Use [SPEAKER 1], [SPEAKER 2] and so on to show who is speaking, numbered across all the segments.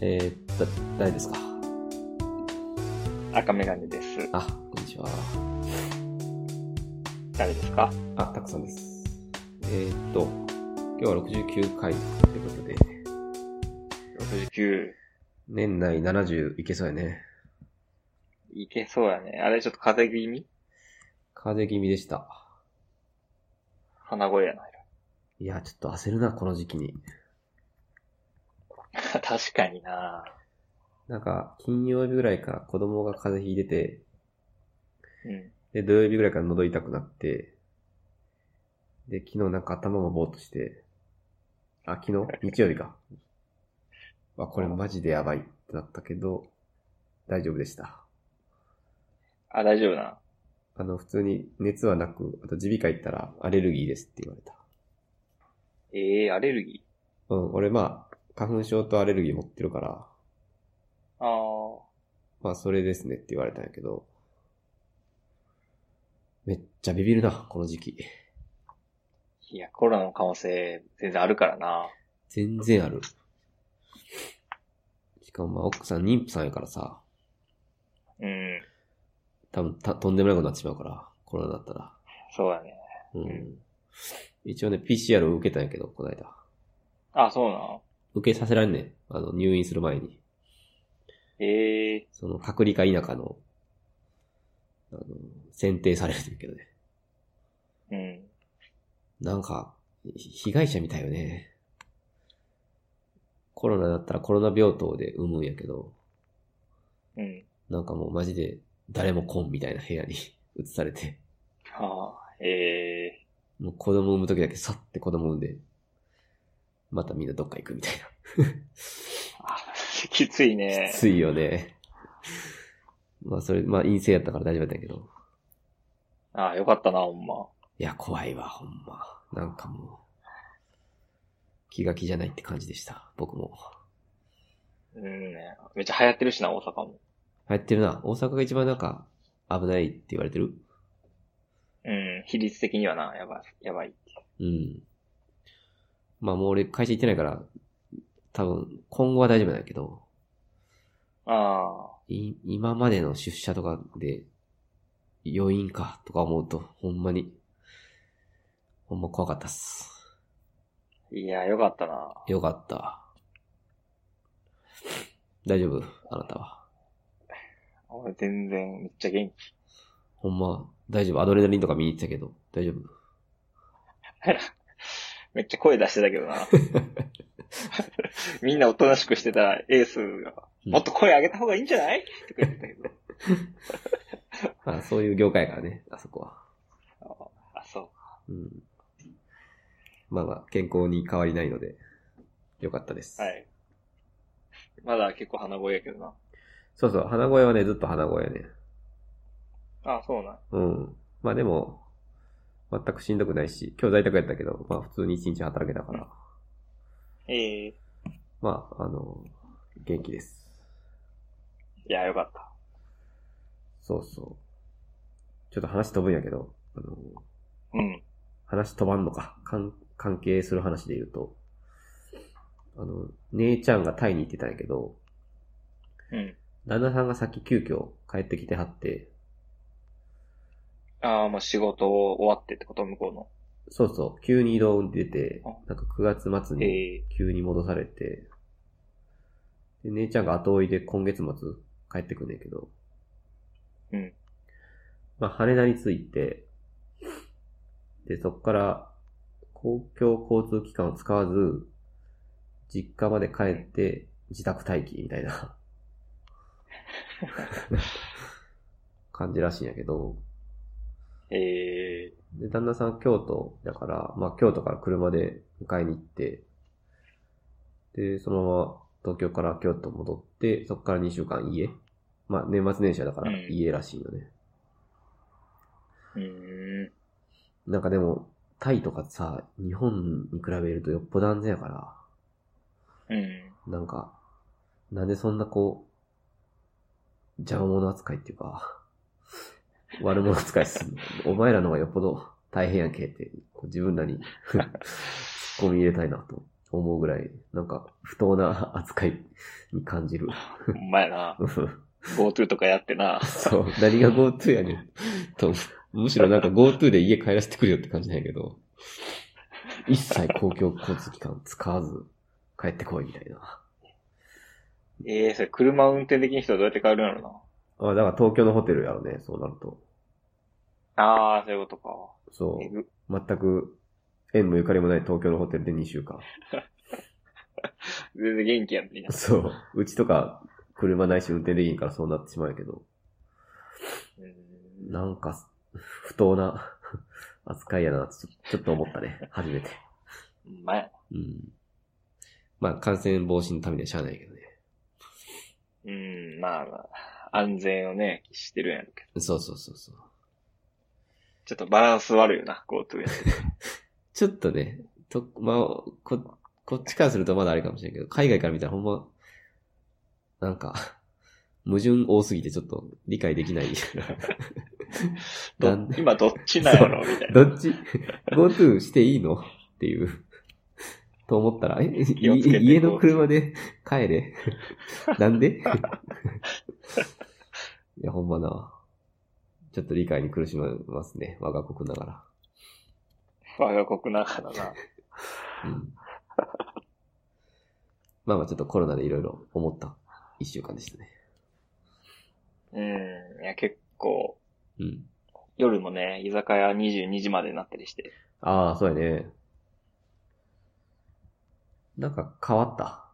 [SPEAKER 1] えー、だ、誰ですか
[SPEAKER 2] 赤メガネです。
[SPEAKER 1] あ、こんにちは。
[SPEAKER 2] 誰ですか
[SPEAKER 1] あ、たくさんです。えーっと、今日は69回ということで、
[SPEAKER 2] ?69。
[SPEAKER 1] 年内70いけそうやね。
[SPEAKER 2] いけそうやね。あれちょっと風邪気味
[SPEAKER 1] 風邪気味でした。
[SPEAKER 2] 鼻声やな。
[SPEAKER 1] いや、ちょっと焦るな、この時期に。
[SPEAKER 2] 確かにな
[SPEAKER 1] なんか、金曜日ぐらいから子供が風邪ひいてて、
[SPEAKER 2] うん。
[SPEAKER 1] で、土曜日ぐらいから喉痛くなって、で、昨日なんか頭もぼーっとして、あ、昨日日曜日か。わ、これマジでやばいってなったけど、大丈夫でした。
[SPEAKER 2] あ、大丈夫な。
[SPEAKER 1] あの、普通に熱はなく、あと耳鼻科行ったらアレルギーですって言われた。
[SPEAKER 2] ええアレルギ
[SPEAKER 1] うん、俺まあ、花粉症とアレルギー持ってるから、
[SPEAKER 2] ーあ
[SPEAKER 1] まあそれですねって言われたんやけど、めっちゃビビるな、この時期。
[SPEAKER 2] ー。いや、コロナの可能性全然あるからな
[SPEAKER 1] 全然ある。しかもまあ奥さん妊婦さんやからさ、
[SPEAKER 2] うん。
[SPEAKER 1] 多分たとんでもないことになってしまうから、コロナだったら。
[SPEAKER 2] そうやね。
[SPEAKER 1] うん。
[SPEAKER 2] うん
[SPEAKER 1] 一応ね、PCR を受けたんやけど、この間。
[SPEAKER 2] あ、そうな。
[SPEAKER 1] 受けさせられんねん。あの、入院する前に。
[SPEAKER 2] ええ
[SPEAKER 1] その、隔離か否かの、あの、選定されるんだけどね。
[SPEAKER 2] うん。
[SPEAKER 1] なんか、ひ被害者みたいよね。コロナだったらコロナ病棟で産むんやけど、
[SPEAKER 2] うん。
[SPEAKER 1] なんかもうマジで誰も来んみたいな部屋に 移されて、
[SPEAKER 2] ああ、ええ
[SPEAKER 1] もう子供産む時だけさって子供産んで、またみんなどっか行くみたいな。
[SPEAKER 2] あ、 きついね
[SPEAKER 1] き。ついよね。まあそれ、まあ陰性やったから大丈夫だったんやけど。
[SPEAKER 2] ああ、よかったな、ほんま。
[SPEAKER 1] いや、怖いわ、ほんま。なんかもう、気が気じゃないって感じでした、僕も。
[SPEAKER 2] うん、ね。めっちゃ流行ってるしな、大阪も。
[SPEAKER 1] 流行ってるな。大阪が一番なんか、危ないって言われてる
[SPEAKER 2] うん。比率的にはな、やばい、やばい。
[SPEAKER 1] うん。まあもう俺会社行ってないから、多分、今後は大丈夫なんやけど、
[SPEAKER 2] ああ、
[SPEAKER 1] い、今までの出社とかで、余韻か、とか思うと、ほんまに、ほんま怖かったっす。
[SPEAKER 2] いや、よかったな。
[SPEAKER 1] よかった。大丈夫あなたは。
[SPEAKER 2] 俺全然めっちゃ元気。
[SPEAKER 1] ほんま、大丈夫アドレナリンとか見に行ってたけど、大丈夫
[SPEAKER 2] めっちゃ声出してたけどな。みんなおとなしくしてたらエースが、もっと声上げた方がいいんじゃないとか言ってたけど。
[SPEAKER 1] まあ、そういう業界やからね、あそこは。
[SPEAKER 2] あ、そう。
[SPEAKER 1] うん。まあまあ、健康に変わりないので、よかったです。
[SPEAKER 2] はい。まだ結構鼻声やけどな。
[SPEAKER 1] そうそう、鼻声はね、ずっと鼻声ね。
[SPEAKER 2] あ、そうなん。
[SPEAKER 1] うん。まあでも、全くしんどくないし、今日在宅やったけど、まあ普通に一日働けたから、
[SPEAKER 2] ええ
[SPEAKER 1] まあ、あの、元気です。
[SPEAKER 2] いや、よかった。
[SPEAKER 1] そうそう。ちょっと話飛ぶんやけど、あの、
[SPEAKER 2] うん。
[SPEAKER 1] 話飛ばんのか。関関係する話で言うと、あの、姉ちゃんがタイに行ってたんやけど、
[SPEAKER 2] うん。
[SPEAKER 1] 旦那さんがさっき急遽帰ってきてはって、
[SPEAKER 2] ああ、もう仕事終わってってこと向こうの。
[SPEAKER 1] そうそう、急に移動出て
[SPEAKER 2] あ、
[SPEAKER 1] なんか9月末に
[SPEAKER 2] ええ
[SPEAKER 1] 急に戻されて、で、姉ちゃんが後追いで今月末帰ってくんねんけど、
[SPEAKER 2] うん。
[SPEAKER 1] まあ、羽田に着いて、で、そこから公共交通機関を使わず、実家まで帰って自宅待機みたい な感じらしいんやけど、
[SPEAKER 2] ええ
[SPEAKER 1] で、旦那さん京都だから、まあ京都から車で迎えに行って、で、そのまま東京から京都戻って、そこから2週間家。まあ年末年始はだから
[SPEAKER 2] うん
[SPEAKER 1] 家らしいよね。
[SPEAKER 2] うーん。
[SPEAKER 1] なんかでも、タイとかさ、日本に比べるとよっぽど安全やから、
[SPEAKER 2] うん。
[SPEAKER 1] なんか、なんでそんなこう、邪魔者扱いっていうか、 悪者扱いすんのお前らの方がよっぽど大変やんけって、こう自分らに突っ込み入れたいなと思うぐらい、なんか、不当な扱いに感じる。
[SPEAKER 2] ほんまやな。
[SPEAKER 1] うん
[SPEAKER 2] GoTo とかやってな。
[SPEAKER 1] そう、何が GoTo やねん。と、むしろなんか GoTo で家帰らせてくれよって感じなんやけど、一切公共交通機関使わず帰ってこいみたいな。
[SPEAKER 2] ええそれ車運転できん人はどうやって帰るんやろ
[SPEAKER 1] あ、だから東京のホテルやろね、そうなると。
[SPEAKER 2] な。ああ、そういうこ
[SPEAKER 1] そ
[SPEAKER 2] とか。え
[SPEAKER 1] う、
[SPEAKER 2] ぐ
[SPEAKER 1] 全く縁もゆかりもない東京のホテルで2週間。
[SPEAKER 2] 全然元気やんね。
[SPEAKER 1] そう、うちとか車ないし運転できんからそうなってしまうけど、
[SPEAKER 2] うん
[SPEAKER 1] なんか、不当な 扱いやなってちょ、ちょっと思ったね、初めて。
[SPEAKER 2] ほんまやな。
[SPEAKER 1] うん。まあ、感染防止のためにはしゃあないけどね。
[SPEAKER 2] うん、まあまあ、安全をね、期してるんやろうけど。
[SPEAKER 1] そうそうそうそう。
[SPEAKER 2] ちょっとバランス悪いよな、GoTo やって。
[SPEAKER 1] ちょっとね、と、まあ、こ、こっちからするとまだあれかもしれんけど、海外から見たらほんま、なんか、矛盾多すぎてちょっと理解できない。な
[SPEAKER 2] ど
[SPEAKER 1] んで、
[SPEAKER 2] 今どっちなんやろみたいな。
[SPEAKER 1] どっち、GoTo していいのっていう。と思ったら、え、い
[SPEAKER 2] 気をつけて
[SPEAKER 1] 家の車で帰れ。なん でいや、ほんまな。ちょっと理解に苦しめますね。我が国ながら。
[SPEAKER 2] 我が国ながらな。
[SPEAKER 1] うん まあまあちょっとコロナでいろいろ思った一週間でしたね。
[SPEAKER 2] うん、いや結構、
[SPEAKER 1] うん。
[SPEAKER 2] 夜もね、居酒屋22時までなったりして。
[SPEAKER 1] ああ、そうやね。なんか変わった。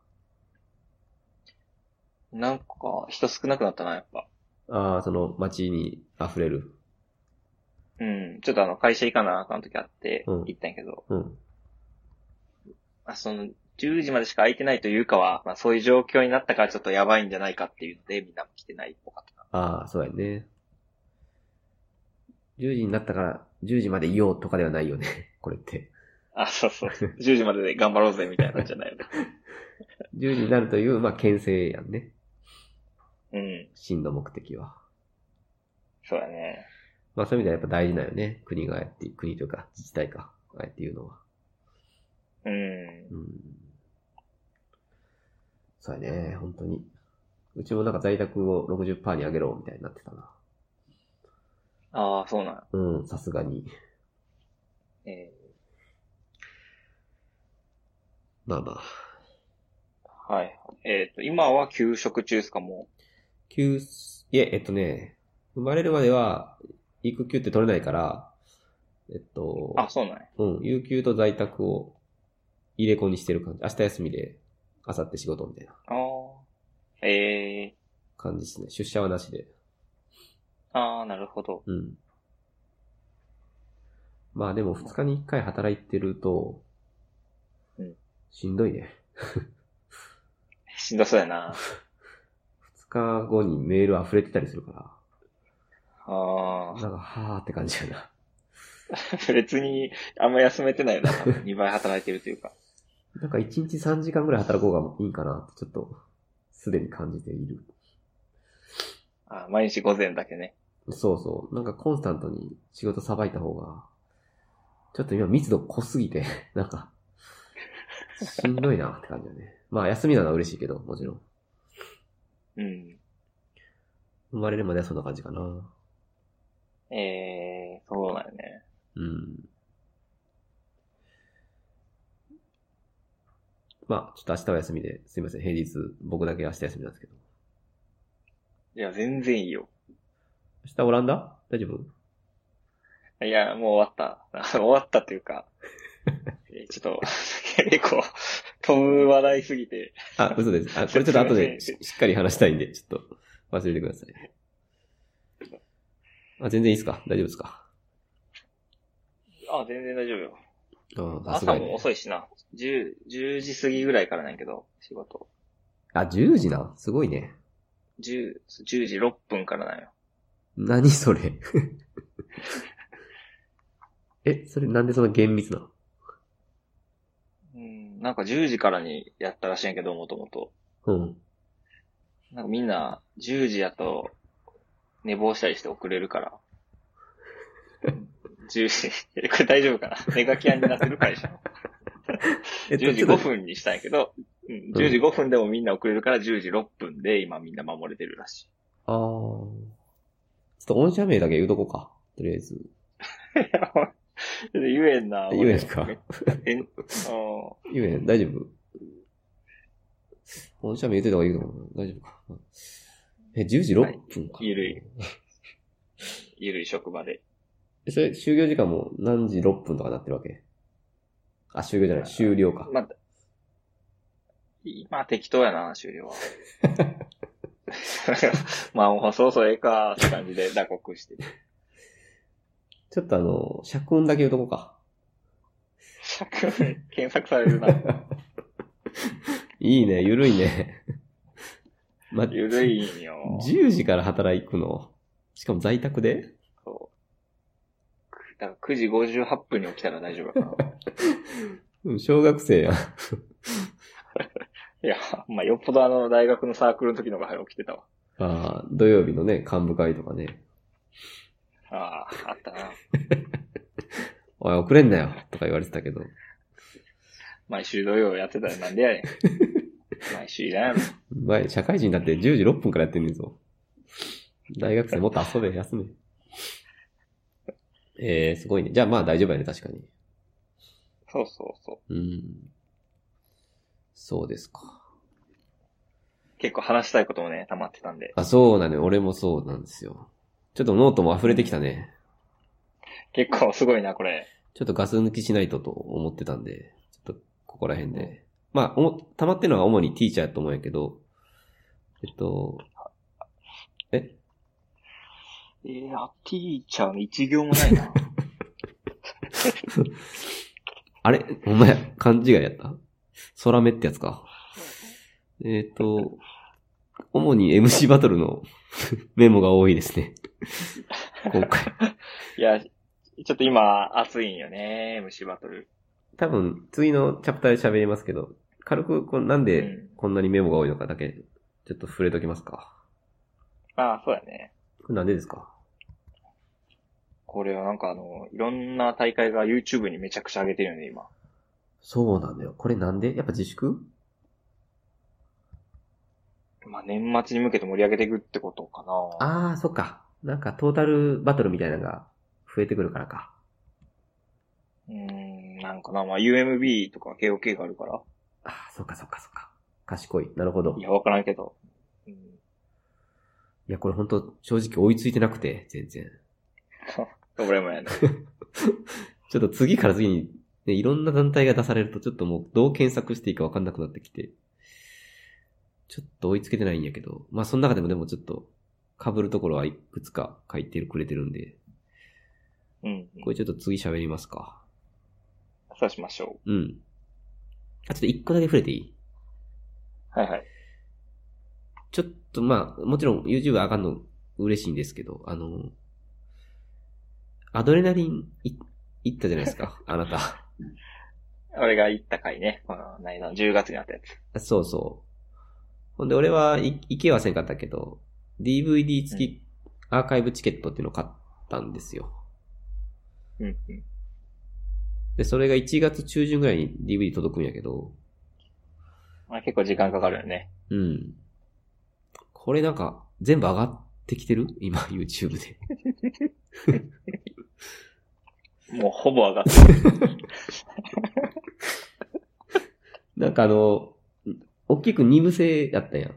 [SPEAKER 2] なんか、人少なくなったな、やっぱ。
[SPEAKER 1] ああ、その街に溢れる。
[SPEAKER 2] うん、ちょっとあの、会社行かなあかん時あって、
[SPEAKER 1] うん
[SPEAKER 2] 行ったんやけど、
[SPEAKER 1] うん。
[SPEAKER 2] まあ、その、10時までしか空いてないというかは、まあそういう状況になったからちょっとやばいんじゃないかっていうので、みんなも来てないっぽかったな。
[SPEAKER 1] ああ、そうやね。10時になったから10時までいようとかではないよね。 これって。
[SPEAKER 2] あ、そうそう。10時までで頑張ろうぜ、みたいなんじゃないよね。
[SPEAKER 1] 10時になるという、まあ、牽制やんね。
[SPEAKER 2] うん、
[SPEAKER 1] 真の目的は。
[SPEAKER 2] そうだね。
[SPEAKER 1] まあそういう意味ではやっぱ大事なんよね。国がやって、国というか自治体か、あえて言うのは。
[SPEAKER 2] うん。
[SPEAKER 1] うんそうやね、本当に。うちもなんか在宅を60%に上げろ、みたいになってたな。
[SPEAKER 2] ああ、そうなん。
[SPEAKER 1] うん、さすがに。
[SPEAKER 2] え
[SPEAKER 1] まあまあ。
[SPEAKER 2] ー、はい。えっ、と、今は休職中ですか、も
[SPEAKER 1] 休、いえ、えっとね、生まれるまでは、育休って取れないから、えっと
[SPEAKER 2] う。、あ、そうなんや。
[SPEAKER 1] うん、有給と在宅を入れ子にしてる感じ。明日休みで、明後日仕事みたいな
[SPEAKER 2] ああ。え
[SPEAKER 1] 感じですね。出社はなしで。
[SPEAKER 2] ー、ああ、なるほど。
[SPEAKER 1] うん。まあでも2日に1回働いてると、
[SPEAKER 2] うん
[SPEAKER 1] しんどいね。
[SPEAKER 2] しんどそうやな。
[SPEAKER 1] 2日後にメール溢れてたりするか
[SPEAKER 2] あ
[SPEAKER 1] ら、なんかはーって感じや な。
[SPEAKER 2] あ。別に、あんま休めてないよな。2倍働いてるというか。
[SPEAKER 1] なんか1日3時間ぐらい働こうがいいかなってちょっと、すでに感じている。
[SPEAKER 2] あー毎日午前だけね。
[SPEAKER 1] そうそう。なんかコンスタントに仕事さばいた方が、ちょっと今密度濃すぎて、 なんか、しんどいなって感じだね。まあ休みなのは嬉しいけど、もちろん。
[SPEAKER 2] うん。
[SPEAKER 1] 生まれるまではそんな感じかな。
[SPEAKER 2] ええー、そうだよね。
[SPEAKER 1] うん。まあ、ちょっと明日は休みで、すいません、平日、僕だけ明日休みなんですけど。
[SPEAKER 2] いや、全然いいよ。
[SPEAKER 1] 明日オランダ大丈夫
[SPEAKER 2] いや、もう終わった。 終わったという か、えーちょっと、 結構、飛ぶ話題すぎて、
[SPEAKER 1] あ、嘘です。あ、これちょっと後でししっかり話したいんで、ちょっと忘れてください。あ、全然いいですか大丈夫ですか
[SPEAKER 2] あ、全然大丈夫よ。
[SPEAKER 1] うん、さす
[SPEAKER 2] 朝
[SPEAKER 1] が
[SPEAKER 2] も
[SPEAKER 1] に。
[SPEAKER 2] 遅いしな。10、10時過ぎぐらいからなんやけど、仕事。
[SPEAKER 1] あ、10時なすごいね。
[SPEAKER 2] 10、10時6分からなんよ。
[SPEAKER 1] 何それ え、それなんでその厳密なの
[SPEAKER 2] うん、なんか10時からにやったらしいんやけど、もともと。
[SPEAKER 1] うん。
[SPEAKER 2] なんかみんな、10時やと、寝坊したりして遅れるから。10時。これ大丈夫かな寝書き屋になってる会社。
[SPEAKER 1] えっと、
[SPEAKER 2] 10時
[SPEAKER 1] ちょ
[SPEAKER 2] 5
[SPEAKER 1] っと、
[SPEAKER 2] 分にしたんやけど、うん、10時5分でもみんな遅れるから10時6分で今みんな守れてるらし
[SPEAKER 1] あー。ちょっと御社名だけ言うとこか。とりあえず。
[SPEAKER 2] い。 言えんな。
[SPEAKER 1] 言えんか
[SPEAKER 2] 俺えん、あ
[SPEAKER 1] 言えへん、大丈夫。御社名言ってた方がいいのかな大丈夫か。うんえ、10時6分か。
[SPEAKER 2] はいゆるいーゆるい職場で。
[SPEAKER 1] えそれ、就業時間も何時6分とかなってるわけあ、就業じゃない、終了か。
[SPEAKER 2] まあ、今適当やな、終了は。 まあ、もうそうそうええか、って感じで打刻して る。
[SPEAKER 1] ちょっとあの、尺音だけ言うとこか。
[SPEAKER 2] 検索されるな。
[SPEAKER 1] いいね、ゆるいね。 ま、
[SPEAKER 2] ゆるいんよ。
[SPEAKER 1] 10時から働くの。しかも在宅で
[SPEAKER 2] そう。くだから9時58分に起きたら大丈夫かな。
[SPEAKER 1] うん、小学生やん。
[SPEAKER 2] いや、まあ、よっぽどあの、大学のサークルの時の方が早起きてたわ。
[SPEAKER 1] あー土曜日のね、幹部会とかね。
[SPEAKER 2] ああ、あったな。
[SPEAKER 1] おい、遅れんなよとか言われてたけど。
[SPEAKER 2] 毎週土曜やってたらなんで やねん。毎週いらんやろ。
[SPEAKER 1] 前、社会人だって10時6分からやってんねんぞ。大学生もっと遊べ、休め。えー、すごいね。じゃあまあ大丈夫やね、確かに。
[SPEAKER 2] そうそうそ
[SPEAKER 1] うん。そうですか。
[SPEAKER 2] う。結構話したいこともね、溜まってたんで。
[SPEAKER 1] あ、そうなのよ。俺もそうなんですよ。ちょっとノートも溢れてきたね。
[SPEAKER 2] 結構すごいな、これ。
[SPEAKER 1] ちょっとガス抜きしないとと思ってたんで、ちょっとここら辺で。まあ、おも溜まってるのは主にティーチャーやと思うんやけど、えっと、え
[SPEAKER 2] えー、あ、ティーチャーの一行も ないな。
[SPEAKER 1] あれお前、勘違いやった空目ってやつか。えっ、と、主に MC バトルの メモが多いですね。今回。
[SPEAKER 2] いや、ちょっと今、熱いんよね、虫バトル。
[SPEAKER 1] 多分、次のチャプターで喋りますけど、軽くこう、なんでこんなにメモが多いのかだけ、ちょっと触れときますか。
[SPEAKER 2] ああ、そうだね。
[SPEAKER 1] これなんでですか
[SPEAKER 2] これはなんかあの、いろんな大会が YouTube にめちゃくちゃ上げてるよね、今。
[SPEAKER 1] そうなんだよ。これなんでやっぱ自粛
[SPEAKER 2] まあ、年末に向けて盛り上げていくってことか
[SPEAKER 1] あ
[SPEAKER 2] な。
[SPEAKER 1] ー、そっか。なんかトータルバトルみたいなのが増えてくるからか。
[SPEAKER 2] うーん、なんかな、まあ、UMB とか KOK があるから。
[SPEAKER 1] あー、そっかそっかそっか。賢い。なるほど。
[SPEAKER 2] いや、わからんけど。うん
[SPEAKER 1] いや、これ本当正直追いついてなくて、全然。
[SPEAKER 2] 俺 もやね。
[SPEAKER 1] ちょっと次から次に、ね、いろんな団体が出されると、ちょっともうどう検索していいかわかんなくなってきて、ちょっと追いつけてないんやけど、まあその中でもでもちょっと、被るところはいくつか書いてくれてるんで、
[SPEAKER 2] うん。
[SPEAKER 1] これちょっと次喋りますか。
[SPEAKER 2] そうしましょ。
[SPEAKER 1] うん。あ、ちょっと一個だけ触れていいう
[SPEAKER 2] はいはい。
[SPEAKER 1] ちょっとまあ、もちろん YouTube 上がるの嬉しいんですけど、あの、アドレナリンい、いったじゃないですか、あなた。
[SPEAKER 2] 俺が行った回ね。この、何の、10月にあったやつ。
[SPEAKER 1] そうそう。ほんで、俺はい、行けはせんかったけど、DVD 付きアーカイブチケットっていうのを買ったんですよ。
[SPEAKER 2] うんうん。
[SPEAKER 1] で、それが1月中旬ぐらいに DVD 届くんやけど、
[SPEAKER 2] まあ、結構時間かかるよね。
[SPEAKER 1] うん。これなんか、全部上がってきてる今、YouTube で。
[SPEAKER 2] もうほぼ上が った。
[SPEAKER 1] なんかあの、大きく二部制やったんやん。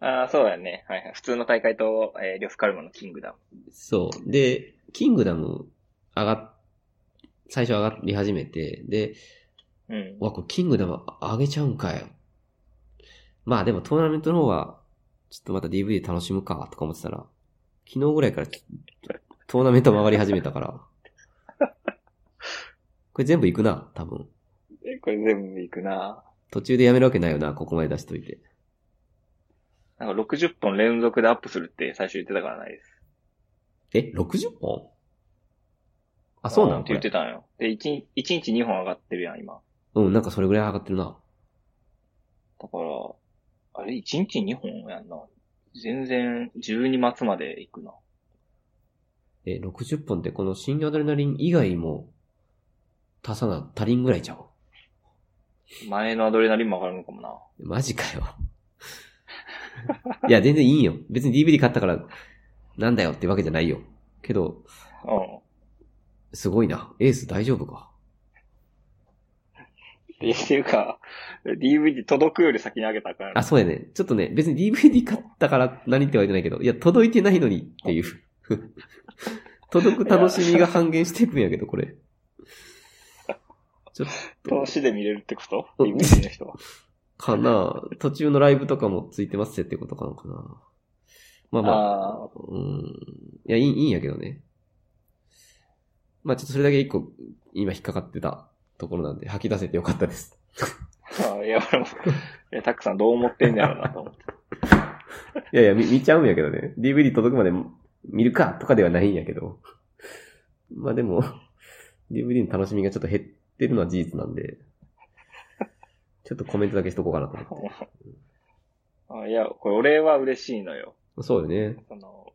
[SPEAKER 2] ああ、そうだよね。はいはい。普通の大会と、えー、リョフカルマのキングダム。
[SPEAKER 1] そう。で、キングダム上がっ、最初上がり始めて、で、
[SPEAKER 2] うん。
[SPEAKER 1] わ、これキングダム上げちゃうんかよ。まあでもトーナメントの方は、ちょっとまた DVD 楽しむか、とか思ってたら、昨日ぐらいからトーナメント回り始めた から。これ全部行くな、多分。
[SPEAKER 2] え、これ全部いくな。
[SPEAKER 1] 途中でやめるわけないよな、ここまで出しといて。
[SPEAKER 2] なんか60本連続でアップするって最初言ってたからないです。
[SPEAKER 1] え、60本あ、そうな
[SPEAKER 2] っ
[SPEAKER 1] ん
[SPEAKER 2] て
[SPEAKER 1] こ
[SPEAKER 2] 言って
[SPEAKER 1] れ。
[SPEAKER 2] たのよ。で、1日、一日2本上がってるやん、今。
[SPEAKER 1] うん、なんかそれぐらい上がってるな。
[SPEAKER 2] だから、あれ、1日2本やんな。全然、12末まで行くな。
[SPEAKER 1] え、60本ってこの新アドレナリン以外も、足さな、足りんぐらいちゃお
[SPEAKER 2] 前のアドレナリンも上がるのかもな。
[SPEAKER 1] う。マジかよ。いや、全然いいよ。別に DVD 買ったから、なんだよってわけじゃないよ。けど、
[SPEAKER 2] うん。
[SPEAKER 1] すごいな。エース大丈夫か。
[SPEAKER 2] っていうか、DVD 届くより先に上げたから。
[SPEAKER 1] あ、そうやね。ちょっとね、別に DVD 買ったから何っては言ってないけど、いや、届いてないのにっていう。 届く楽しみが半減していくんやけど、これ。ちょっと
[SPEAKER 2] 投、資で見れるってこと
[SPEAKER 1] うん
[SPEAKER 2] ?DVD の人 は。
[SPEAKER 1] かな途中のライブとかもついてますってことかなのかなまあまあ、
[SPEAKER 2] ああ、
[SPEAKER 1] うん。いや、いい、いいんやけどね。まあちょっとそれだけ一個、今引っかかってたところなんで、吐き出せてよかったです。
[SPEAKER 2] あいや、俺も、 いや、たくさんどう思ってんねやろうなと思って。
[SPEAKER 1] いやいや、見 見ちゃうんやけどね。DVD 届くまで見るかとかではないんやけど。まあでも、DVD の楽しみがちょっと減ってるのは事実なんで、ちょっとコメントだけしとこうかなと思って。
[SPEAKER 2] あいや、これ俺は嬉しいのよ。
[SPEAKER 1] そうよね。
[SPEAKER 2] その、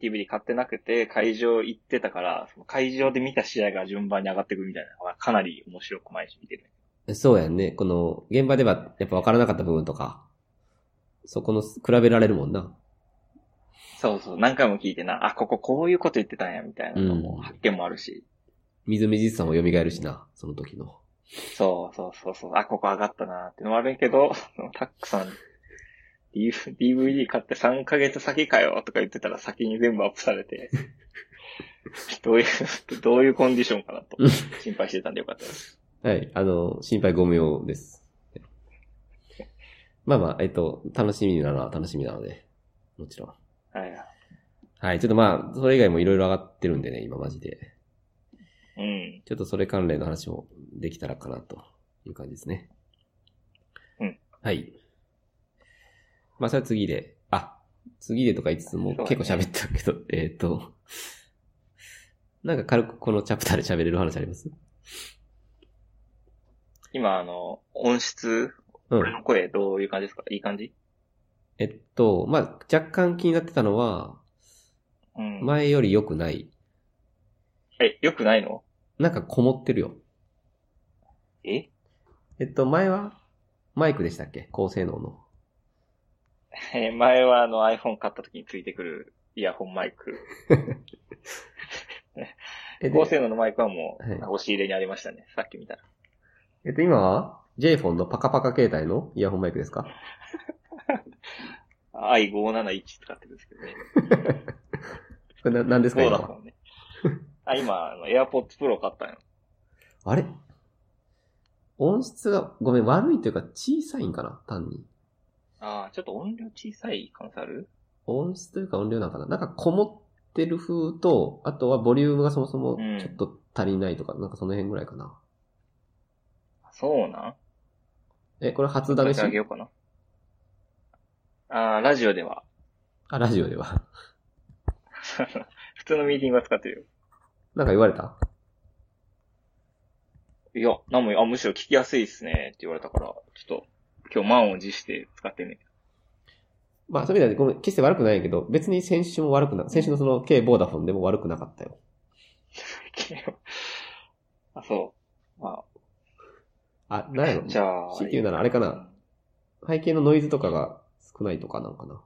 [SPEAKER 2] DVD 買ってなくて、会場行ってたから、その会場で見た試合が順番に上がってくみたいなのがかなり面白く毎日見てる。
[SPEAKER 1] そうやんね。この、現場ではやっぱ分からなかった部分とか、そこの比べられるもんな。
[SPEAKER 2] そうそう、何回も聞いてな、あ、こここういうこと言ってたんや、みたいなのも
[SPEAKER 1] うん
[SPEAKER 2] 発見もあるし、
[SPEAKER 1] みずみずしさも蘇るしな、その時の。
[SPEAKER 2] そうそうそうそう、あ、ここ上がったなってのもあるんやけど、 そのタックさん、D- DVD 買って3ヶ月先かよとか言ってたら先に全部アップされて、 どういう、どういう コンディションかなと
[SPEAKER 1] うん
[SPEAKER 2] 心配してたんでよかったです。
[SPEAKER 1] はい、あの、心配ご無用です。まあまあ、えっと、楽しみなのは楽しみなので、もちろん。
[SPEAKER 2] はい。
[SPEAKER 1] はい、ちょっとまあ、それ以外もいろいろ上がってるんでね、今マジで。
[SPEAKER 2] うん。
[SPEAKER 1] ちょっとそれ関連の話もできたらかなという感じですね。
[SPEAKER 2] うん。
[SPEAKER 1] はい。まあ、それは次で、あ、次でとか言いつつもう
[SPEAKER 2] そうだね
[SPEAKER 1] 結構喋ったけど、えっ、と、なんか軽くこのチャプターで喋れる話あります
[SPEAKER 2] 今、あの、音質、
[SPEAKER 1] う
[SPEAKER 2] 俺
[SPEAKER 1] ん。
[SPEAKER 2] の声どういう感じですかいい感じ
[SPEAKER 1] えっと、まあ、若干気になってたのは、
[SPEAKER 2] うん。
[SPEAKER 1] 前より良くない。
[SPEAKER 2] え、良くないの
[SPEAKER 1] なんかこもってるよ。
[SPEAKER 2] え
[SPEAKER 1] えっと、前はマイクでしたっけ高性能の。
[SPEAKER 2] え前はあの iPhone 買った時についてくるイヤホンマイク。
[SPEAKER 1] えで
[SPEAKER 2] 高性能のマイクはも、
[SPEAKER 1] はいう
[SPEAKER 2] 押し入れにありましたね。さっき見たら。
[SPEAKER 1] えっと、今は j フォンのパカパカ携帯のイヤホンマイクですか
[SPEAKER 2] i571 使ってるんですけどね。
[SPEAKER 1] これな何ですか
[SPEAKER 2] そう
[SPEAKER 1] 今
[SPEAKER 2] だ
[SPEAKER 1] は
[SPEAKER 2] もんね。あ、今、あの AirPods Pro 買ったの。
[SPEAKER 1] あれ音質が、ごめん、悪いというか小さいんかな単に。
[SPEAKER 2] ああ、ちょっと音量小さい感想ある
[SPEAKER 1] 音質というか音量なんかななんかこもってる風と、あとはボリュームがそもそも
[SPEAKER 2] うん
[SPEAKER 1] ちょっと足りないとか、なんかその辺ぐらいかな。
[SPEAKER 2] そうなん
[SPEAKER 1] え、これ初
[SPEAKER 2] 立
[SPEAKER 1] 試
[SPEAKER 2] て上げ
[SPEAKER 1] し
[SPEAKER 2] ようかな。ああ、ラジオでは。
[SPEAKER 1] あ、ラジオでは。
[SPEAKER 2] 普通のミーティングは使ってるよ。
[SPEAKER 1] なんか言われた
[SPEAKER 2] いや、なんも、あ、むしろ聞きやすいですね、って言われたから、ちょっと、今日満を持して使って みる。
[SPEAKER 1] まあ、そういう意味ではごめん、決して悪くないけど、別に先週も悪くな、先週のその K ボーダフォンでも悪くなかったよ。
[SPEAKER 2] あ、そう。ま
[SPEAKER 1] あ、なんやろ
[SPEAKER 2] あ、じゃ
[SPEAKER 1] 強
[SPEAKER 2] あ。
[SPEAKER 1] いて言うならあれかな背景のノイズとかが少ないとかなんかな。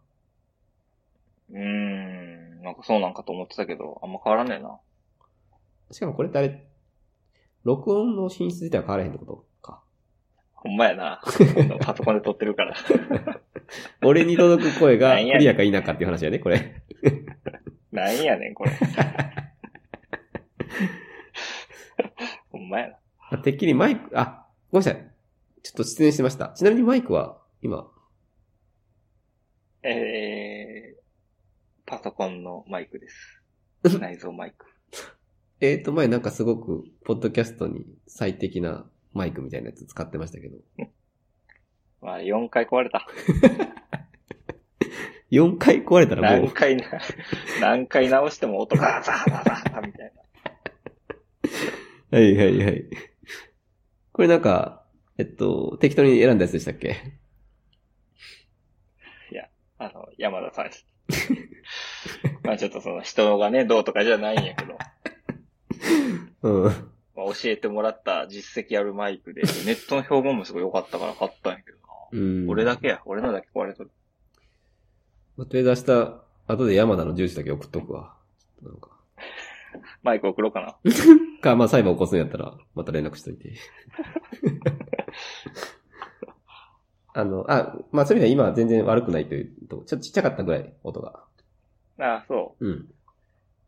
[SPEAKER 2] うーん、なんかそうなんかと思ってたけど、あんま変わらねえな。
[SPEAKER 1] しかもこれってあれ、録音の品質自体は変わらへんってことか。
[SPEAKER 2] ほんまや な。パソコンで撮ってるから。
[SPEAKER 1] 俺に届く声が
[SPEAKER 2] なん
[SPEAKER 1] ク
[SPEAKER 2] やねん
[SPEAKER 1] リアか否かっていう話やね、これ。
[SPEAKER 2] なんやね ん、これ。ほんまやな。
[SPEAKER 1] あてっきりマイク、あ、ごめんなさい。ちょっと失念してました。ちなみにマイクは、今、
[SPEAKER 2] えー、パソコンのマイクです。内蔵マイク。
[SPEAKER 1] えっ、と、前なんかすごく、ポッドキャストに最適なマイクみたいなやつ使ってましたけど、
[SPEAKER 2] まあ、4回壊れた。
[SPEAKER 1] 4回壊れたらも
[SPEAKER 2] 何
[SPEAKER 1] う、
[SPEAKER 2] 回な、 何回直しても音がザーザーザーザーみたいな。
[SPEAKER 1] はいはいはい。これなんか、えっと、適当に選んだやつでしたっけ
[SPEAKER 2] あの、山田さ ん。まあちょっとその人がね、どうとかじゃないんやけど。
[SPEAKER 1] うん。
[SPEAKER 2] まあ、教えてもらった実績あるマイクで、ネットの評判もすごい良かったから買ったんやけどな。
[SPEAKER 1] うん。
[SPEAKER 2] 俺だけや。俺のだけ壊れとる。
[SPEAKER 1] まあ、とりあえず明日、後で山田の住所だけ送っとくわ。ちょっとなんか。
[SPEAKER 2] マイク送ろうかな。
[SPEAKER 1] か、まあ裁判起こすんやったら、また連絡しといて。 あの、あ、まあそういう意味では今は全然悪くないというと、ちょっとちっちゃかったぐらい、音が。
[SPEAKER 2] ああ、そ
[SPEAKER 1] うん。
[SPEAKER 2] う。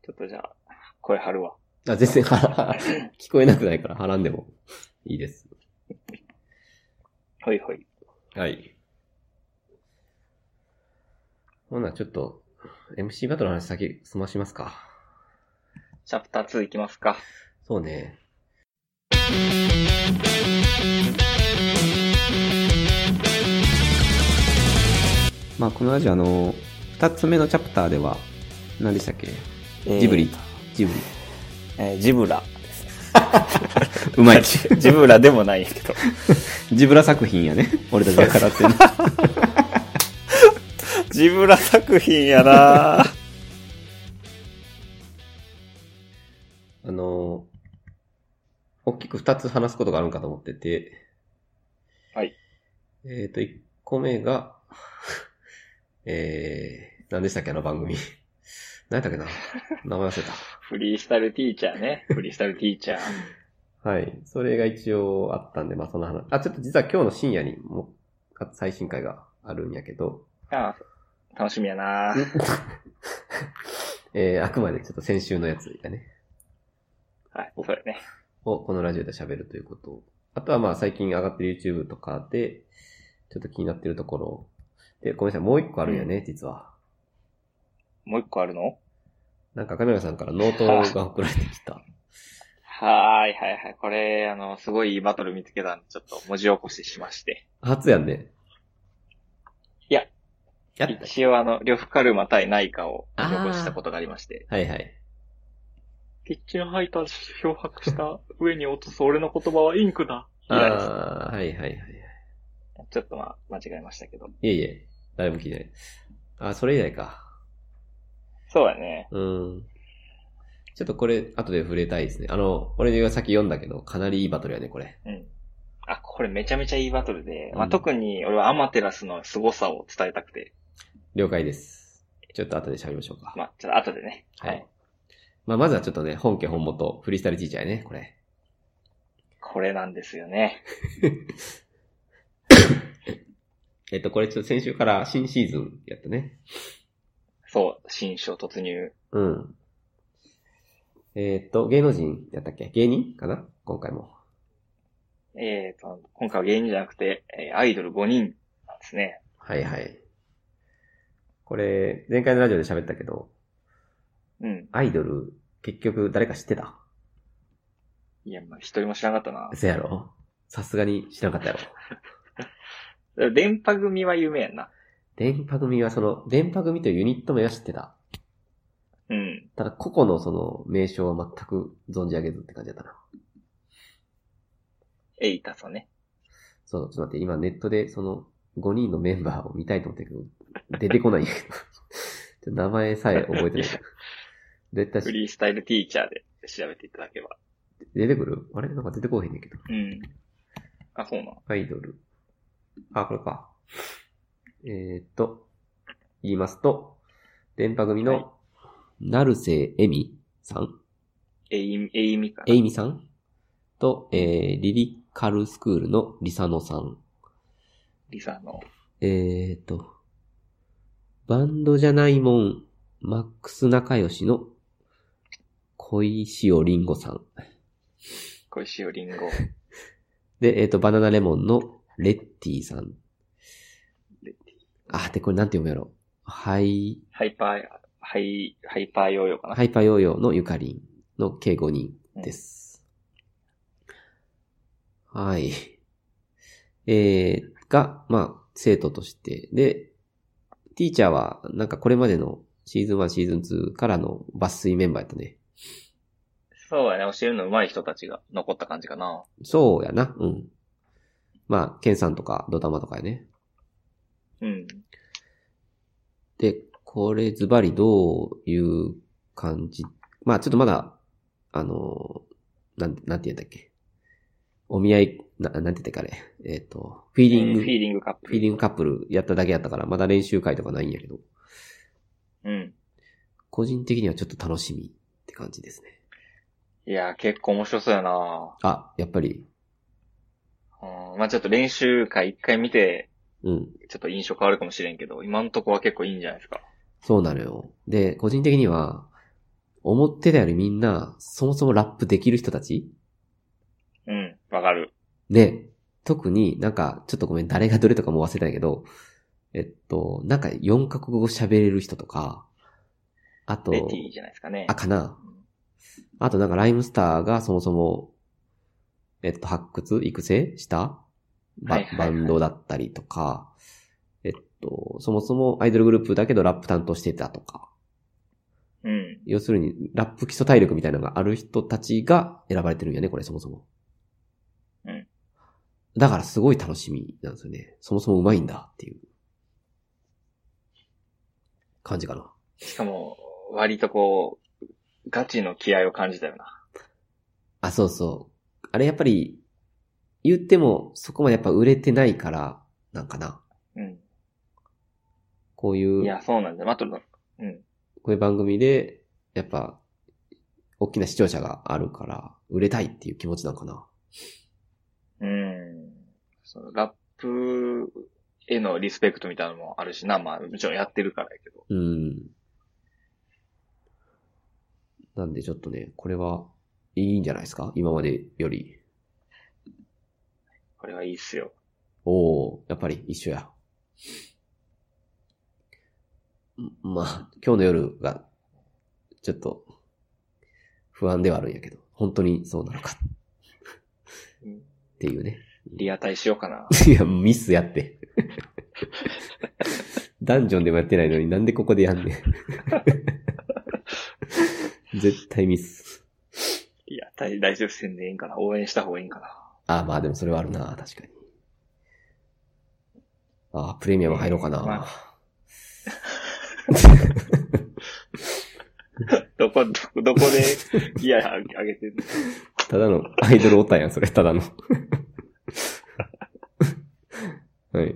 [SPEAKER 2] ちょっとじゃあ、声張るわ。
[SPEAKER 1] あ、全然、は ら聞こえなくないから、はらんでもいいです。
[SPEAKER 2] ほいほい。
[SPEAKER 1] はい。ほな、ちょっと、MC バトルの話先済ましますか。
[SPEAKER 2] チャプター2いきますか。
[SPEAKER 1] そうね。まあ、このラジオ、あの、二つ目のチャプターでは、何でしたっけ
[SPEAKER 3] えー
[SPEAKER 1] ジブリ。ジブリ。
[SPEAKER 3] えージブラ。
[SPEAKER 1] うまい。
[SPEAKER 3] ジブラでもないんやけど。
[SPEAKER 1] ジブラ作品やね。 俺たちが語ってるの。
[SPEAKER 3] ジブラ作品やなぁ
[SPEAKER 1] あの、大きく二つ話すことがあるんかと思ってて。
[SPEAKER 2] はい。
[SPEAKER 1] えっ、と、一個目が、 えー、何でしたっけ、あの番組。 何だっけな。名前忘れた。
[SPEAKER 2] フリースタイルティーチャーね。フリースタイルティーチャー。
[SPEAKER 1] はい。それが一応あったんで、まあその話。あ、ちょっと実は今日の深夜にもうあ最新回があるんやけど、
[SPEAKER 2] ああ、楽しみやな。
[SPEAKER 1] えー、あくまでちょっと先週のやつがね、
[SPEAKER 2] はい、そうやね。
[SPEAKER 1] をこのラジオで喋るということ。あとはまあ最近上がってる YouTube とかで、ちょっと気になってるところ。で、ごめんなさい、もう一個あるんやね、実は。
[SPEAKER 2] もう一個あるの
[SPEAKER 1] なんかカメラさんからノートが送られてきた。
[SPEAKER 2] はーい、はい、はい。これ、あの、すごいいいバトル見つけたんで、ちょっと文字起こししまして。
[SPEAKER 1] 初やんね。
[SPEAKER 2] いや。
[SPEAKER 1] やったっけ
[SPEAKER 2] 一応、あの、呂布カルマ対内科を文字起こしたことがありまして。
[SPEAKER 1] はいはい。
[SPEAKER 2] キッチンハイター漂白した上に落とす俺の言葉はインクだ。
[SPEAKER 1] あ
[SPEAKER 2] 嫌です
[SPEAKER 1] あー、はいはいはい。
[SPEAKER 2] ちょっとまあ、間違えましたけど。
[SPEAKER 1] いえいえ、誰も聞いてない。あ、それ以来か。
[SPEAKER 2] そうだね。
[SPEAKER 1] うん。ちょっとこれ、後で触れたいですね。あの、俺がさっき読んだけど、かなりいいバトルやね、これ。
[SPEAKER 2] うん。あ、これめちゃめちゃいいバトルで、
[SPEAKER 1] う
[SPEAKER 2] まあ
[SPEAKER 1] ん
[SPEAKER 2] 特に俺はアマテラスの凄さを伝えたくて、
[SPEAKER 1] 了解です。ちょっと後で喋りましょうか。
[SPEAKER 2] まあ、ちょっと後でね。
[SPEAKER 1] はい。。まあ、まずはちょっとね、本家本元、フリースタイルティーチャーやね、これ。
[SPEAKER 2] これなんですよね。
[SPEAKER 1] えっと、これちょっと先週から新シーズンやったね。
[SPEAKER 2] そう、新章突入。
[SPEAKER 1] うん。えっと、芸能人やったっけ芸人かな今回も。
[SPEAKER 2] えーと、今回は芸人じゃなくて、えーアイドル5人なんですね。
[SPEAKER 1] はいはい。これ、前回のラジオで喋ったけど、
[SPEAKER 2] うん。
[SPEAKER 1] アイドル、結局誰か知ってた
[SPEAKER 2] いや、まあ一人も知らなかったな。
[SPEAKER 1] せやろさすがに知らなかったやろ。
[SPEAKER 2] 電波組は有名やんな。
[SPEAKER 1] 電波組はその、電波組というユニット名は知ってた。
[SPEAKER 2] うん。
[SPEAKER 1] ただ、個々のその、名称は全く存じ上げずって感じだったな。
[SPEAKER 2] エイタソね。
[SPEAKER 1] そう、ちょっと待って、今ネットでその、5人のメンバーを見たいと思ってるけど、出てこないんや けど。ちょっと名前さえ覚えてない。絶対
[SPEAKER 2] フ
[SPEAKER 1] し
[SPEAKER 2] リースタイルティーチャーで調べていただければ。
[SPEAKER 1] 出てくるあれなんか出てこうへんねんけど。
[SPEAKER 2] うん。あ、そうなの。
[SPEAKER 1] アイドル。あ、これか。えー、っと、言いますと、電波組
[SPEAKER 2] はい
[SPEAKER 1] の、成瀬恵美さん
[SPEAKER 2] エイ、エイミかな。
[SPEAKER 1] エイミさんと、えー、リリカルスクールのリサノさん。
[SPEAKER 2] リサの。
[SPEAKER 1] えーと、バンドじゃないもん、マックス仲良しの小石尾りんごさん。
[SPEAKER 2] 小石よりんご。
[SPEAKER 1] で、えーと、バナナレモンのレッティさん。あー、で、これなんて読むやろ。はい、
[SPEAKER 2] ハイパー、ハイ、ハイパーヨーヨーかな。
[SPEAKER 1] ハイパーヨーヨーのゆかりんの計5人です。はい。えー、が、まあ、生徒として。で、ティーチャーは、なんかこれまでのシーズン1、シーズン2からの抜粋メンバーやったね。
[SPEAKER 2] そうやね。教えるの上手い人たちが残った感じかな。
[SPEAKER 1] そうやな、うん。まあ、ケンさんとか、ドタマとかやね。
[SPEAKER 2] うん。
[SPEAKER 1] で、これズバリどういう感じまあちょっとまだ、あの、なん、なんて言うんだっけ。お見合い、な、なんて言ったっけあれ。えっ、と、フィーリング、
[SPEAKER 2] フィーリングカップ。
[SPEAKER 1] フィーリングカップルやっただけやったから、まだ練習会とかないんやけど、
[SPEAKER 2] うん。
[SPEAKER 1] 個人的にはちょっと楽しみって感じですね。
[SPEAKER 2] いやー、結構面白そうやな
[SPEAKER 1] あ、やっぱり、
[SPEAKER 2] うん、まあちょっと練習会一回見て、
[SPEAKER 1] うん、
[SPEAKER 2] ちょっと印象変わるかもしれんけど、今のとこは結構いいんじゃないですか。
[SPEAKER 1] そうなのよ。で、個人的には、思ってたよりみんな、そもそもラップできる人たち
[SPEAKER 2] うん、わかる。
[SPEAKER 1] ね、特になんか、ちょっとごめん、誰がどれとかもう忘れたんやけど、えっと、なんか4カ国語喋れる人とか、あと、
[SPEAKER 2] レティじゃないですかね
[SPEAKER 1] あ、。かな
[SPEAKER 2] うん
[SPEAKER 1] あとなんかライムスターがそもそも、えっと、発掘、育成したバ,、
[SPEAKER 2] はいはいは
[SPEAKER 1] バ
[SPEAKER 2] い
[SPEAKER 1] ンドだったりとか、えっと、そもそもアイドルグループだけどラップ担当してたとか、
[SPEAKER 2] うん。
[SPEAKER 1] 要するにラップ基礎体力みたいなのがある人たちが選ばれてるんよね、これそもそも。
[SPEAKER 2] うん。
[SPEAKER 1] だからすごい楽しみなんですよね。そもそも上手いんだっていう感じかな。
[SPEAKER 2] しかも、割とこう、ガチの気合を感じたよな。
[SPEAKER 1] あ、そうそう。あれやっぱり、言ってもそこまでやっぱ売れてないから、なんかな。
[SPEAKER 2] うん。
[SPEAKER 1] こういう、
[SPEAKER 2] いや、そうなんだよ。あと、うん。
[SPEAKER 1] こういう番組で、やっぱ、大きな視聴者があるから、売れたいっていう気持ちなのかな。
[SPEAKER 2] うん。そのラップへのリスペクトみたいなのもあるしな。まあ、もちろんやってるからやけど。
[SPEAKER 1] うん。なんでちょっとね、これは、いいんじゃないですか今までより。
[SPEAKER 2] これはいいっすよ。
[SPEAKER 1] おおやっぱり一緒や。んまあ、今日の夜が、ちょっと、不安ではあるんやけど、本当にそうなのかっていうね。
[SPEAKER 2] リアタイしようかな。
[SPEAKER 1] いや、ミスやって。 ダンジョンでもやってないのになんでここでやん ねん。絶対ミス。
[SPEAKER 2] リアタイ大接戦でいいんかな。応援した方がいいんかな。
[SPEAKER 1] ああ、まあでもそれはあるな、確かに。ああ、プレミアム入ろうかな。
[SPEAKER 2] まどこ、どこ、どこで ギア上げてんの
[SPEAKER 1] ただのアイドルオタやん、それ、ただの。 はい。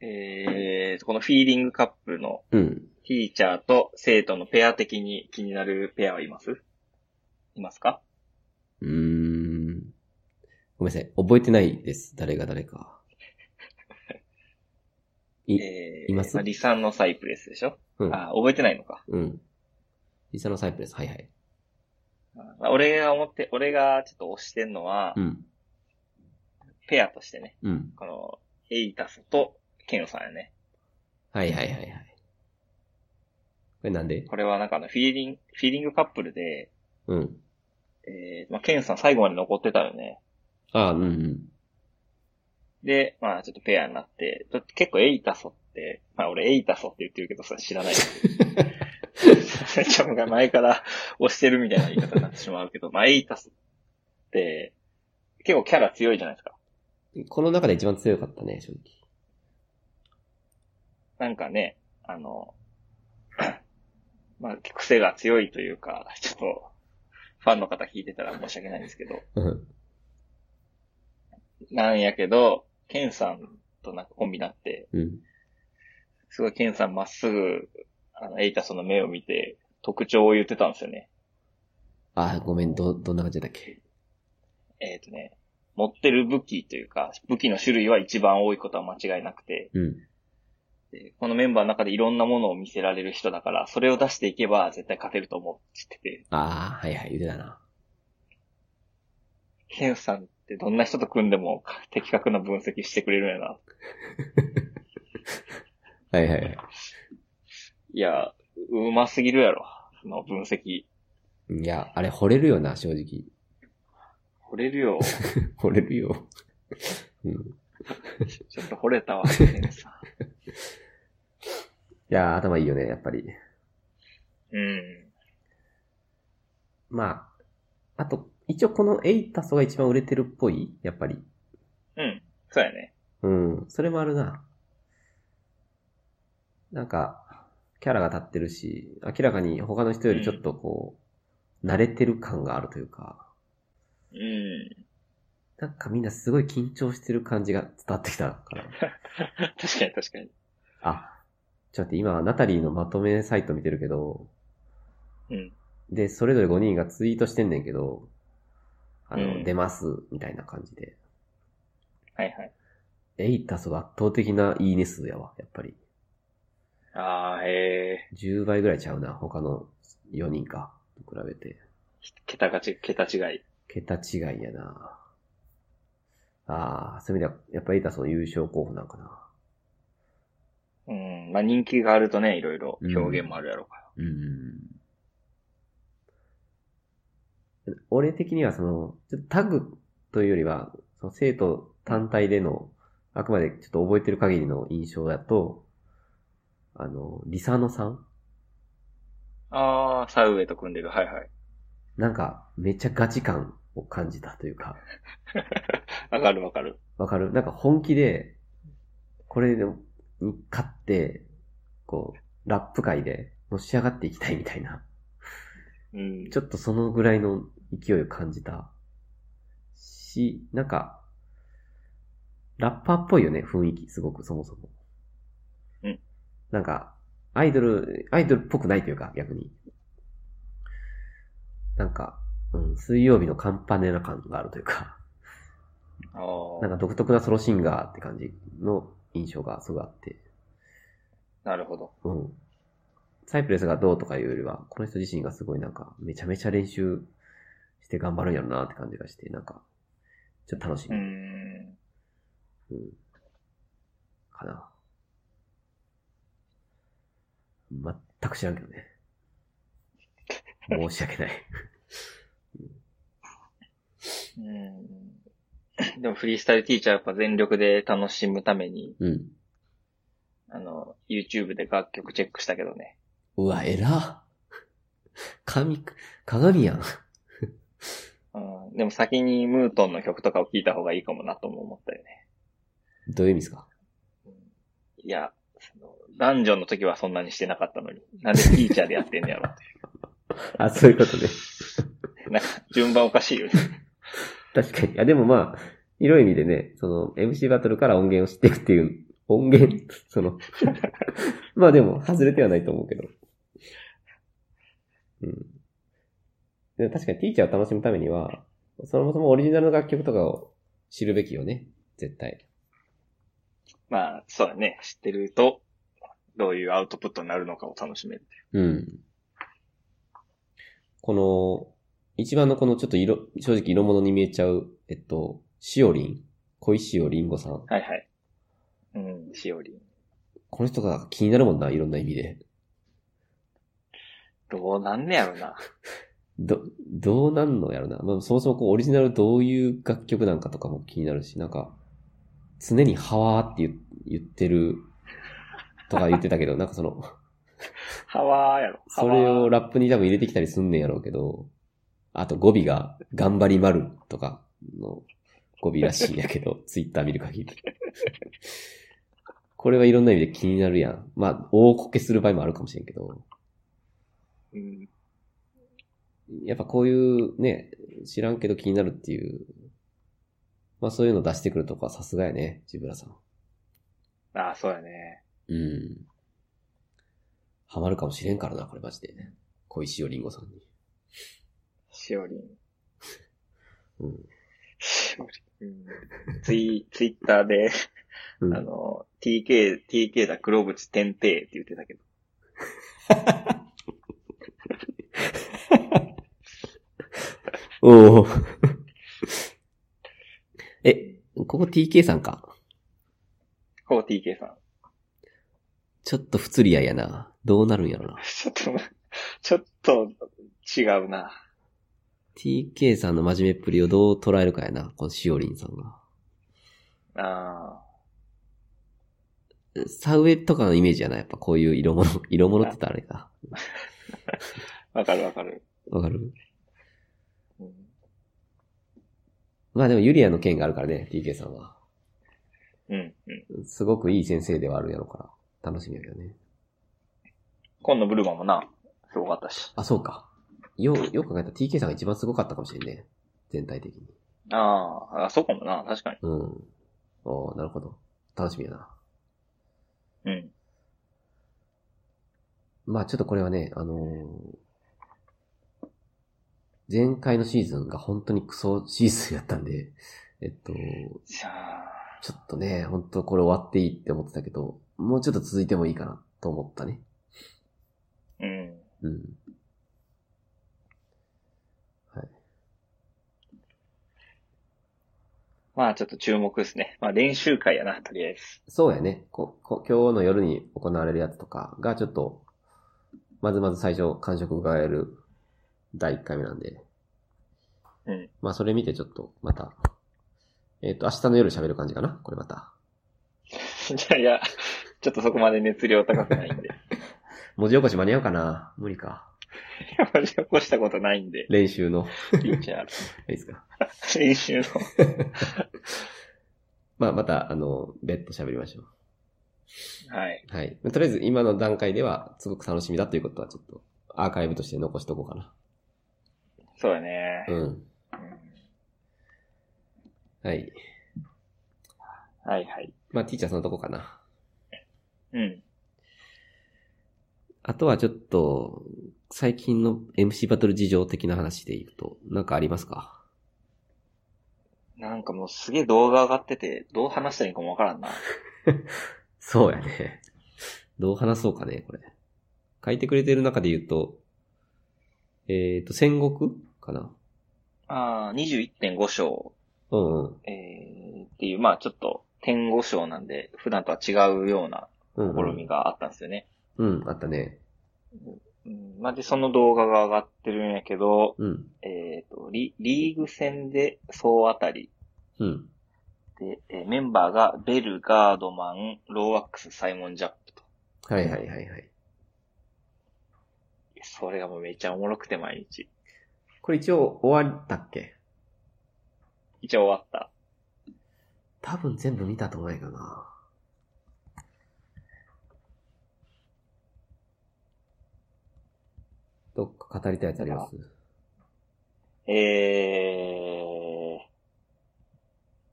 [SPEAKER 2] えー、このフィーリングカップルの
[SPEAKER 1] うん。
[SPEAKER 2] ティーチャーと生徒のペア的に気になるペアはいますいますか
[SPEAKER 1] うーん。ごめんなさい。覚えてないです。誰が誰か。い、
[SPEAKER 2] え
[SPEAKER 1] います
[SPEAKER 2] あリサンのサイプレスでしょ、
[SPEAKER 1] うん。
[SPEAKER 2] あ、覚えてないのか。
[SPEAKER 1] うん。リサのサイプです。はいはい。
[SPEAKER 2] あ俺が思って、俺がちょっと推してんのは、
[SPEAKER 1] うん。
[SPEAKER 2] ペアとしてね、
[SPEAKER 1] うん。
[SPEAKER 2] この、エイタスとケンさんやね。
[SPEAKER 1] はいはいはいはい。これなんで
[SPEAKER 2] これはなんかあの、フィーリング、フィーリングカップルで、
[SPEAKER 1] うん。
[SPEAKER 2] えー、まあ、ケンさん最後まで残ってたよね。
[SPEAKER 1] ああ、うんうん。
[SPEAKER 2] で、まあちょっとペアになって、ちょっと結構エイタソって、まあ俺エイタソって言ってるけどさ、知らない。ちょっと前から押してるみたいな言い方になってしまうけど、まあエイタソって、結構キャラ強いじゃないですか。
[SPEAKER 1] この中で一番強かったね、正直。
[SPEAKER 2] なんかね、あの、まあ癖が強いというか、ちょっと、ファンの方聞いてたら申し訳ないんですけど、
[SPEAKER 1] うん。
[SPEAKER 2] なんやけど、ケンさんとなんかコンビになって、
[SPEAKER 1] うん。
[SPEAKER 2] すごい、ケンさんまっすぐ、あの、エイタソの目を見て、特徴を言ってたんですよね。
[SPEAKER 1] ああ、ごめん、ど、どんな感じだったっけ
[SPEAKER 2] えっ、とね、持ってる武器というか、武器の種類は一番多いことは間違いなくて、
[SPEAKER 1] うん。
[SPEAKER 2] でこのメンバーの中でいろんなものを見せられる人だから、それを出していけば絶対勝てると思ってて、
[SPEAKER 1] ああ、はいはい、言うてたな。
[SPEAKER 2] ケンさんってどんな人と組んでも的確な分析してくれるんやな。
[SPEAKER 1] はいはいはい。
[SPEAKER 2] いや、うますぎるやろ。その分析。
[SPEAKER 1] いや、あれ惚れるよな、正直。
[SPEAKER 2] 惚れるよ。
[SPEAKER 1] 惚れるよ。うん。
[SPEAKER 2] ちょっと惚れたわ、ケンさん。
[SPEAKER 1] いやー、頭いいよね、やっぱり。
[SPEAKER 2] うん。
[SPEAKER 1] まあ、あと、一応このエイタソが一番売れてるっぽいやっぱり。
[SPEAKER 2] うん。そうやね。
[SPEAKER 1] うん、それもあるな。なんか、キャラが立ってるし、明らかに他の人よりちょっとこう、慣れてる感があるというか、
[SPEAKER 2] うん。
[SPEAKER 1] なんかみんなすごい緊張してる感じが伝わってきたから。
[SPEAKER 2] 確かに確かに。
[SPEAKER 1] あ、ちょっと待って、今、ナタリーのまとめサイト見てるけど、
[SPEAKER 2] うん。
[SPEAKER 1] で、それぞれ5人がツイートしてんねんけど、あの、
[SPEAKER 2] うん
[SPEAKER 1] 出ます、みたいな感じで。
[SPEAKER 2] はいはい。
[SPEAKER 1] エイタスが圧倒的ないいね数やわ、やっぱり。
[SPEAKER 2] ああ、ええ
[SPEAKER 1] 10倍ぐらいちゃうな、他の4人か、と比べて。
[SPEAKER 2] 桁がち、桁違い。
[SPEAKER 1] 桁違いやなああ、そういう意味では、やっぱエイタスの優勝候補なんかな。
[SPEAKER 2] うん。まあ人気があるとね、いろいろ表現もあるやろうから。
[SPEAKER 1] うん。俺的にはその、ちょっとタグというよりは、その生徒単体での、あくまでちょっと覚えてる限りの印象だと、あの、リサノさん
[SPEAKER 2] ああ、サウエと組んでる。はいはい。
[SPEAKER 1] なんか、めっちゃガチ感を感じたというか、
[SPEAKER 2] わかるわかる。
[SPEAKER 1] わかるなんか本気で、これでもに勝って、こう、ラップ界でのし上がっていきたいみたいな。
[SPEAKER 2] うん。
[SPEAKER 1] ちょっとそのぐらいの勢いを感じたし、なんか、ラッパーっぽいよね、雰囲気、すごく、そもそも。
[SPEAKER 2] うん。
[SPEAKER 1] なんか、アイドル、アイドルっぽくないというか、逆に。なんか、うん、水曜日のカンパネラ感があるというか、
[SPEAKER 2] あ
[SPEAKER 1] なんか
[SPEAKER 2] あ、
[SPEAKER 1] 独特なソロシンガーって感じの印象がすごいあって、
[SPEAKER 2] なるほど。
[SPEAKER 1] うん。サイプレスがどうとかいうよりは、この人自身がすごいなんか、めちゃめちゃ練習して頑張るんやろなって感じがして、なんか、ちょっと楽し
[SPEAKER 2] う
[SPEAKER 1] み、
[SPEAKER 2] ん。
[SPEAKER 1] うんかな。全く知らんけどね。申し訳ない。
[SPEAKER 2] うん。でもフリースタイルティーチャーはやっぱ全力で楽しむために、
[SPEAKER 1] うん。
[SPEAKER 2] あの、YouTube で楽曲チェックしたけどね。
[SPEAKER 1] うわ、偉神、鏡やん。
[SPEAKER 2] うん。でも先にムートンの曲とかを聴いた方がいいかもなとも思ったよね。
[SPEAKER 1] どういう意味ですか
[SPEAKER 2] いや、その、ダンジョンの時はそんなにしてなかったのに、なんでティーチャーでやってんのやろって
[SPEAKER 1] あ、そういうことね。
[SPEAKER 2] いう。なんか、順番おかしいよね。
[SPEAKER 1] 確かに。いや、でもまあ、広い意味でね、その、MC バトルから音源を知っていくっていう、音源、 その、まあでも、外れてはないと思うけど。うん。でも確かにティーチャーを楽しむためには、そもそもオリジナルの楽曲とかを知るべきよね。絶対。
[SPEAKER 2] まあ、そうだね。知ってると、どういうアウトプットになるのかを楽しめる。
[SPEAKER 1] うん。この、一番のこのちょっと色、正直色物に見えちゃう、えっと、しおりん。小石おりんごさん。
[SPEAKER 2] はいはい。うん、しおりん。
[SPEAKER 1] この人が気になるもんな、いろんな意味で。
[SPEAKER 2] どうなんねやろな。
[SPEAKER 1] ど、どうなんのやろな。まあ、そもそもこうオリジナルどういう楽曲なんかとかも気になるし、なんか、常にハワーって言言ってるとか言ってたけど、なんかその、
[SPEAKER 2] ハワーやろ。ハ
[SPEAKER 1] そ
[SPEAKER 2] ワー
[SPEAKER 1] れをラップに多分入れてきたりすんねんやろうけど、あと語尾が、頑張りまるとかの語尾らしいんやけ ど、ツイッター見る限り。これはいろんな意味で気になるやん。まあ、大こけする場合もあるかもしれんけど。
[SPEAKER 2] うん。
[SPEAKER 1] やっぱこういうね、知らんけど気になるっていう、まあそういうの出してくるとこはさすがやね、ジブラさん。
[SPEAKER 2] ああ、そうやね。
[SPEAKER 1] うん。ハマるかもしれんからな、これマジで。小石よりんごさんに。
[SPEAKER 2] しおりん。
[SPEAKER 1] うん。
[SPEAKER 2] しおりん。うんツイ、ツイッターで、
[SPEAKER 1] うん、
[SPEAKER 2] あの、TK、TK だ、黒渕天帝って言ってたけど。
[SPEAKER 1] おお。 え、ここ TK さんか。
[SPEAKER 2] こう TK さん。
[SPEAKER 1] ちょっと不釣り合いやな。どうなるんやろな。
[SPEAKER 2] ちょっと、ちょっと違うな。
[SPEAKER 1] TK さんの真面目っぷりをどう捉えるかやな、このしおりんさんが。
[SPEAKER 2] あ
[SPEAKER 1] サウェイとかのイメージやな、やっぱこういう色物、色物って言ったらあれか。
[SPEAKER 2] あ、わかるわかる。
[SPEAKER 1] わかる
[SPEAKER 2] うん
[SPEAKER 1] まあでもユリアの件があるからね、TK さんは。
[SPEAKER 2] うん、うん。
[SPEAKER 1] すごくいい先生ではあるやろから、楽しみやけどね。
[SPEAKER 2] 今度ブルマもな、すごかったし。
[SPEAKER 1] あ、そうか。よう、よく考えたら TK さんが一番すごかったかもしれんね。全体的に。
[SPEAKER 2] ああ、あそうかもな、確かに。
[SPEAKER 1] うん。おーなるほど。楽しみやな。
[SPEAKER 2] うん。
[SPEAKER 1] まあちょっとこれはね、あのー前回のシーズンが本当にクソシーズンやったんで、えっと、
[SPEAKER 2] じゃあ、
[SPEAKER 1] ちょっとね、本当これ終わっていいって思ってたけど、もうちょっと続いてもいいかなと思ったね。
[SPEAKER 2] うん。
[SPEAKER 1] うん。はい。
[SPEAKER 2] まあちょっと注目ですね。まあ練習会やな、とりあえず。
[SPEAKER 1] そうやね。こ、こ、今日の夜に行われるやつとかがちょっと、まずまず最初感触がえる第1回目なんで、
[SPEAKER 2] うん。
[SPEAKER 1] まあそれ見てちょっとまた、えっ、と、明日の夜喋る感じかなこれまた。
[SPEAKER 2] いやいや、ちょっとそこまで熱量高くないんで。
[SPEAKER 1] 文字起こし間に合うかな無理か。
[SPEAKER 2] 文字起こしたことないんで、
[SPEAKER 1] 練習の。
[SPEAKER 2] ピッチャ
[SPEAKER 1] いいですか。
[SPEAKER 2] ー。練習の。
[SPEAKER 1] まあまた、あの、別途喋りましょう。
[SPEAKER 2] はい。
[SPEAKER 1] はい。とりあえず今の段階ではすごく楽しみだということはちょっとアーカイブとして残しとこうかな。
[SPEAKER 2] そうだね。
[SPEAKER 1] うん。はい。
[SPEAKER 2] はいはい。
[SPEAKER 1] まあ、ティーチャーそのとこかな。
[SPEAKER 2] うん。
[SPEAKER 1] あとはちょっと、最近の MC バトル事情的な話でいくと、なんかありますか
[SPEAKER 2] なんかもうすげえ動画上がってて、どう話したらいいかもわからんな。
[SPEAKER 1] そうやね。どう話そうかね、これ。書いてくれてる中で言うと、えっ、と、戦国かな
[SPEAKER 2] ああ、21.5章、
[SPEAKER 1] うんうん。
[SPEAKER 2] えー、っていう、まあちょっと、点5章なんで、普段とは違うような
[SPEAKER 1] うん、
[SPEAKER 2] 試みがあったんですよね。
[SPEAKER 1] うん、あったね。
[SPEAKER 2] うん、まあで、その動画が上がってるんやけど、
[SPEAKER 1] うん。
[SPEAKER 2] えっ、とリ、リーグ戦で総当たり
[SPEAKER 1] うん。
[SPEAKER 2] で、えーメンバーがベル、ガードマン、ローワックス、サイモン・ジャップと。
[SPEAKER 1] はいはいはいはい。
[SPEAKER 2] それがもうめっちゃおもろくて毎日。
[SPEAKER 1] これ一応終わったっけ
[SPEAKER 2] 一応終わった。
[SPEAKER 1] 多分全部見たと思うんやけどな。どっか語りたいやつあります
[SPEAKER 2] えー、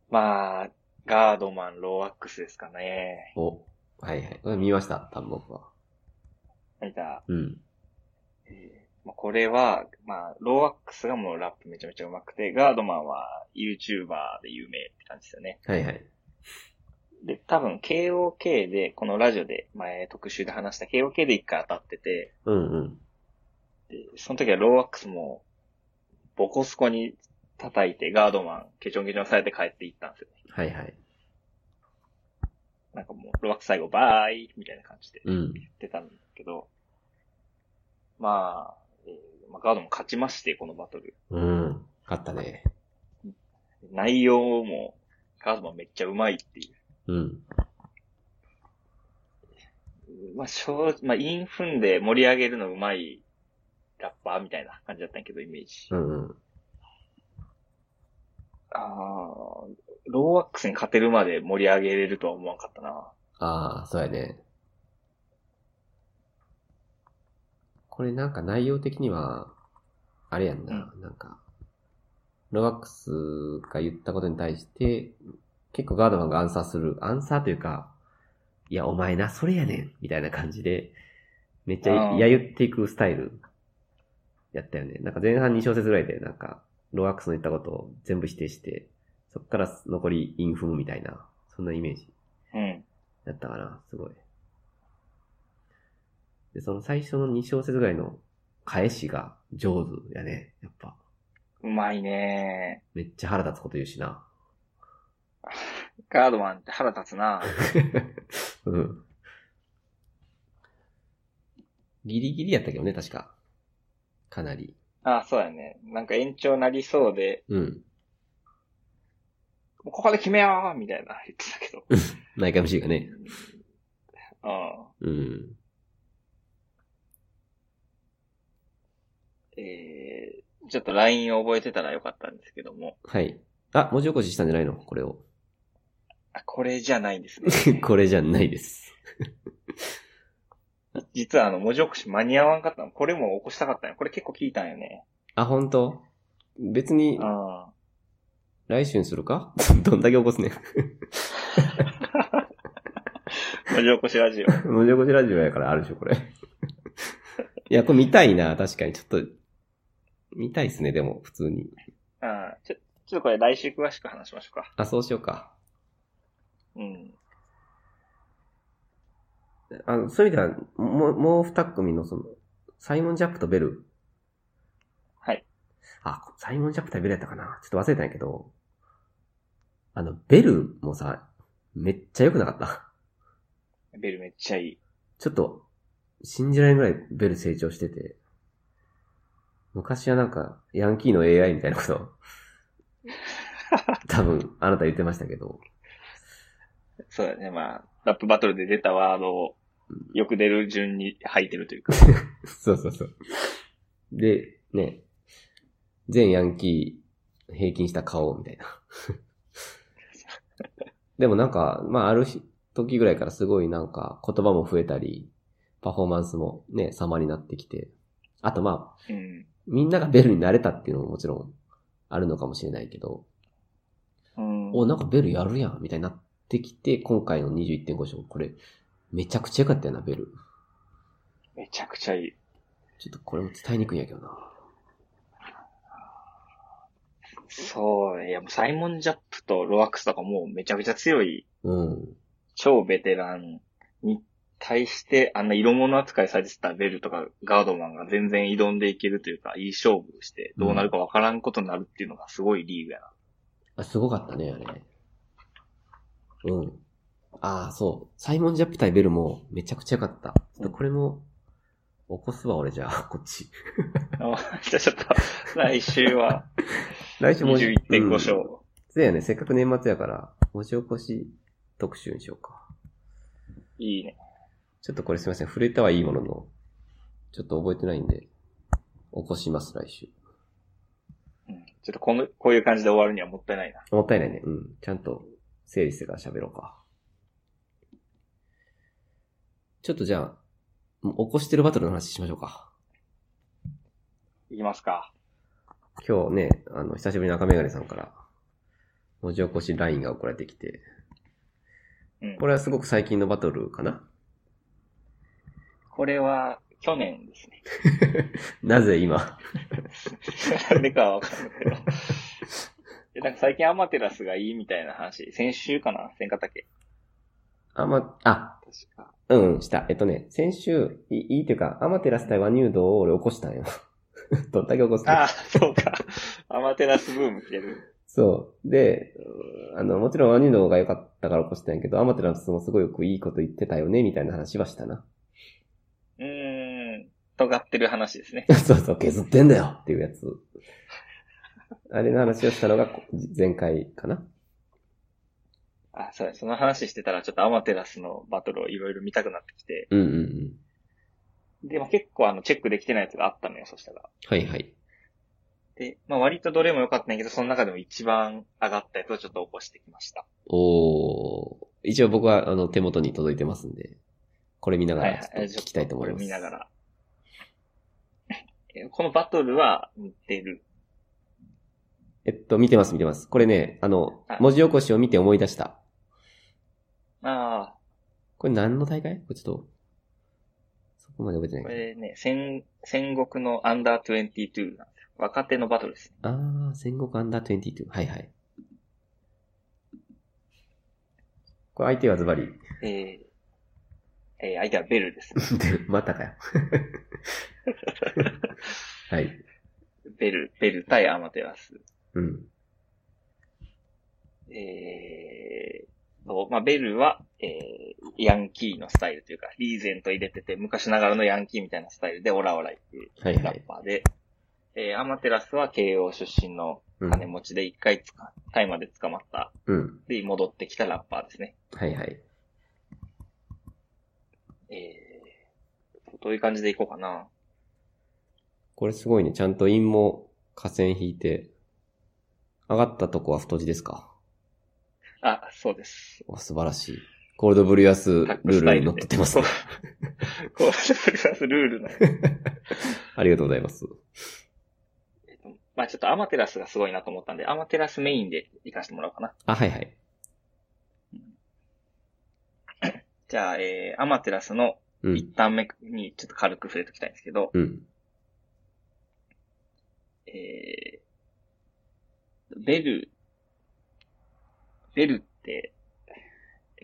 [SPEAKER 2] まあ、ガードマン、ローワックスですかね。
[SPEAKER 1] お、はいはい。これ見ました、多分僕は。
[SPEAKER 2] なんか、
[SPEAKER 1] うん。
[SPEAKER 2] えーまあ、これは、まあ、ローワックスがもうラップめちゃめちゃ上手くて、ガードマンは YouTuber で有名って感じですよね。
[SPEAKER 1] はいはい。
[SPEAKER 2] で、多分 KOK で、このラジオで前特集で話した KOK で一回当たってて、
[SPEAKER 1] うんうん。
[SPEAKER 2] でその時はローワックスも、ボコスコに叩いてガードマン、ケチョンケチョンされて帰っていったんですよね。
[SPEAKER 1] はいはい。
[SPEAKER 2] なんかもう、ローワックス最後、バーイみたいな感じで
[SPEAKER 1] うん。
[SPEAKER 2] 言ってたんだけど、まあ、えーまあ、ガードマン勝ちまして、このバトル。
[SPEAKER 1] うん。勝ったね。
[SPEAKER 2] 内容も、ガードマンめっちゃうまいってい
[SPEAKER 1] うん。
[SPEAKER 2] う。まあ、正直、まあ、インフンで盛り上げるのうまいラッパーみたいな感じだったんやけど、イメージ。
[SPEAKER 1] うんうん。
[SPEAKER 2] ああ、ローワックスに勝てるまで盛り上げれるとは思わんかったな。
[SPEAKER 1] ああ、そうやね。これなんか内容的には、あれやんな、なんか、ロワックスが言ったことに対して、結構ガードマンがアンサーする、アンサーというか、いや、お前な、それやねんみたいな感じで、めっちゃ
[SPEAKER 2] あー
[SPEAKER 1] やゆっていくスタイル、やったよね。なんか前半2小節ぐらいで、なんか、ロワックスの言ったことを全部否定して、そっから残りインフムみたいな、そんなイメージ。
[SPEAKER 2] うん。
[SPEAKER 1] だったかな、すごい。で、その最初の2小節ぐらいの返しが上手やね、やっぱ。
[SPEAKER 2] うまいね
[SPEAKER 1] めっちゃ腹立つこと言うしな。
[SPEAKER 2] ガードマンって腹立つ な
[SPEAKER 1] うん。ギリギリやったけどね、確か。かなり。
[SPEAKER 2] あそうだね。なんか延長なりそうで、
[SPEAKER 1] うん。
[SPEAKER 2] もうここで決めようみたいな言ってたけど。う
[SPEAKER 1] 毎回欲しいがね。
[SPEAKER 2] ん。
[SPEAKER 1] うん。
[SPEAKER 2] えー、ちょっと LINE を覚えてたらよかったんですけども。
[SPEAKER 1] はい。あ、文字起こししたんじゃないのこれを。
[SPEAKER 2] あ、これじゃないんですね。
[SPEAKER 1] これじゃないです。
[SPEAKER 2] 実はあの、文字起こし間に合わんかったの。これも起こしたかったの。これ結構聞いたんよね。
[SPEAKER 1] あ、本当別に、
[SPEAKER 2] あ
[SPEAKER 1] 来週にするか どんだけ起こすねん。
[SPEAKER 2] あ。文字起こしラジオ。
[SPEAKER 1] 文字起こしラジオやからあるでしょ、これ。 いや、これ見たいな、確かに。ちょっと、見たいっすね、でも、普通に。
[SPEAKER 2] ああ。ちょ、ちょっとこれ来週詳しく話しましょうか。
[SPEAKER 1] あ、そうしようか。
[SPEAKER 2] うん。
[SPEAKER 1] あの、そういう意味では、もう、もう二組のその、サイモン・ジャップとベル。
[SPEAKER 2] はい。
[SPEAKER 1] あ、サイモン・ジャップ対ベルやったかなちょっと忘れたんやけど、あの、ベルもさ、めっちゃ良くなかった。
[SPEAKER 2] ベルめっちゃいい。
[SPEAKER 1] ちょっと、信じられんぐらいベル成長してて、昔はなんか、ヤンキーの AI みたいな こと、多分、あなた言ってましたけど、
[SPEAKER 2] そうだね。まあ、ラップバトルで出たワードを、よく出る順に吐いてるというか。
[SPEAKER 1] そうそうそう。で、ね、全ヤンキー平均した顔みた いな。でもなんか、まあある時ぐらいからすごいなんか言葉も増えたり、パフォーマンスもね、様になってきて、あとまあ、
[SPEAKER 2] うん。
[SPEAKER 1] みんながベルに慣れたっていうのももちろんあるのかもしれないけど、
[SPEAKER 2] うん。
[SPEAKER 1] お、なんかベルやるやんみたいになってきて、今回の21.5章、これ、めちゃくちゃ良かったよな、ベル。
[SPEAKER 2] めちゃくちゃいい。
[SPEAKER 1] ちょっとこれも伝えにくいんやけどな。
[SPEAKER 2] そうね。いや、もうサイモン・ジャップとロアックスとかもうめちゃくちゃ強い
[SPEAKER 1] うん。
[SPEAKER 2] 超ベテランに対して、あんな色物扱いされてたベルとかガードマンが全然挑んでいけるというか、いい勝負して、どうなるかわからんことになるっていうのがすごいリー グやな。
[SPEAKER 1] あ、すごかったね、あれ。うん。ああ、そう。サイモン・ジャップ対ベルもめちゃくちゃ良かった。ちょっとこれも、起こすわ、俺じゃあ、 こっち。
[SPEAKER 2] あじゃあちょっと、来週は
[SPEAKER 1] 来
[SPEAKER 2] 21.5勝。
[SPEAKER 1] うんそうやね、せっかく年末やから、文字起こし特集にしようか。
[SPEAKER 2] いいね。
[SPEAKER 1] ちょっとこれすいません、触れたはいいものの、ちょっと覚えてないんで、起こします、来週。
[SPEAKER 2] うんちょっとこの、こういう感じで終わるにはもったいないな。
[SPEAKER 1] もったいないね。うん。ちゃんと整理してから喋ろうか。ちょっとじゃあ、もう起こしてるバトルの話しましょうか。
[SPEAKER 2] いきますか。
[SPEAKER 1] 今日ね、あの、久しぶりに赤メガネさんから、文字起こしラインが送られてきて、
[SPEAKER 2] うん。
[SPEAKER 1] これはすごく最近のバトルかな
[SPEAKER 2] これは、去年ですね。
[SPEAKER 1] なぜ今
[SPEAKER 2] なんでかはわかんない けど。えなんか最近アマテラスがいいみたいな話、先週かな先かったっけ
[SPEAKER 1] あ、ま、あ、
[SPEAKER 2] 確か。
[SPEAKER 1] うん、した。えっとね、先週、いいいいというか、アマテラス対ワニュードを俺起こしたんよ。 どんだけ起こすの
[SPEAKER 2] ああ、そうか。アマテラスブーム来てる。
[SPEAKER 1] そう。で、うーあの、もちろんワニュードが良かったから起こしたんやけど、アマテラスもすごいよくいいこと言ってたよね、みたいな話はしたな。。
[SPEAKER 2] うーん。尖ってる話ですね
[SPEAKER 1] そうそう、削ってんだよっていうやつ。 あれの話をしたのがこ前回かな
[SPEAKER 2] あ、そうだその話してたらちょっとアマテラスのバトルをいろいろ見たくなってきて。
[SPEAKER 1] うんうんうん。
[SPEAKER 2] で、まあ、結構あの、チェックできてないやつがあったのよ、そしたら。
[SPEAKER 1] はいはい。
[SPEAKER 2] で、まあ、割とどれも良かったんやけど、その中でも一番上がったやつをちょっと起こしてきました。
[SPEAKER 1] おー一応僕はあの手元に届いてますんで、これ見ながらちょっと聞きたいと思います。
[SPEAKER 2] ちょっとこれ見ながら。えこのバトルは見てる。
[SPEAKER 1] えっと、見てます見てます。これね、あの
[SPEAKER 2] はい、
[SPEAKER 1] 文字起こしを見て思い出した。
[SPEAKER 2] ああ、こ
[SPEAKER 1] これ何の大会これちょっと、そこまで覚えてないけど。
[SPEAKER 2] れね、戦、戦国のアンダー22なんですよ。若手のバトルですね。
[SPEAKER 1] あー、戦国アンダー22。はいはい。これ相手はズバリ、
[SPEAKER 2] えー、えー相手はベルです。
[SPEAKER 1] またかよ。はい。
[SPEAKER 2] ベル、ベル対アマテラス。
[SPEAKER 1] うん。
[SPEAKER 2] えーと、まあ、ベルは、えー、ヤンキーのスタイルというか、リーゼント入れてて、昔ながらのヤンキーみたいなスタイルで、オラオラ言ってる
[SPEAKER 1] はいは
[SPEAKER 2] ラッ
[SPEAKER 1] い。
[SPEAKER 2] パーで、えー、アマテラスは慶応出身の
[SPEAKER 1] うん。
[SPEAKER 2] 金持ちで一回つか、タイまで捕まった、
[SPEAKER 1] うん。
[SPEAKER 2] で、戻ってきたラッパーですね。
[SPEAKER 1] はいはい。
[SPEAKER 2] えー、どういう感じでいこうかな。
[SPEAKER 1] これすごいね。ちゃんと陰も河川引いて、上がったとこは太字ですか。
[SPEAKER 2] あ、そうです。
[SPEAKER 1] お素晴らしい。コールドブリュアスル
[SPEAKER 2] タック
[SPEAKER 1] ー
[SPEAKER 2] スタ
[SPEAKER 1] ル
[SPEAKER 2] イ
[SPEAKER 1] に
[SPEAKER 2] ル
[SPEAKER 1] 乗っ
[SPEAKER 2] で。
[SPEAKER 1] 取ってますね。
[SPEAKER 2] こう、こうプラスルールなの。
[SPEAKER 1] ありがとうございます。
[SPEAKER 2] まあちょっとアマテラスがすごいなと思ったんで、アマテラスメインで行かせてもらおうかな。
[SPEAKER 1] あ、はいはい。
[SPEAKER 2] じゃあ、えー、アマテラスの
[SPEAKER 1] う
[SPEAKER 2] 一
[SPEAKER 1] ん。
[SPEAKER 2] 段目にちょっと軽く触れておきたいんですけど、
[SPEAKER 1] うん。
[SPEAKER 2] えー、ベル、ベルって、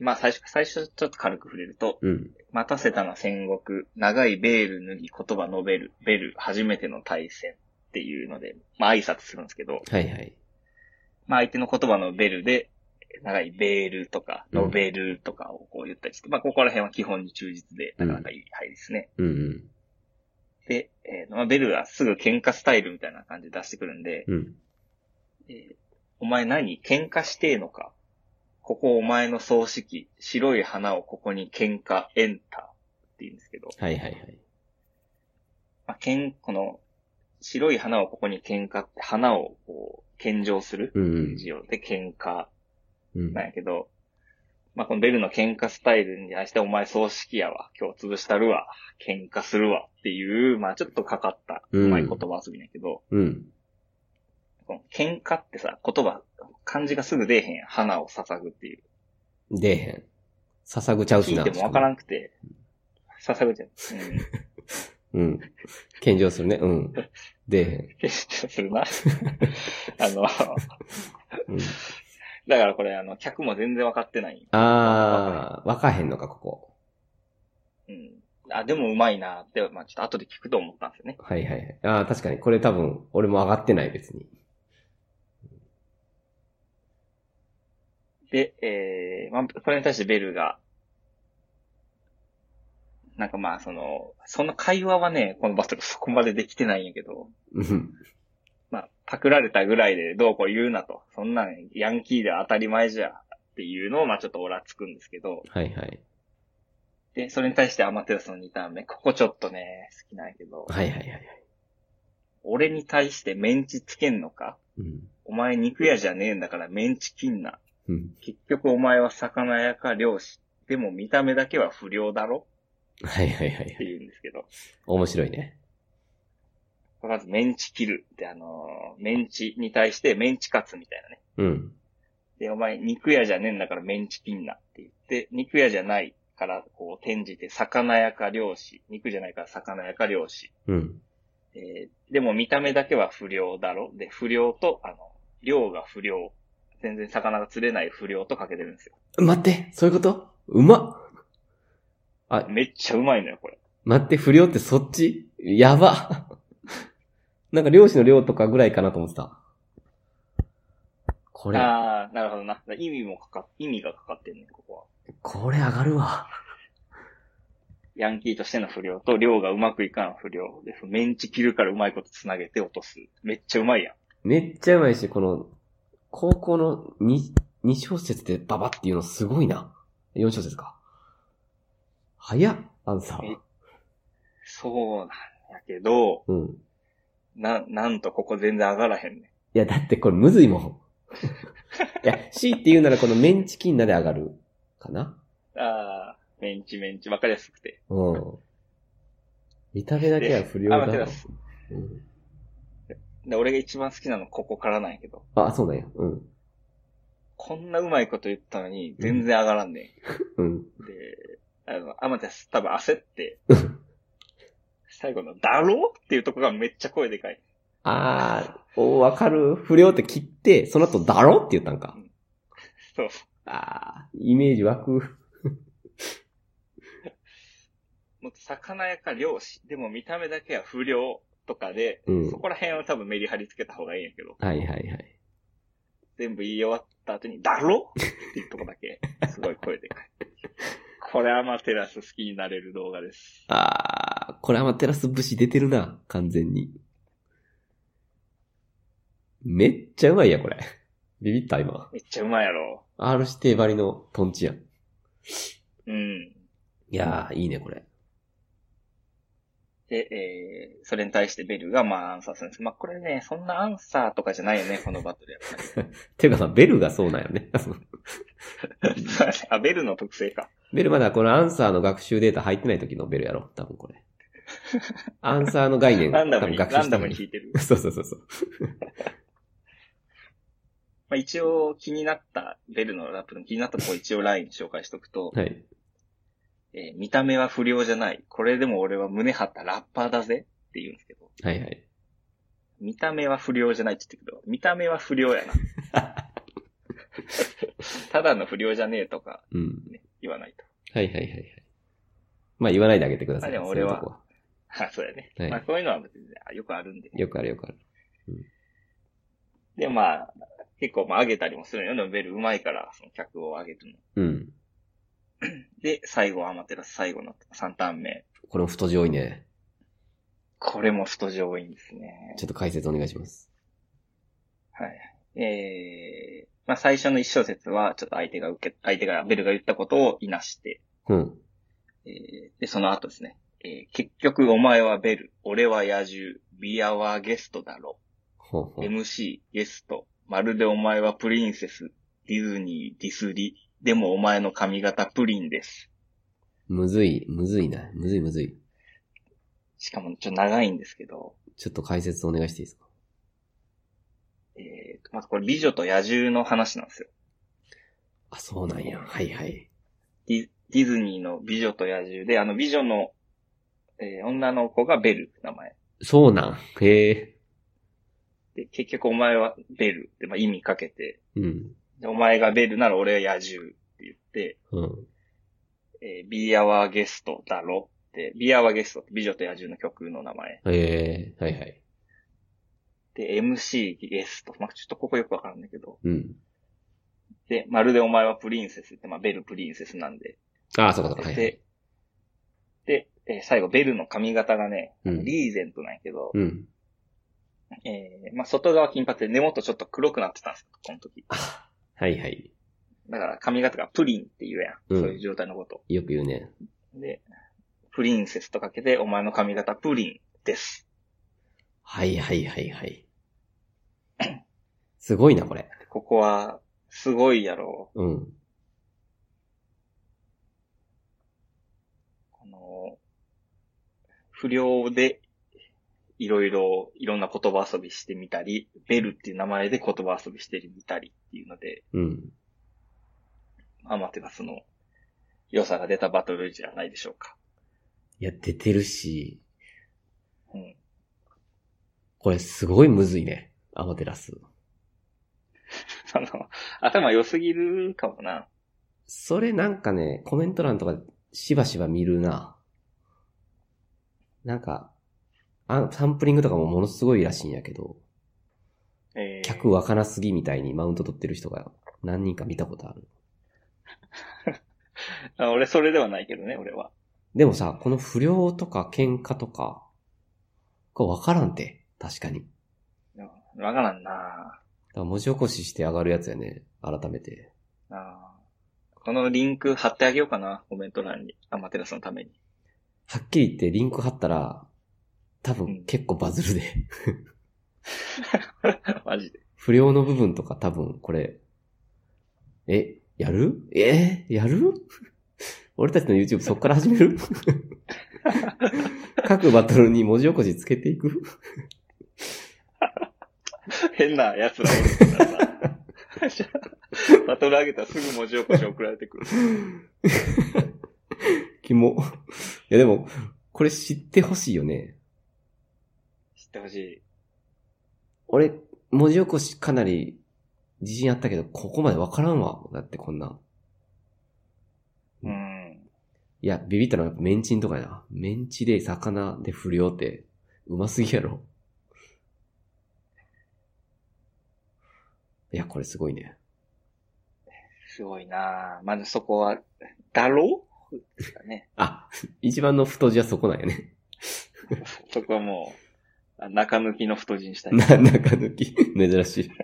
[SPEAKER 2] まあ最初、最初ちょっと軽く触れると、
[SPEAKER 1] うん。
[SPEAKER 2] 待たせたな戦国、長いベール脱ぎ言葉述べる、ベル、初めての対戦っていうので、まあ挨拶するんですけど、
[SPEAKER 1] はいはい。
[SPEAKER 2] まあ相手の言葉のベルで、長いベールとか、
[SPEAKER 1] うん
[SPEAKER 2] ノベルとかをこう言ったりして、まあここら辺は基本に忠実で、なかなかいい入りですね。
[SPEAKER 1] うんうん。
[SPEAKER 2] で、えーまあ、ベルはすぐ喧嘩スタイルみたいな感じで出してくるんで、
[SPEAKER 1] うん。
[SPEAKER 2] えーお前何喧嘩してえのかここお前の葬式、白い花をここに喧嘩、エンターって言うんですけど、
[SPEAKER 1] はいはいはい。
[SPEAKER 2] まあ、けん、この、白い花をここに喧嘩って、花をこう、献上する
[SPEAKER 1] うん
[SPEAKER 2] 字をで喧嘩
[SPEAKER 1] うん。うん
[SPEAKER 2] なんやけど、まあ、このベルの喧嘩スタイルに対して、お前葬式やわ、今日潰したるわ、喧嘩するわっていう、まあ、ちょっとかかった、う
[SPEAKER 1] うん
[SPEAKER 2] まい言葉遊びなんやけど、
[SPEAKER 1] うん。
[SPEAKER 2] この喧嘩ってさ、言葉、漢字がすぐ出えへんやん花を捧ぐっていう。
[SPEAKER 1] 出えへん。捧ぐちゃうし
[SPEAKER 2] 聞い
[SPEAKER 1] な。
[SPEAKER 2] てもわからんくて、捧ぐじゃん。うん。
[SPEAKER 1] うん。献上するね。うん。出え
[SPEAKER 2] 決してするな。 あの、
[SPEAKER 1] へん。うん、
[SPEAKER 2] だからこれ、あの、客も全然わかってない。
[SPEAKER 1] あー、わかへんのか、ここ。
[SPEAKER 2] うん。あ、でもうまいなって、まあちょっと後で聞くと思ったんですよね。
[SPEAKER 1] はいはいはい。あー、確かに。これ多分、俺も上がってない、別に。
[SPEAKER 2] で、えー、まあ、これに対してベルが、なんかまあ、その、その会話はね、このバトルそこまでできてないんやけど、
[SPEAKER 1] うん。
[SPEAKER 2] まあ、パクられたぐらいでどうこう言うなと、そんなんヤンキーでは当たり前じゃっていうのを、まあちょっとオラつくんですけど、
[SPEAKER 1] はいはい。
[SPEAKER 2] で、それに対してアマテラスの2ターン目、ここちょっとね、好きなんやけど、
[SPEAKER 1] はいはいはいはい。
[SPEAKER 2] 俺に対してメンチつけんのか
[SPEAKER 1] うん。
[SPEAKER 2] お前肉屋じゃねえんだからメンチ切んな。
[SPEAKER 1] うん。
[SPEAKER 2] 結局お前は魚屋か漁師。でも見た目だけは不良だろ
[SPEAKER 1] はいはいはいは
[SPEAKER 2] って
[SPEAKER 1] い。
[SPEAKER 2] 言うんですけど。
[SPEAKER 1] 面白いね。
[SPEAKER 2] まずメンチ切るってあのーメンチに対してメンチカツみたいなね。
[SPEAKER 1] うん。
[SPEAKER 2] で、お前肉屋じゃねえんだからメンチ切んなって言って、肉屋じゃないからこう転じて魚屋か漁師。肉じゃないから魚屋か漁師。
[SPEAKER 1] うん。
[SPEAKER 2] えーでも見た目だけは不良だろで、不良と、あの、漁が不良。全然魚が釣れない不良とかけてるんですよ。
[SPEAKER 1] 待って、そういうことうまっ
[SPEAKER 2] めっちゃうまいのよ、これ。
[SPEAKER 1] 待って、不良ってそっちやば なんか漁師の漁とかぐらいかなと思ってた。これ、
[SPEAKER 2] ああ、なるほどな。意味もかか、意味がかかってんね、ここは。
[SPEAKER 1] これ上がるわ。
[SPEAKER 2] ヤンキーとしての不良と、量がうまくいかん不良。で、メンチ切るからうまいことつなげて落とす。めっちゃうまいやん。
[SPEAKER 1] めっちゃうまいし、この、高校の 2, 2小節でババっていうのすごいな。4小節か。早っ、アンさん。
[SPEAKER 2] そうなんやけど、
[SPEAKER 1] うん。
[SPEAKER 2] な、なんとここ全然上がらへんね。
[SPEAKER 1] いや、だってこれむずいも ん。いや、C って言うならこのメンチキンナで上がるかな。
[SPEAKER 2] ああ、メンチメンチ、わかりやすくて。
[SPEAKER 1] うん。見た目だけは不良
[SPEAKER 2] あ、
[SPEAKER 1] だ
[SPEAKER 2] 待って
[SPEAKER 1] ろ
[SPEAKER 2] ま。す。
[SPEAKER 1] うん
[SPEAKER 2] で、俺が一番好きなのここからなんやけど。
[SPEAKER 1] あ、そうなんや。うん。
[SPEAKER 2] こんなうまいこと言ったのに、全然上がらんねん。
[SPEAKER 1] うん。
[SPEAKER 2] で、あの、アマテラス多分焦 って、最後の、だろっていうとこがめっちゃ声でかい。
[SPEAKER 1] あー、おわかる。不良って切って、その後だろって言ったんか。
[SPEAKER 2] そう。
[SPEAKER 1] あー、イメージ湧く。
[SPEAKER 2] もっと魚屋か漁師。でも見た目だけは不良とかで、
[SPEAKER 1] うん
[SPEAKER 2] そこら辺は多分メリハリつけた方がいいんやけど、
[SPEAKER 1] はいはいはい。
[SPEAKER 2] 全部言い終わった後に、だろっていうとこだけ、すごい声でかい。これアマテラス好きになれる動画です。
[SPEAKER 1] あー、これアマテラス節出てるな。完全に。めっちゃうまいや、これ。ビビった、今。
[SPEAKER 2] めっちゃうまいやろ。
[SPEAKER 1] R 指定ばりのトンチやん。い
[SPEAKER 2] うん。
[SPEAKER 1] やー、いいね、これ。
[SPEAKER 2] で、えー、それに対してベルがまあアンサーするんです。まあこれね、そんなアンサーとかじゃないよね、このバトルやっぱり。
[SPEAKER 1] ていうかさ、ベルがそうなんよね。
[SPEAKER 2] そうだね あ、ベルの特性か。
[SPEAKER 1] ベルまだこのアンサーの学習データ入ってない時のベルやろ多分これ。アンサーの概念
[SPEAKER 2] ラ
[SPEAKER 1] 多
[SPEAKER 2] ンダム
[SPEAKER 1] 分
[SPEAKER 2] に、
[SPEAKER 1] 学
[SPEAKER 2] ラ
[SPEAKER 1] 習
[SPEAKER 2] ン
[SPEAKER 1] し
[SPEAKER 2] ダ
[SPEAKER 1] たの
[SPEAKER 2] ムに
[SPEAKER 1] に。
[SPEAKER 2] 引いてる。
[SPEAKER 1] そうそうそうそう。
[SPEAKER 2] まあ一応気になった、ベルのラップの気になったところ一応ライン紹介しとくと、
[SPEAKER 1] はい。
[SPEAKER 2] えー見た目は不良じゃない。これでも俺は胸張ったラッパーだぜって言うんですけど、
[SPEAKER 1] はいはい。
[SPEAKER 2] 見た目は不良じゃないって言ってるけど、見た目は不良 やな。ただの不良じゃねえとか
[SPEAKER 1] うん。
[SPEAKER 2] 言わないと。
[SPEAKER 1] はいはいはいはい。まあ言わないであげてください。
[SPEAKER 2] あでも俺は
[SPEAKER 1] そういうとこ
[SPEAKER 2] あ、 そうやね。
[SPEAKER 1] はい
[SPEAKER 2] まあこういうのは別にあよくあるんで。
[SPEAKER 1] よくあるよくある。
[SPEAKER 2] で、まあ、結構まあ上げたりもするよね。ベルうまいから、その客を上げるの。
[SPEAKER 1] うん。
[SPEAKER 2] で、最後、アマテラス最後の3ターン目。
[SPEAKER 1] これも太字多いね。
[SPEAKER 2] これも太字多いんですね。
[SPEAKER 1] ちょっと解説お願いします。
[SPEAKER 2] はい。えー、まあ最初の一小節は、ちょっと相手が受け、相手が、ベルが言ったことをいなして、
[SPEAKER 1] うん。
[SPEAKER 2] えー、で、その後ですね。えー、結局お前はベル、俺は野獣、ビアはゲストだろ。
[SPEAKER 1] ほうほう。
[SPEAKER 2] MC、ゲスト、まるでお前はプリンセス、ディズニー、ディスリ、でもお前の髪型プリンです。
[SPEAKER 1] むずい、むずいな。むずいむずい。
[SPEAKER 2] しかも、ちょっと長いんですけど、
[SPEAKER 1] ちょっと解説お願いしていいですか
[SPEAKER 2] えー、まずこれ美女と野獣の話なんですよ。
[SPEAKER 1] あ、そうなんや。はいはい。
[SPEAKER 2] ディディズニーの美女と野獣で、あの美女の、えー女の子がベル、名前。
[SPEAKER 1] そうなん。へえ。
[SPEAKER 2] で、結局お前はベルって、まあ、意味かけて、
[SPEAKER 1] うん。
[SPEAKER 2] でお前がベルなら俺は野獣って言って、
[SPEAKER 1] うん。
[SPEAKER 2] えー、ビアワーゲストだろって、ビアワーゲストって美女と野獣の曲の名前。
[SPEAKER 1] へえ。はいはい。
[SPEAKER 2] で、MC ゲスト。まあ、ちょっとここよくわからんだけど。
[SPEAKER 1] うん。
[SPEAKER 2] で、まるでお前はプリンセスって、まあ、ベルプリンセスなんで。
[SPEAKER 1] ああ、そうかそうか。はいはい
[SPEAKER 2] で。、で、えー最後、ベルの髪型がね、
[SPEAKER 1] うん
[SPEAKER 2] リーゼントなんやけど、
[SPEAKER 1] うん。
[SPEAKER 2] えーまあ、外側金髪で根元ちょっと黒くなってたんですよ、この時。
[SPEAKER 1] あ、はいはい。
[SPEAKER 2] だから髪型がプリンって言うやん。
[SPEAKER 1] うん
[SPEAKER 2] そういう状態のこと。
[SPEAKER 1] よく言うね。
[SPEAKER 2] で、プリンセスとかけて、お前の髪型プリンです。
[SPEAKER 1] はいはいはい はい。すごいな、これ。
[SPEAKER 2] ここは、すごいやろ
[SPEAKER 1] うん。
[SPEAKER 2] この、不良で、いろいろ、いろんな言葉遊びしてみたり、ベルっていう名前で言葉遊びしてみたりっていうので、
[SPEAKER 1] うん。
[SPEAKER 2] アマテラスの良さが出たバトルじゃないでしょうか。
[SPEAKER 1] いや、出てるし、
[SPEAKER 2] うん。
[SPEAKER 1] これすごいむずいね。アマテラス。
[SPEAKER 2] あの、頭良すぎるかもな。
[SPEAKER 1] それなんかね、コメント欄とかしばしば見るな。なんか、あサンプリングとかもものすごいらしいんやけど、
[SPEAKER 2] えー
[SPEAKER 1] 客わからすぎみたいにマウント取ってる人が何人か見たことある。
[SPEAKER 2] あ俺それではないけどね、俺は。
[SPEAKER 1] でもさ、この不良とか喧嘩とか、これわからんて。確かに。だ
[SPEAKER 2] うんわからんな
[SPEAKER 1] から文字起こしして上がるやつやね。改めて。
[SPEAKER 2] あーこのリンク貼ってあげようかな、コメント欄に。アマテラスのために。
[SPEAKER 1] はっきり言ってリンク貼ったら、多
[SPEAKER 2] うん
[SPEAKER 1] 分結構バズるで。
[SPEAKER 2] マジで。
[SPEAKER 1] 不良の部分とか多分これ、え、やるえーやる 俺たちの YouTube そっから始める 各バトルに文字起こしつけていく
[SPEAKER 2] 変な奴らがいるからさ バトル上げたらすぐ文字起こし送られてくる。
[SPEAKER 1] キモ。いやでも、これ知ってほしいよね。
[SPEAKER 2] 知ってほしい。
[SPEAKER 1] 俺、文字起こしかなり自信あったけど、ここまでわからんわ。だってこんなん。
[SPEAKER 2] うん。
[SPEAKER 1] いや、ビビったのはやっぱメンチンとかやな。メンチで魚で不良って、うますぎやろ。いや、これすごいね。
[SPEAKER 2] すごいなぁまずそこは、だろですかね。
[SPEAKER 1] あ、 一番の太字はそこなんやね。
[SPEAKER 2] そこはもう、あ中抜きの太字にしたい。
[SPEAKER 1] な、中抜き。珍しい。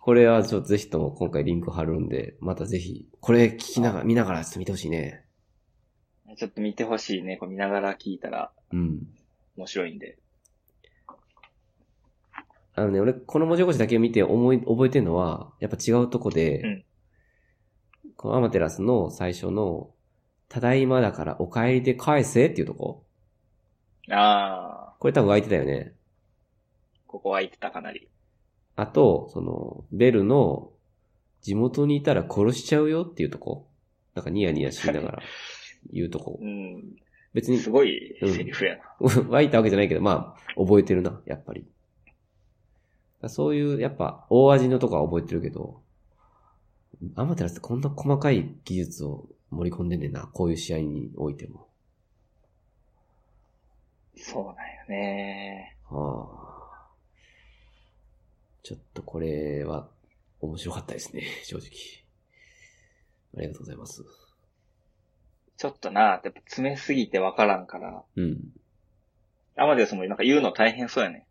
[SPEAKER 1] これはちょっとぜひとも今回リンク貼るんで、またぜひ、これ聞きながら、見ながらちょっと見てほしいね。
[SPEAKER 2] ちょっと見てほしいね。こう見ながら聞いたら
[SPEAKER 1] うん。
[SPEAKER 2] 面白いんで。
[SPEAKER 1] あのね、俺、この文字起こしだけを見て思い、覚えてるのは、やっぱ違うとこで、
[SPEAKER 2] うん
[SPEAKER 1] このアマテラスの最初の、ただいまだからお帰りで返せっていうとこ
[SPEAKER 2] あ
[SPEAKER 1] これ多分空いてたよね。
[SPEAKER 2] ー、ここ空いてたかなり。
[SPEAKER 1] あと、その、ベルの、地元にいたら殺しちゃうよっていうとこ。なんかニヤニヤしながら言うとこ
[SPEAKER 2] う。ん。
[SPEAKER 1] 別に
[SPEAKER 2] す、ごいセリフやな。
[SPEAKER 1] 湧いたわけじゃないけど、まあ、覚えてるな、やっぱり。だからそういう、やっぱ、大味のとこは覚えてるけど、アマテラスってこんな細かい技術を盛り込んでんねんな、こういう試合においても。
[SPEAKER 2] そうなんよね。
[SPEAKER 1] はあ、ちょっとこれは面白かったですね、正直。ありがとうございます。
[SPEAKER 2] ちょっとな、やっぱ詰めすぎてわからんから。
[SPEAKER 1] うん。
[SPEAKER 2] アマデスもなんか言うの大変そうやね。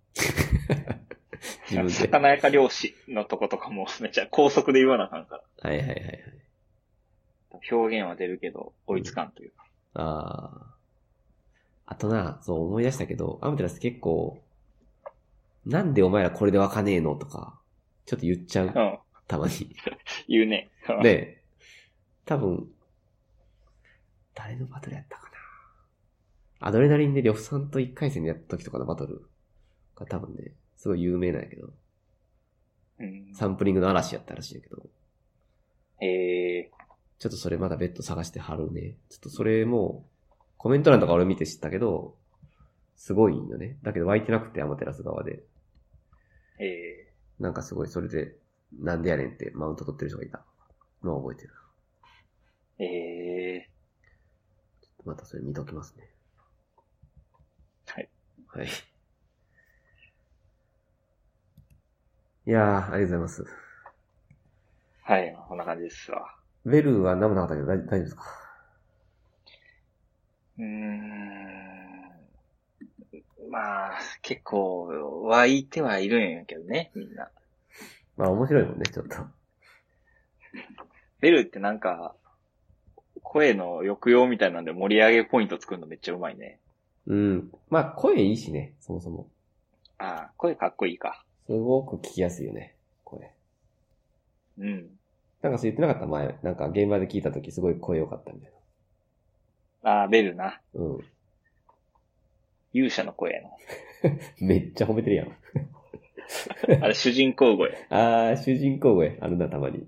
[SPEAKER 1] 自分で。
[SPEAKER 2] 魚やか漁師のとことかもめっちゃ高速で言わなあかんから。
[SPEAKER 1] はいはいはいはい。
[SPEAKER 2] 表現は出るけど、追いつかんというか。
[SPEAKER 1] ああ。あとな、そう思い出したけど、アムテラス結構、なんでお前らこれでわかねえのとか、ちょっと言っちゃう
[SPEAKER 2] う。ん。
[SPEAKER 1] たまに。
[SPEAKER 2] 言うね。うん
[SPEAKER 1] で、多分、誰のバトルやったかな。アドレナリンで呂布さんと一回戦でやった時とかのバトルが多分ね、すごい有名なんやけど、
[SPEAKER 2] うん。
[SPEAKER 1] サンプリングの嵐やったらしいんやけど、
[SPEAKER 2] え
[SPEAKER 1] ちょっとそれまだ別途探して貼るね。ちょっとそれも、コメント欄とか俺見て知ったけど、すごいんよね。だけど湧いてなくて、アマテラス側で。
[SPEAKER 2] ー、え
[SPEAKER 1] なんかすごい、それで、なんでやねんってマウント取ってる人がいたのは覚えてる。
[SPEAKER 2] ー、え
[SPEAKER 1] またそれ見ときますね。
[SPEAKER 2] はい。
[SPEAKER 1] はい。いやー、ありがとうございます。
[SPEAKER 2] ー、はい、こんな感じですわ。
[SPEAKER 1] ベルは何もなかったけど、大大丈夫ですか
[SPEAKER 2] うーん。まあ、結構、湧いてはいるんやけどね、みんな。
[SPEAKER 1] まあ面白いもんね、ちょっと。
[SPEAKER 2] ベルってなんか、声の抑揚みたいなんで盛り上げポイント作るのめっちゃうまいね。
[SPEAKER 1] うん。まあ声いいしね、そもそも。
[SPEAKER 2] ああ、声かっこいいか。
[SPEAKER 1] すごく聞きやすいよね、声。
[SPEAKER 2] うん。
[SPEAKER 1] なんかそう言ってなかった前、なんか現場で聞いた時すごい声良かったみたいな。
[SPEAKER 2] ああ、ベルな。
[SPEAKER 1] うん。
[SPEAKER 2] 勇者の声や
[SPEAKER 1] めっちゃ褒めてるやん。
[SPEAKER 2] な。あれ、主人公声。
[SPEAKER 1] あー、主人公声あるな、たまに。い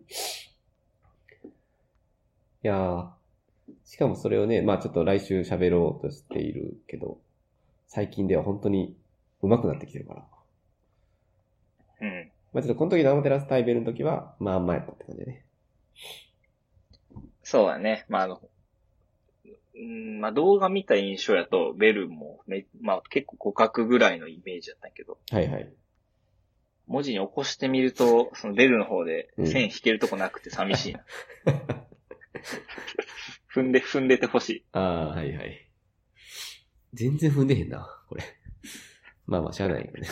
[SPEAKER 1] やー、しかもそれをね、まあちょっと来週喋ろうとしているけど、最近では本当に上手くなってきてるから。
[SPEAKER 2] うん。
[SPEAKER 1] まあちょっとこの時のアマテラス対ベルの時は、まああんまやったって感じでね。
[SPEAKER 2] そうだね。まあ、あの、うん、まあ動画見た印象やと、ベルもめ、まあ結構互角ぐらいのイメージだったんやけど、
[SPEAKER 1] はいはい。
[SPEAKER 2] 文字に起こしてみると、そのベルの方で
[SPEAKER 1] うん
[SPEAKER 2] 線引けるとこなくて寂しいな。 踏んで、踏んでてほしい。
[SPEAKER 1] あー、はいはい。全然踏んでへんな、これ。まあまあ、しゃあないよ ね。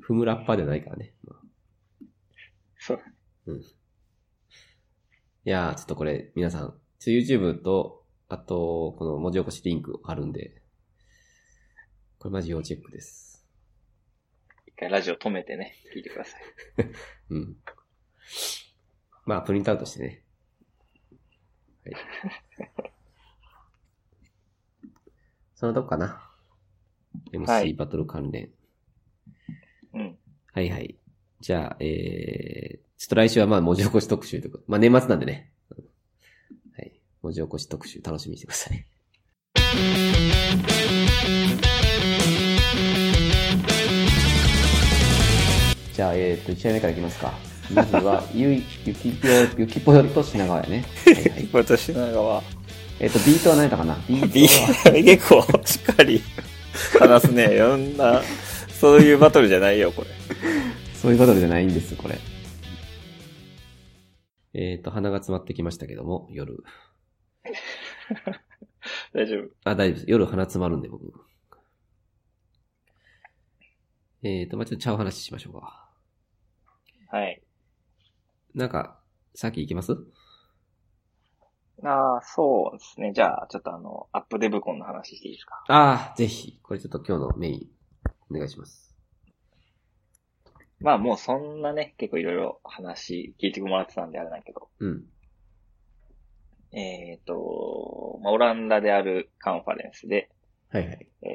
[SPEAKER 1] 踏むラッパーじゃないからね。まあ
[SPEAKER 2] そう。
[SPEAKER 1] いやー、ちょっとこれ、皆さん、ちょ YouTube と、あと、この文字起こしリンクあるんで、これマジ要チェックです。
[SPEAKER 2] 一回ラジオ止めてね、聞いてください。
[SPEAKER 1] うん。まあ、プリントアウトしてね。 はい。そのとこかな。
[SPEAKER 2] は
[SPEAKER 1] MC
[SPEAKER 2] い
[SPEAKER 1] バトル関連。
[SPEAKER 2] うん。
[SPEAKER 1] はいはい。じゃあ、えー、ちょっと来週はまあ文字起こし特集とか、まあ年末なんでね。はい。文字起こし特集楽しみにしてください。 じゃあ、えっ、と、1試合目からいきますか。まずは、 ゆい、ゆきぽよ、ゆきぽよと品川やね。はいはい。
[SPEAKER 3] 私の側は。
[SPEAKER 1] えっ、と、ビートは何やったかなビー
[SPEAKER 3] B
[SPEAKER 1] トは、
[SPEAKER 3] 結構しっかり話すね。いろんな、そういうバトルじゃないよ、これ。
[SPEAKER 1] そういうバトルじゃないんです、これ。えっ、と、鼻が詰まってきましたけども、夜。
[SPEAKER 2] 大丈夫。
[SPEAKER 1] あ、大丈夫です。夜鼻詰まるんで、僕。えーと、まあ、ちょっとちゃう話しましょうか。
[SPEAKER 2] はい。
[SPEAKER 1] なんか、さっき行きます
[SPEAKER 2] ああ、そうですね。じゃあ、ちょっとあの、アップデブコンの話していいですか。
[SPEAKER 1] ああ、ぜひ。これちょっと今日のメイン、お願いします。
[SPEAKER 2] まあもうそんなね、結構いろいろ話聞いてもらってたんであれなんだけど。
[SPEAKER 1] うん。
[SPEAKER 2] えっ、と、まあ、オランダであるカンファレンスで、
[SPEAKER 1] はいはい。
[SPEAKER 2] え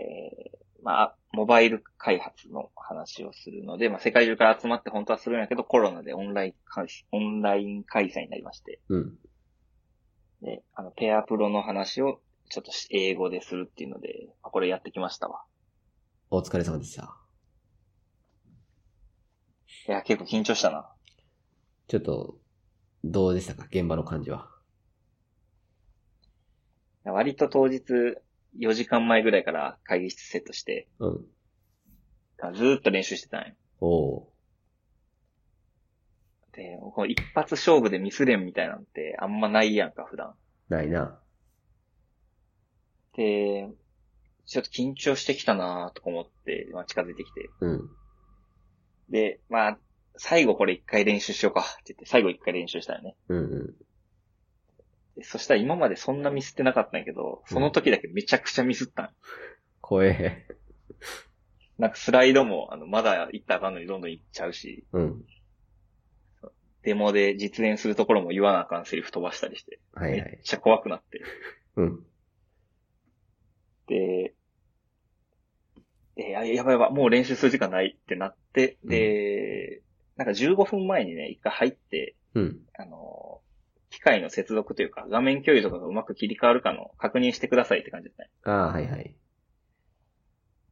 [SPEAKER 2] ーまあ、モバイル開発の話をするので、まあ、世界中から集まって本当はするんやけど、コロナでオンライン開始、オンライン開催になりまして、
[SPEAKER 1] うん。
[SPEAKER 2] で、あの、ペアプロの話をちょっとし英語でするっていうので、まあこれやってきましたわ。
[SPEAKER 1] お疲れ様でした。
[SPEAKER 2] いや、結構緊張したな。
[SPEAKER 1] ちょっと、どうでしたか現場の感じは。
[SPEAKER 2] 割と当日、4時間前ぐらいから会議室セットして、
[SPEAKER 1] うん。
[SPEAKER 2] ずーっと練習してたんよ。
[SPEAKER 1] おお
[SPEAKER 2] で、この一発勝負でミス練みたいなんてあんまないやんか、普段。
[SPEAKER 1] ー。ないな。
[SPEAKER 2] で、ちょっと緊張してきたなぁとか思って、まあ、近づいてきて。
[SPEAKER 1] うん。
[SPEAKER 2] で、まあ、最後これ一回練習しようかって言って、最後一回練習したよね。
[SPEAKER 1] うんうん。
[SPEAKER 2] でそしたら今までそんなミスってなかったんやけど、その時だけめちゃくちゃミスったん。
[SPEAKER 1] 怖え。
[SPEAKER 2] なんかスライドも、あの、まだ行ったらあかんのにどんどん行っちゃうし、
[SPEAKER 1] うん。
[SPEAKER 2] デモで実演するところも言わなあかんセリフ飛ばしたりして、
[SPEAKER 1] は
[SPEAKER 2] め
[SPEAKER 1] いは
[SPEAKER 2] っ
[SPEAKER 1] い。
[SPEAKER 2] ちゃ怖くなって。
[SPEAKER 1] うん。
[SPEAKER 2] で、で、あやばいやばい、もう練習する時間ないってなって、で、なんか15分前にね、一回入って、
[SPEAKER 1] うん。
[SPEAKER 2] あの、機械の接続というか、画面共有とかがうまく切り替わるかの確認してくださいって感じだったね。
[SPEAKER 1] ああ、はいはい。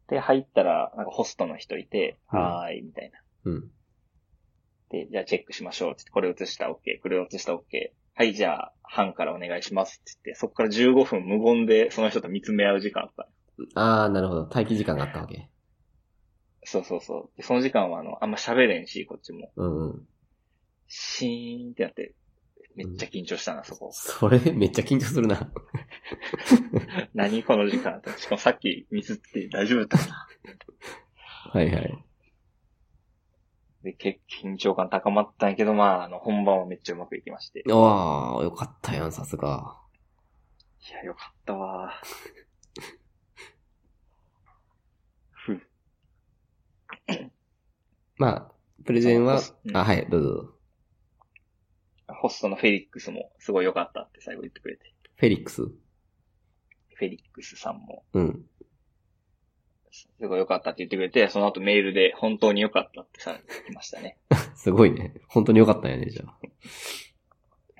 [SPEAKER 2] で、入ったら、なんかホストの人いて、
[SPEAKER 1] うん
[SPEAKER 2] はーい、みたいな。
[SPEAKER 1] うん。
[SPEAKER 2] で、じゃあチェックしましょうって言って、これ映したら OK、これ映したら OK。はい、じゃあ、班からお願いしますって言って、そこから15分無言でその人と見つめ合う時間あった。
[SPEAKER 1] ああ、なるほど。待機時間があったわけ。
[SPEAKER 2] そうそうそう。でその時間は、あの、あんま喋れんし、こっちも。
[SPEAKER 1] うんうん。
[SPEAKER 2] シーンってなって、めっちゃ緊張したな、そこ。
[SPEAKER 1] それ、めっちゃ緊張するな。
[SPEAKER 2] 何この時間しかもさっきミスって大丈夫だったかな
[SPEAKER 1] はいはい。
[SPEAKER 2] で、け緊張感高まったんやけど、まあ、あの、本番はめっちゃうまくいきまして。い
[SPEAKER 1] ああ、よかったやん、さすが。
[SPEAKER 2] や、よかったわ。ふう
[SPEAKER 1] まあ、プレゼンは
[SPEAKER 2] そうそうう、ん
[SPEAKER 1] あ、はい、どうぞ。
[SPEAKER 2] ホストのフェリックスもすごいよかったって最後言ってくれて。
[SPEAKER 1] フェリックス。
[SPEAKER 2] フェリックスさんも
[SPEAKER 1] うん。
[SPEAKER 2] すごいよかったって言ってくれて、その後メールで本当によかったってさ、来ましたね。
[SPEAKER 1] すごいね。本当によかったんやね、じゃあ。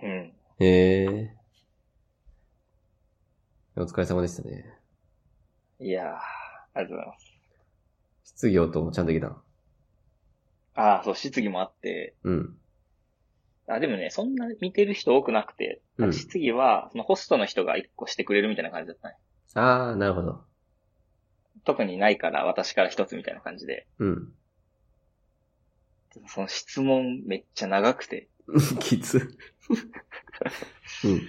[SPEAKER 2] うん。
[SPEAKER 1] へえ。お疲れ様でしたね。
[SPEAKER 2] いやー、ありがとうございます。
[SPEAKER 1] 質疑応答もちゃんとできた。
[SPEAKER 2] ああ、そう、質疑もあって、
[SPEAKER 1] うん。
[SPEAKER 2] あ、でもね、そんな見てる人多くなくて、
[SPEAKER 1] うん
[SPEAKER 2] 質疑は、そのホストの人が一個してくれるみたいな感じだったね。
[SPEAKER 1] ああ、なるほど。
[SPEAKER 2] 特にないから、私から一つみたいな感じで。
[SPEAKER 1] うん。
[SPEAKER 2] その質問めっちゃ長くて。
[SPEAKER 1] きつ。うん。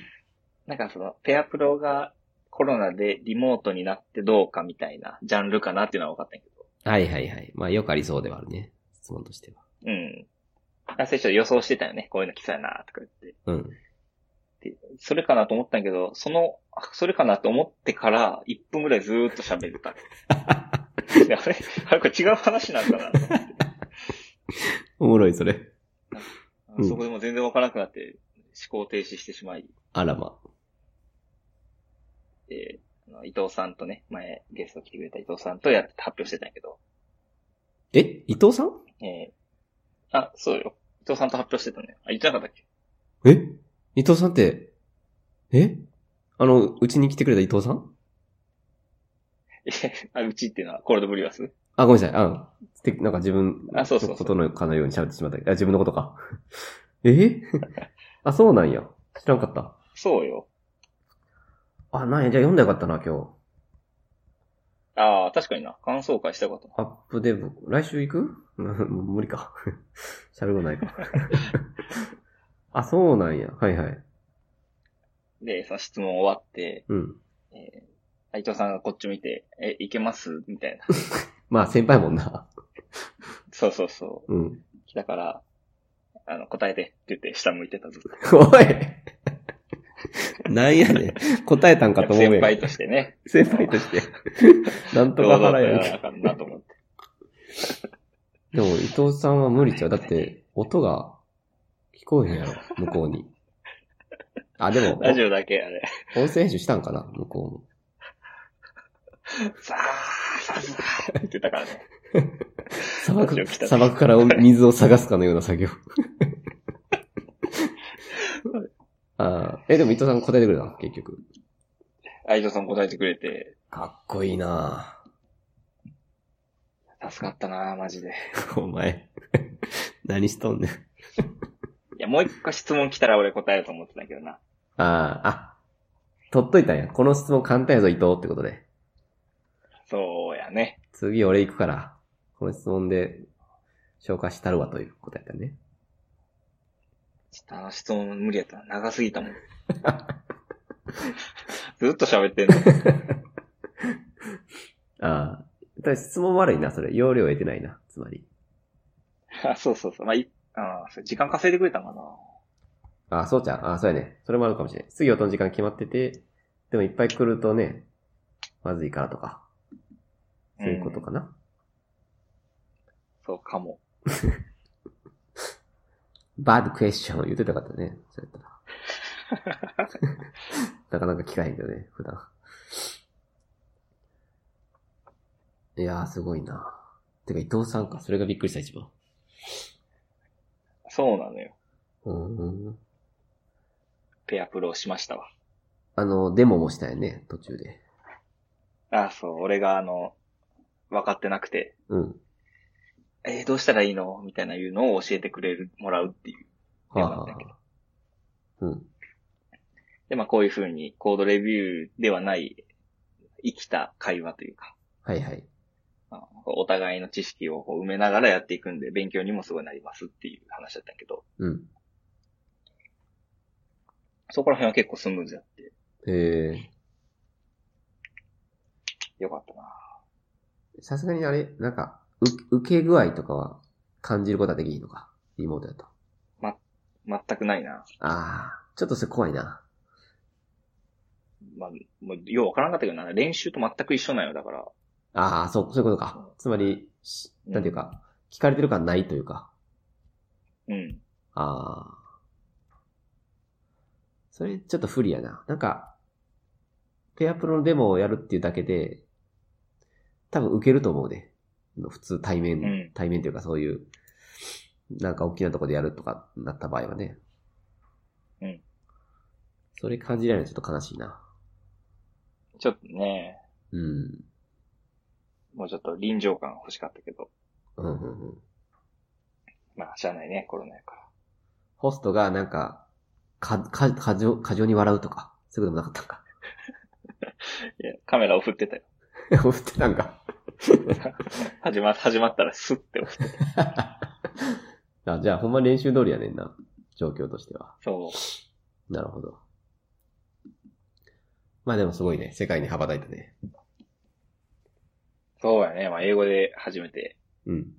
[SPEAKER 2] なんかその、ペアプロがコロナでリモートになってどうかみたいなジャンルかなっていうのは分かったんやけど。
[SPEAKER 1] はいはいはい。まあ、よくありそうではあるね。質問としては。
[SPEAKER 2] うん。あ、最初予想してたよね。こういうの来そうやな、とか言って。
[SPEAKER 1] うん。
[SPEAKER 2] それかなと思ったんやけど、その、あそれかなと思ってから、1分ぐらいずーっと喋ってた。 であれあれこれ違う話なんかなと思って
[SPEAKER 1] おもろい、それ。うん
[SPEAKER 2] そこでもう全然わからなくなって、思考停止してしまい、
[SPEAKER 1] あらま。
[SPEAKER 2] えーあの伊藤さんとね、前ゲスト来てくれた伊藤さんとやって発表してたんやけど、
[SPEAKER 1] え伊藤さん
[SPEAKER 2] えーあ、そうよ。伊藤さんと発表してたのよ。あ、言ってなかったっけ
[SPEAKER 1] え伊藤さんって、えあの、うちに来てくれた伊藤さん
[SPEAKER 2] え あ、うちっていうのはコールドブリュワス
[SPEAKER 1] あ、ごめんなさい。あ、てなんか自分
[SPEAKER 2] あそうそうそ
[SPEAKER 1] の
[SPEAKER 2] う
[SPEAKER 1] ことのかのように喋ってしまった。あ、自分のことか。 え あ、そうなんや。知らんかった。
[SPEAKER 2] そうよ。
[SPEAKER 1] あ、なんや。じゃあ読んでよかったな、今日。
[SPEAKER 2] ああ、確かにな。感想会したこと
[SPEAKER 1] アップデブ。来週行く うんもう無理か。 喋ることないか。 あ、そうなんや。はいはい。
[SPEAKER 2] で、その質問終わって、
[SPEAKER 1] うん。
[SPEAKER 2] えーあ伊藤さんがこっち見て、え、いけますみたいな。
[SPEAKER 1] まあ、先輩もんな。
[SPEAKER 2] そうそうそ
[SPEAKER 1] うん。
[SPEAKER 2] う。だから、あの、答えてって言って下向いてたずっと。
[SPEAKER 1] おい なんやねん。答えたんかと思うや
[SPEAKER 2] 先
[SPEAKER 1] ん。
[SPEAKER 2] 輩としてね。
[SPEAKER 1] 先輩と して。なんと
[SPEAKER 2] どう
[SPEAKER 1] か
[SPEAKER 2] だった
[SPEAKER 1] 払えやん
[SPEAKER 2] らあかんなと思って。
[SPEAKER 1] でも、伊藤さんは無理ちゃう。だって、音が聞こえへんやろ、向こうに。あ、でも、
[SPEAKER 2] ラジオだけあれ。
[SPEAKER 1] 音声編集したんかな、向こうも。
[SPEAKER 2] さあ、さあ、さあって言ってたからね。
[SPEAKER 1] 砂漠
[SPEAKER 2] ラジオ来、たね
[SPEAKER 1] 砂漠からお水を探すかのような 作業。あーえ、でも伊藤さん答えてくれたの結局。
[SPEAKER 2] 愛情さん答えてくれて、
[SPEAKER 1] かっこいいな
[SPEAKER 2] 助かったなマジで。
[SPEAKER 1] ぁお前。何しとんねん。
[SPEAKER 2] いや、もう一個質問来たら俺答えると思ってたけどな。
[SPEAKER 1] ああ、あ、取っといたんや。この質問簡単やぞ、伊藤ってことで。
[SPEAKER 2] そうやね。
[SPEAKER 1] 次俺行くから、この質問で紹介したるわということやったね。
[SPEAKER 2] ちょっとあの質問無理やったな。長すぎたもん。ずっと喋ってんの。
[SPEAKER 1] ああ。ただ質問悪いな、それ。容量得てないな、つまり。
[SPEAKER 2] あ、そうそうそう。まあ、い、あーそれ時間稼いでくれたんか
[SPEAKER 1] あ
[SPEAKER 2] な。
[SPEAKER 1] あ、そうちゃん。ああ、そうやね。それもあるかもしれない。質疑応答の時間決まってて、でもいっぱい来るとね、まずいからとか、そういうこと
[SPEAKER 2] ん
[SPEAKER 1] かな。
[SPEAKER 2] そうかも。
[SPEAKER 1] バードクエスチョン言ってたかったね。そうやったら。なかなか聞かへんけどね、普段。いやー、すごいな。てか、伊藤さんか。それがびっくりした、一番。
[SPEAKER 2] そうなのよ。
[SPEAKER 1] うーん。
[SPEAKER 2] ペアプロをしましたわ。
[SPEAKER 1] あの、デモもしたよね、途中で。
[SPEAKER 2] あ、そう。俺があの、分かってなくて、
[SPEAKER 1] うん。
[SPEAKER 2] えーどうしたらいいのみたいないうのを教えてくれる、もらうっていう。
[SPEAKER 1] はあ、はあはあ、うん。
[SPEAKER 2] で、まあ、こういうふうに、コードレビューではない、生きた会話というか、
[SPEAKER 1] はいはい。
[SPEAKER 2] あのお互いの知識をこう埋めながらやっていくんで、勉強にもすごいなりますっていう話だったけど、
[SPEAKER 1] うん。
[SPEAKER 2] そこら辺は結構スムーズやって、
[SPEAKER 1] え
[SPEAKER 2] よかったな。
[SPEAKER 1] ー、さすがにあれ、なんか、う、受け具合とかは感じることはできひんのか。リモートだと。
[SPEAKER 2] 全くないな。
[SPEAKER 1] あー、ちょっとそれ怖いな。
[SPEAKER 2] まあ、もう、ようわからんかったけどな、練習と全く一緒なんよ、だから。
[SPEAKER 1] あー、そう、そういうことか。つまり、しなんていうか、聞かれてる感ないというか。
[SPEAKER 2] うん。
[SPEAKER 1] あー。それ、ちょっと不利やな。なんか、ペアプロのデモをやるっていうだけで、多分受けると思うね。普通対面、
[SPEAKER 2] うん
[SPEAKER 1] 対面というかそういう、なんか大きなとこでやるとかなった場合はね。
[SPEAKER 2] うん。
[SPEAKER 1] それ感じられるのちょっと悲しいな。
[SPEAKER 2] ちょっとね、
[SPEAKER 1] うん。
[SPEAKER 2] もうちょっと臨場感欲しかったけど、
[SPEAKER 1] うんうんうん。
[SPEAKER 2] まあ、しゃあないね、コロナやから。
[SPEAKER 1] ホストがなんか、か、か、過剰、過剰に笑うとか、そういうこともなかったんか。
[SPEAKER 2] いや、カメラを振ってたよ。
[SPEAKER 1] 振ってたんか。
[SPEAKER 2] 始ま、始まったらスッて押して。
[SPEAKER 1] あ、じゃあほんま練習通りやねんな。状況としては。
[SPEAKER 2] そう。
[SPEAKER 1] なるほど。まあでもすごいね。世界に羽ばたいたね。
[SPEAKER 2] そうやね。まあ、英語で初めて。
[SPEAKER 1] うん。。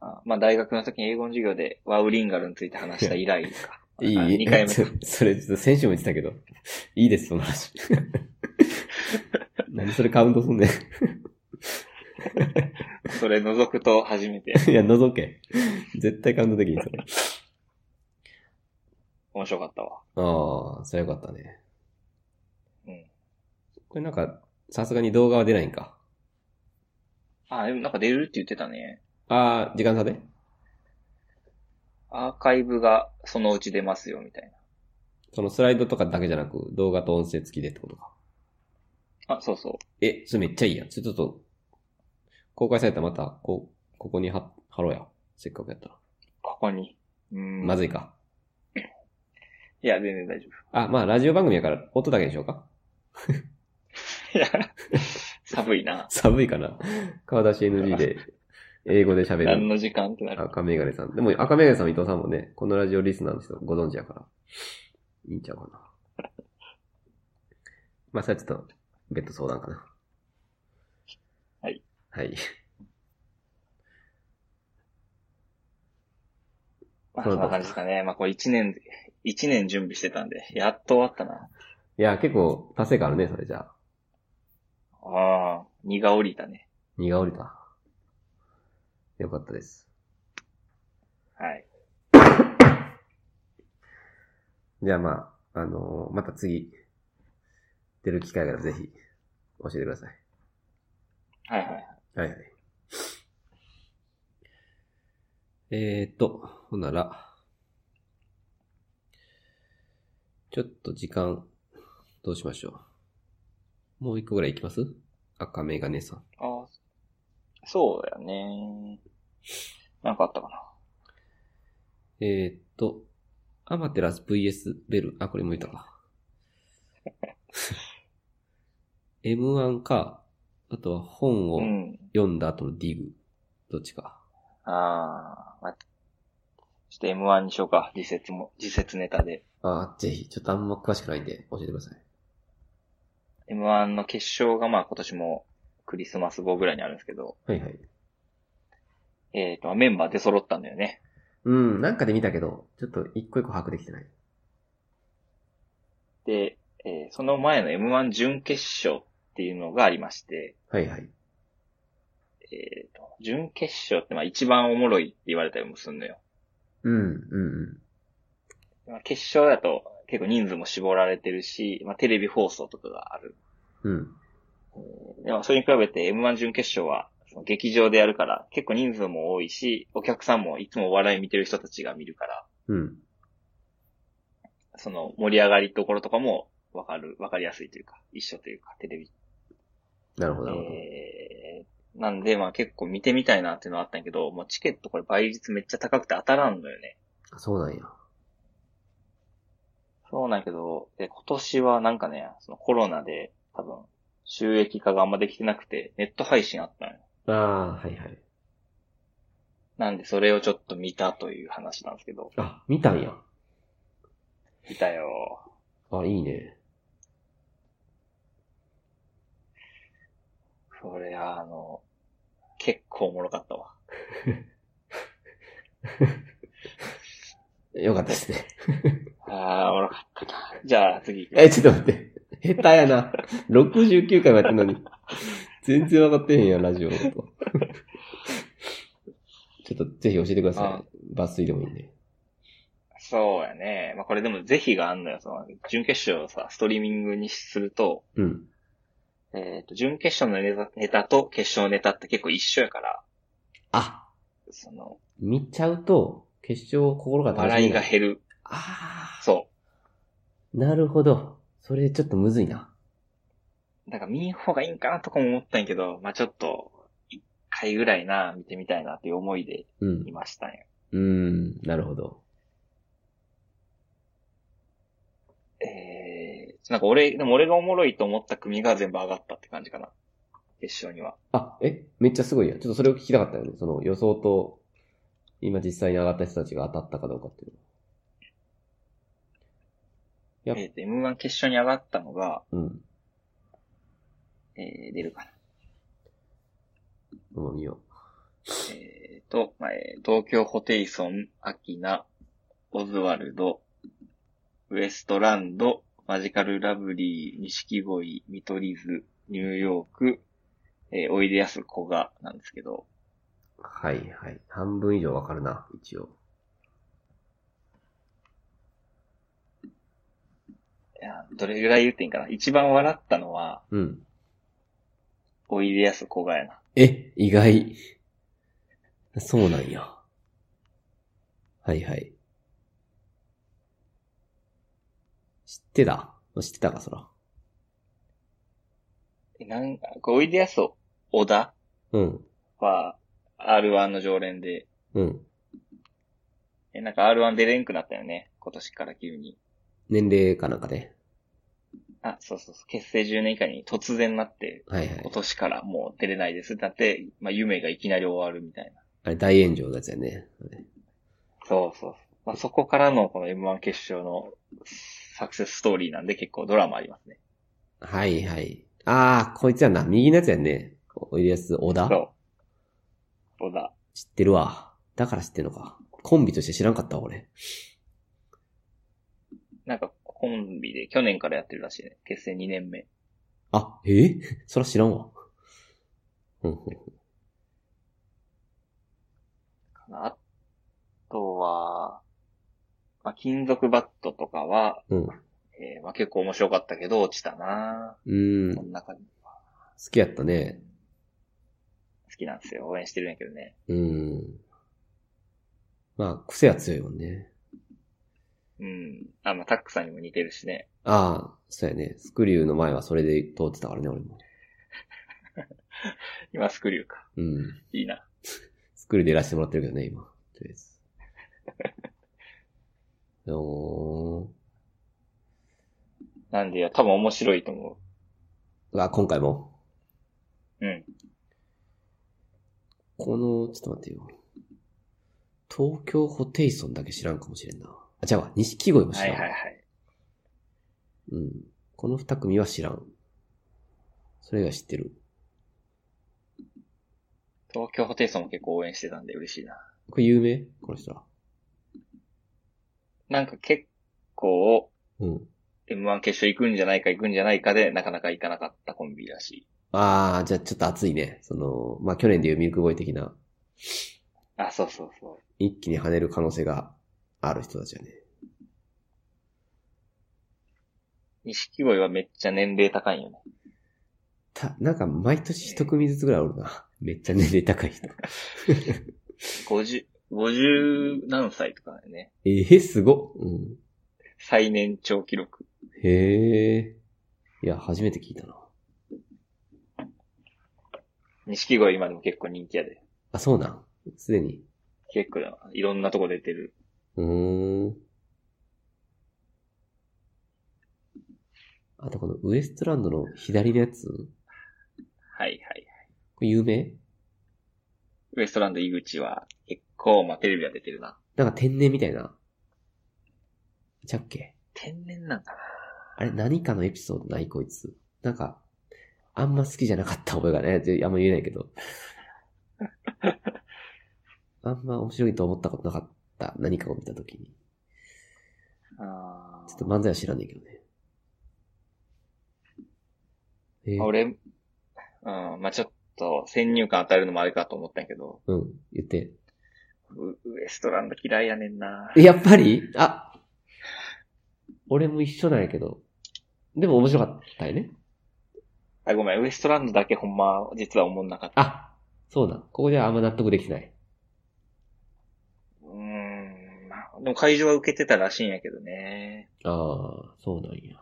[SPEAKER 2] あまあ、大学の時に英語の授業でワウリンガルについて話した以来か
[SPEAKER 1] いい
[SPEAKER 2] あ二回 目。
[SPEAKER 1] そそれ、ちょっと先週も言ってたけど。いいです、その 話。何それカウントすんねん。
[SPEAKER 2] それ除くと初めて。
[SPEAKER 1] いや、覗け。絶対カウントできん、それ。
[SPEAKER 2] 面白かったわ。
[SPEAKER 1] ああ、それよかったね。
[SPEAKER 2] うん。
[SPEAKER 1] これなんか、さすがに動画は出ないんか。
[SPEAKER 2] あ、でもなんか出るって言ってたね。
[SPEAKER 1] ああ、時間差で
[SPEAKER 2] アーカイブがそのうち出ますよ、みたい
[SPEAKER 1] そのスライドとかだけじゃなく、動画と音声付きでってことか。
[SPEAKER 2] な。あ、そうそう。
[SPEAKER 1] え、それめっちゃいいやん。それちょっと、公開されたらまた、こう、ここに貼貼ろうや。せっかくやったら。
[SPEAKER 2] ここに。うん。
[SPEAKER 1] まず
[SPEAKER 2] い。
[SPEAKER 1] いか。
[SPEAKER 2] いや、全然大丈
[SPEAKER 1] あ、まあ、ラジオ番組やから、音だけでしょうか
[SPEAKER 2] 夫。い や、寒いな。
[SPEAKER 1] 寒いかな。顔出し NG で、英語で喋
[SPEAKER 2] 何
[SPEAKER 1] る。
[SPEAKER 2] の時間ってなる。
[SPEAKER 1] 赤メガネさん。でも、赤メガネさんも伊藤さんもね、このラジオリスナーの人ご存知やから、いいんちゃうかな。まあ、それはちょっと、別途相談かな。
[SPEAKER 2] はい。
[SPEAKER 1] はい。
[SPEAKER 2] まあ、
[SPEAKER 1] そうだ
[SPEAKER 2] そんな感じですかね。まあ、これ一年、一年準備してたんで、やっと終わったな。
[SPEAKER 1] いや、結構達成感あるね、それじゃあ。
[SPEAKER 2] ああ、荷が降りたね。
[SPEAKER 1] 荷が降りた。よかったです。
[SPEAKER 2] はい。
[SPEAKER 1] じゃあまあ、あのーまた次、出る機会があればぜひ、教えてください。
[SPEAKER 2] はいはい。
[SPEAKER 1] はいはい。えーっと、ほんなら、ちょっと時間、どうしましょう。もう一個ぐらい行きます赤メガネさん。
[SPEAKER 2] ああ、そうだよね。なんかあったかな。
[SPEAKER 1] えーっと、アマテラス VS ベル。あ、これも言ったか。M1 か、あとは本
[SPEAKER 2] う
[SPEAKER 1] を
[SPEAKER 2] ん。
[SPEAKER 1] 読んだ後のディグ。どっちか。
[SPEAKER 2] ああ、まあ、ちょっと M1 にしようか。自説も、自説ネタで。
[SPEAKER 1] あーぜひ、ちょっとあんま詳しくないんで教えてください。
[SPEAKER 2] M1 の決勝がまあ今年もクリスマス後ぐらいにあるんですけど、
[SPEAKER 1] はいはい。
[SPEAKER 2] えっ、と、メンバー出揃ったんだよね。
[SPEAKER 1] うん、なんかで見たけど、ちょっと一個一個把握できてない。
[SPEAKER 2] で、えーその前の M1 準決勝っていうのがありまして、
[SPEAKER 1] はいはい。
[SPEAKER 2] えっ、と、準決勝ってまあ一番おもろいって言われたりもするのよ。
[SPEAKER 1] うん、うん、
[SPEAKER 2] まあ、決勝だと結構人数も絞られてるし、まあテレビ放送とかがある。
[SPEAKER 1] うん。うん。
[SPEAKER 2] でもそれに比べて M1 準決勝はその劇場でやるから結構人数も多いし、お客さんもいつもお笑い見てる人たちが見るから、
[SPEAKER 1] うん。
[SPEAKER 2] その盛り上がりところとかもわかる、わかりやすいというか、一緒というか、テレビ。
[SPEAKER 1] なるほど、なるほど。
[SPEAKER 2] えー、なんで、まあ結構見てみたいなっていうのはあったんやけど、もうチケットこれ倍率めっちゃ高くて当たらんのよね。
[SPEAKER 1] あそうなんや。
[SPEAKER 2] そうなんやけど、で、今年はなんかね、そのコロナで多分収益化があんまできてなくて、ネット配信あったのよ。
[SPEAKER 1] ああ、はいはい。
[SPEAKER 2] なんでそれをちょっと見たという話なんですけど、
[SPEAKER 1] あ、見たんや。
[SPEAKER 2] 見たよ。
[SPEAKER 1] あ、いいね。
[SPEAKER 2] それはあの、結構おもろかったわ。
[SPEAKER 1] よかったですね。
[SPEAKER 2] あー、おもろかったな。じゃあ次行きます
[SPEAKER 1] え、ちょっと待って。下手やな。69回もやってんのに。全然分かってへんやん、ラジオのこと。ちょっとぜひ教えてくださ
[SPEAKER 2] あ
[SPEAKER 1] い。抜粋でもいいんで。
[SPEAKER 2] そうやね。まあ、これでも是非があんのよ。その、準決勝をさ、ストリーミングにすると、
[SPEAKER 1] うん。
[SPEAKER 2] えっ、と、準決勝のネタネタと決勝のネタって結構一緒やから、
[SPEAKER 1] あ、
[SPEAKER 2] その、
[SPEAKER 1] 見ちゃうと、決勝を心が楽しみ
[SPEAKER 2] 笑いが減る。
[SPEAKER 1] あ
[SPEAKER 2] そ
[SPEAKER 1] あ、なるほど。それちょっとむずいな。
[SPEAKER 2] う。だから見ん方がいいんかなとかも思ったんやけど、まあ、ちょっと、一回ぐらいな、見てみたいなっていう思いで
[SPEAKER 1] うん
[SPEAKER 2] い。ましたね。
[SPEAKER 1] うーん、なるほど。
[SPEAKER 2] えー、なんか俺、でも俺がおもろいと思った組が全部上がったって感じかな。決勝には。
[SPEAKER 1] あ、え、めっちゃすごいやん。ちょっとそれを聞きたかったよね。その予想と、今実際に上がった人たちが当たったかどうかっていうやっ
[SPEAKER 2] えっ、と、M1 決勝に上がったのが、
[SPEAKER 1] の。うん。
[SPEAKER 2] えー、出るかな。
[SPEAKER 1] もう見よ
[SPEAKER 2] えーと、まあえー東京ホテイソン、アキナ、オズワルド、ウエストランド、マジカルラブリー、錦鯉、見取り図、ニューヨーク、えーおいでやすこがなんですけど、
[SPEAKER 1] う。はいはい。半分以上わかるな、一応。
[SPEAKER 2] いやどれぐらい言っていいんかな一番笑ったのは、
[SPEAKER 1] うん。
[SPEAKER 2] おいでやすこがやな。
[SPEAKER 1] え、意外。そうなんや。はいはい。知ってた知ってたか、そら。
[SPEAKER 2] えなんか、おいでやす小田
[SPEAKER 1] うん。
[SPEAKER 2] は、R1 の常連で、
[SPEAKER 1] うん。
[SPEAKER 2] え、なんか R1 出れんくなったよね。今年から急に。
[SPEAKER 1] 年齢かなんかで。
[SPEAKER 2] あ、そうそうそう。結成10年以下に突然なって、
[SPEAKER 1] はいはい
[SPEAKER 2] 今。年からもう出れないですってなって、まあ夢がいきなり終わるみたいな。
[SPEAKER 1] あれ、大炎上のやつやね。
[SPEAKER 2] そうそう。まあそこからのこの M1 決勝のサクセスストーリーなんで結構ドラマありますね。
[SPEAKER 1] はいはい。あー、こいつやな。右のやつやね。おいでやす、小田
[SPEAKER 2] そう。小田。
[SPEAKER 1] 知ってるわ。だから知ってるのか。コンビとして知らんかったわ、俺。
[SPEAKER 2] なんか、コンビで去年からやってるらしいね。結成2年目。
[SPEAKER 1] あ、えーそら知らんわ。うんうん。
[SPEAKER 2] あとは、まあ、金属バットとかは、
[SPEAKER 1] うん
[SPEAKER 2] えーまあ、結構面白かったけど、落ちたな
[SPEAKER 1] うーん。
[SPEAKER 2] こ
[SPEAKER 1] 好
[SPEAKER 2] んな感じ。
[SPEAKER 1] きやったね。
[SPEAKER 2] 好きなんですよ。応援してるんやけどね。
[SPEAKER 1] うーん。まあ、癖は強いもんね。
[SPEAKER 2] うん。あ、まあ、タックさんにも似てるしね。
[SPEAKER 1] ああ、そうやね。スクリューの前はそれで通ってたからね、俺も。
[SPEAKER 2] 今、スクリューか。
[SPEAKER 1] うん。
[SPEAKER 2] いいな。
[SPEAKER 1] スクリューでいらしてもらってるけどね、今。とりあえず。 お
[SPEAKER 2] なんで、いや多分面白いと思
[SPEAKER 1] ー。あ、今回も。
[SPEAKER 2] う。うん。
[SPEAKER 1] この、ちょっと待ってよ。東京ホテイソンだけ知らんかもしれんな。あ、違うわ。錦鯉も知
[SPEAKER 2] はい
[SPEAKER 1] らん。
[SPEAKER 2] はいはい。
[SPEAKER 1] うん。この二組は知らん。それが知ってる。
[SPEAKER 2] 東京ホテイソンも結構応援してたんで嬉しいな。
[SPEAKER 1] これ有名この人は。
[SPEAKER 2] なんか結構、
[SPEAKER 1] うん。
[SPEAKER 2] M1 決勝行くんじゃないか行くんじゃないかで、なかなか行かなかったコンビらしい。
[SPEAKER 1] ああ、じゃあちょっと熱いね。その、まあ、去年でいうミルクボーイ的な、
[SPEAKER 2] あ、そうそうそう。
[SPEAKER 1] 一気に跳ねる可能性がある人たちやね。
[SPEAKER 2] 錦鯉はめっちゃ年齢高いよね。
[SPEAKER 1] た、なんか毎年一組ずつぐらいおるな。めっちゃ年齢高い人。
[SPEAKER 2] 50、50何歳とかだよね。
[SPEAKER 1] ええすごっ。うん。
[SPEAKER 2] 最年長記録。
[SPEAKER 1] へえ。いや、初めて聞いたな。
[SPEAKER 2] 錦鯉今でも結構人気やで。
[SPEAKER 1] あ、そうなん。すでに。
[SPEAKER 2] 結構だいろんなとこ出てる。
[SPEAKER 1] うーん。あとこのウエストランドの左のやつ
[SPEAKER 2] はいはい。
[SPEAKER 1] これ有名
[SPEAKER 2] ウエストランド井口は結構、まあ、テレビは出てるな。
[SPEAKER 1] なんか天然みたいな。ちゃっけ
[SPEAKER 2] 天然なんかな。
[SPEAKER 1] あれ、何かのエピソードないこいつ。なんか、あんま好きじゃなかった覚えがね、ちょあんま言えないけど。あんま面白いと思ったことなかった。何かを見たときに。
[SPEAKER 2] あー
[SPEAKER 1] ちょっと漫才は知らないけどね。えー、
[SPEAKER 2] 俺、うん、まあ、ちょっと先入観与えるのもあれかと思ったんやけど、
[SPEAKER 1] うん、言って。
[SPEAKER 2] ウウエストランド嫌いやねんな。
[SPEAKER 1] えやっぱりあ俺も一緒なんやけど。でも面白かったよね。
[SPEAKER 2] あ、ごめん、ウエストランドだけほんま、実は思んなかった。
[SPEAKER 1] あそうなん。ここではあんま納得できてない。
[SPEAKER 2] うーん、まあ、でも会場は受けてたらしいんやけどね。
[SPEAKER 1] ああ、そうなんや。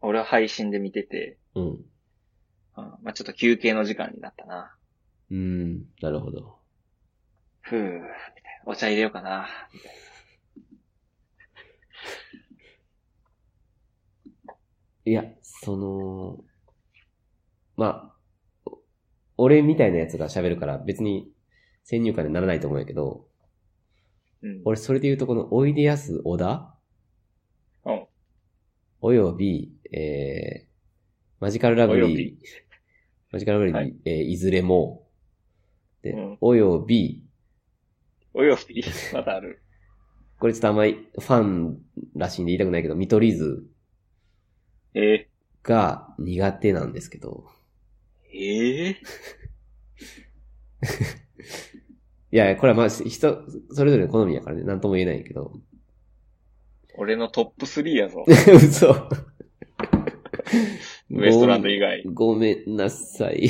[SPEAKER 2] 俺は配信で見てて、
[SPEAKER 1] うん。
[SPEAKER 2] うん、まあ、ちょっと休憩の時間になったな。
[SPEAKER 1] うん、なるほど。
[SPEAKER 2] ふぅ、みたいなお茶入れようかな。みたい
[SPEAKER 1] いや、その、まあ、お俺みたいなやつが喋るから別に先入観にならないと思うんやけど、
[SPEAKER 2] なうん。
[SPEAKER 1] 俺それで言うとこのおいでやす小田
[SPEAKER 2] うん。
[SPEAKER 1] および、えー、マジカルラブ
[SPEAKER 2] およ
[SPEAKER 1] リー
[SPEAKER 2] び、
[SPEAKER 1] マジカルラブリー、
[SPEAKER 2] はい
[SPEAKER 1] えーいずれも、で、
[SPEAKER 2] うん
[SPEAKER 1] および、
[SPEAKER 2] および、またある。
[SPEAKER 1] これちょっとあんまりファンらしいんで言いたくないけど、見取り図
[SPEAKER 2] え
[SPEAKER 1] が苦手なんですけど、
[SPEAKER 2] ー、えー、
[SPEAKER 1] いや、これはまあ人、それぞれの好みやからね、なんとも言えないけど、
[SPEAKER 2] 俺のトップ3やぞ。
[SPEAKER 1] 嘘。
[SPEAKER 2] ウエストランド以外。
[SPEAKER 1] ごめんなさい。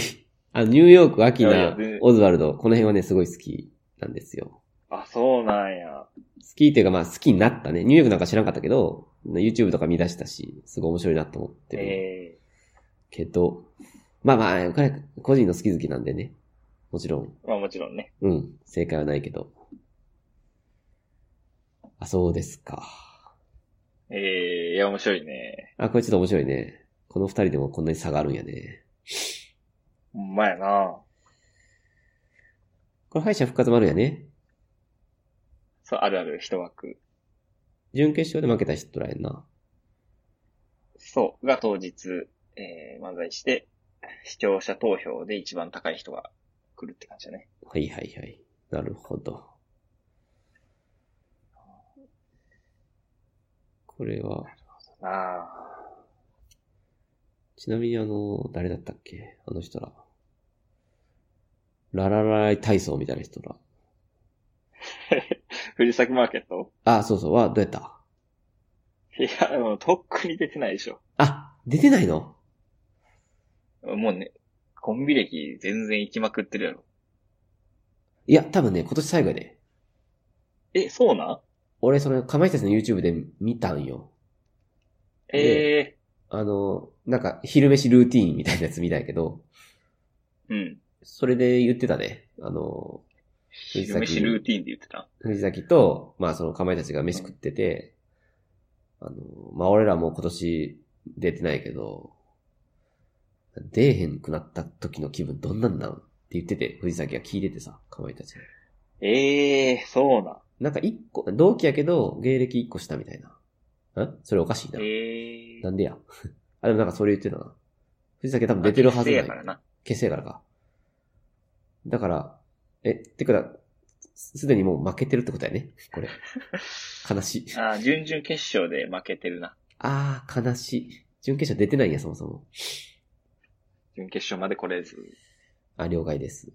[SPEAKER 1] あ、ニューヨーク、アキ
[SPEAKER 2] いやいや
[SPEAKER 1] ナ
[SPEAKER 2] 全然、
[SPEAKER 1] オズワルド、この辺はね、すごい好きなんですよ。
[SPEAKER 2] あ、そうなんや。
[SPEAKER 1] 好きっていうか、まあ好きになったね。ニューヨークなんか知らんかったけど、YouTube とか見出したし、すごい面白いなと思ってる
[SPEAKER 2] え
[SPEAKER 1] けど、まあまあ、彼、個人の好き好きなんでね。もちろん、
[SPEAKER 2] えまあもちろんね。
[SPEAKER 1] うん、正解はないけど。あ、そうですか。
[SPEAKER 2] ええいや、面白いね。
[SPEAKER 1] あ、これちょっと面白いね。この二人でもこんなに差があるんやね。
[SPEAKER 2] ほんまやな。
[SPEAKER 1] これ敗者復活もあるんやね。
[SPEAKER 2] そう、あるある、一枠。
[SPEAKER 1] 準決勝で負けた人らやんな。
[SPEAKER 2] そう、が当日、えー、漫才して、視聴者投票で一番高い人が来るって感じだね。
[SPEAKER 1] はいはいはい。なるほど。これは、
[SPEAKER 2] ああ。
[SPEAKER 1] ちなみにあの、誰だったっけあの人ら。ラララライ体操みたいな人ら。
[SPEAKER 2] 藤崎マーケット
[SPEAKER 1] あ、そうそう、は、どうやった
[SPEAKER 2] いや、もうとっくに出てないでしょ。
[SPEAKER 1] あ、出てないの
[SPEAKER 2] もうね、コンビ歴全然行きまくってるやろ。
[SPEAKER 1] いや、多分ね、今年最後やで。
[SPEAKER 2] え、そうなん
[SPEAKER 1] 俺、その、かまいたちの YouTube で見たんよ。
[SPEAKER 2] ええ
[SPEAKER 1] あの、なんか、昼飯ルーティーンみたいなやつ見たんやけど、
[SPEAKER 2] うん。
[SPEAKER 1] それで言ってたね。あの、藤崎
[SPEAKER 2] 昼飯ルーティーンで言ってた。
[SPEAKER 1] 藤崎と、まあそのかまいたちが飯食ってて、あの、まあ俺らもう今年出てないけど、出えへんくなった時の気分どんなんなんって言ってて、藤崎が聞いててさ、かまいたちに。
[SPEAKER 2] ええそうなん。
[SPEAKER 1] なんか一個、同期やけど、芸歴一個したみたいな。んそれおかしいな。
[SPEAKER 2] ええ
[SPEAKER 1] なんでや。 あ、でもなんかそれ言ってたな。藤崎多分出てるはずな
[SPEAKER 2] な。
[SPEAKER 1] い
[SPEAKER 2] 結成やからな。
[SPEAKER 1] 結成やからか。だから、え、てかだ、すすでにもう負けてるってことやね。これ。悲しい。
[SPEAKER 2] ああ、準々決勝で負けてるな。
[SPEAKER 1] あー、悲しい。準決勝出てないんや、そもそも。
[SPEAKER 2] 準決勝まで来れず。
[SPEAKER 1] あ、了解です。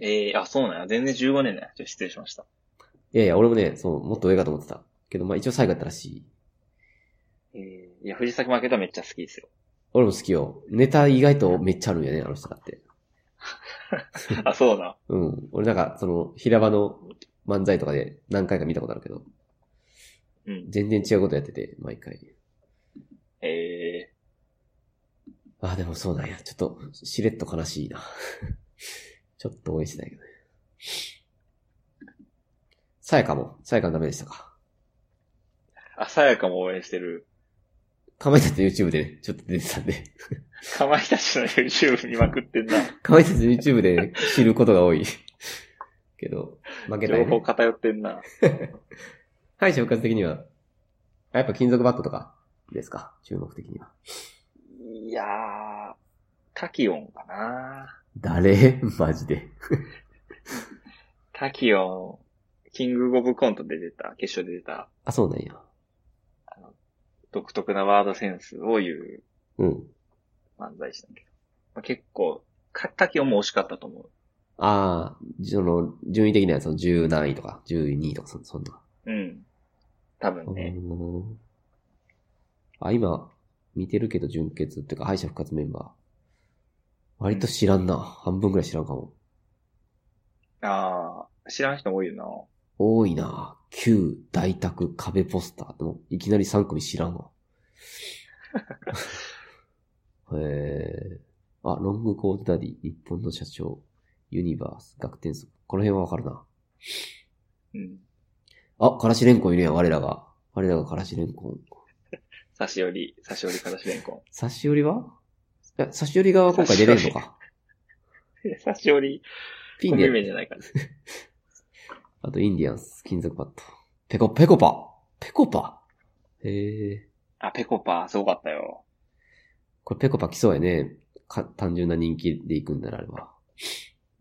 [SPEAKER 2] ええあ、そうなんや。全然15年だよ。ちょっと失礼しました。
[SPEAKER 1] いやいや、俺もね、そう、もっと上かと思ってた。けど、まあ一応最後やったらしい。
[SPEAKER 2] ええいや、藤崎マーケットはめっちゃ好きですよ。
[SPEAKER 1] 俺も好きよ。ネタ意外とめっちゃあるんやね、あの人だって。
[SPEAKER 2] あ、そうなん。
[SPEAKER 1] うん。俺なんか、その、平場の漫才とかで何回か見たことあるけど、
[SPEAKER 2] うん。
[SPEAKER 1] 全然違うことやってて、毎回。
[SPEAKER 2] ええ
[SPEAKER 1] あ、でもそうなんや。ちょっと、しれっと悲しいな。 ちょっと応援してないけどね。さやかも。さやかはダメでしたか。
[SPEAKER 2] あ、さやかも応援してる。
[SPEAKER 1] かまいたちの YouTube でね、ちょっと出てたんで。
[SPEAKER 2] かまいたちの YouTube 見まくってんな。
[SPEAKER 1] かまいたちの YouTube で知ることが多い。 けど、負けた
[SPEAKER 2] 情
[SPEAKER 1] よ、
[SPEAKER 2] 報
[SPEAKER 1] ね。
[SPEAKER 2] 偏ってんな。
[SPEAKER 1] 敗者復活的には、あやっぱ金属バットとかですか注目的には。
[SPEAKER 2] いやー、タキオンかな
[SPEAKER 1] 誰 マジで。
[SPEAKER 2] タキオン、キングオブコントで出た、決勝で出た、
[SPEAKER 1] あ、そうなんや。
[SPEAKER 2] 独特なワードセンスを言う
[SPEAKER 1] うん。
[SPEAKER 2] 漫才師なんだけど。まあ、結構、かタキオンも惜しかったと思う。
[SPEAKER 1] ああ、その、順位的なやつの10何位とか、12位とか、そそんな。
[SPEAKER 2] うん。多分
[SPEAKER 1] う
[SPEAKER 2] ね。
[SPEAKER 1] ーんあ、今、見てるけど、純潔っていうか、敗者復活メンバー。割と知らんな。半分ぐらい知らんかも。
[SPEAKER 2] ああ、知らん人多いよ
[SPEAKER 1] 多いな旧大宅壁ポスター。でも、いきなり3組知らんわ。へえ。あ、ロングコートダディ、日本の社長、ユニバース、学天則。この辺はわかるな。
[SPEAKER 2] な。うん。
[SPEAKER 1] あ、からしれんこんいるやん、我らが。我らがからしれんこん。
[SPEAKER 2] 差し寄り、差し寄りからしれん こ
[SPEAKER 1] 差し寄りはいや、差し寄り側は今回出れるのか。
[SPEAKER 2] ん。差し寄り、
[SPEAKER 1] ピ
[SPEAKER 2] コ
[SPEAKER 1] ン
[SPEAKER 2] ンビ名
[SPEAKER 1] で。
[SPEAKER 2] じゃないから。
[SPEAKER 1] あと、インディアンス、金属バット。ペコ、ペコパ。ペコパ。へえ。
[SPEAKER 2] あ、ペコパ、すごかったよ。
[SPEAKER 1] これペコパ来そうやね。か、単純な人気で行くんならあれば。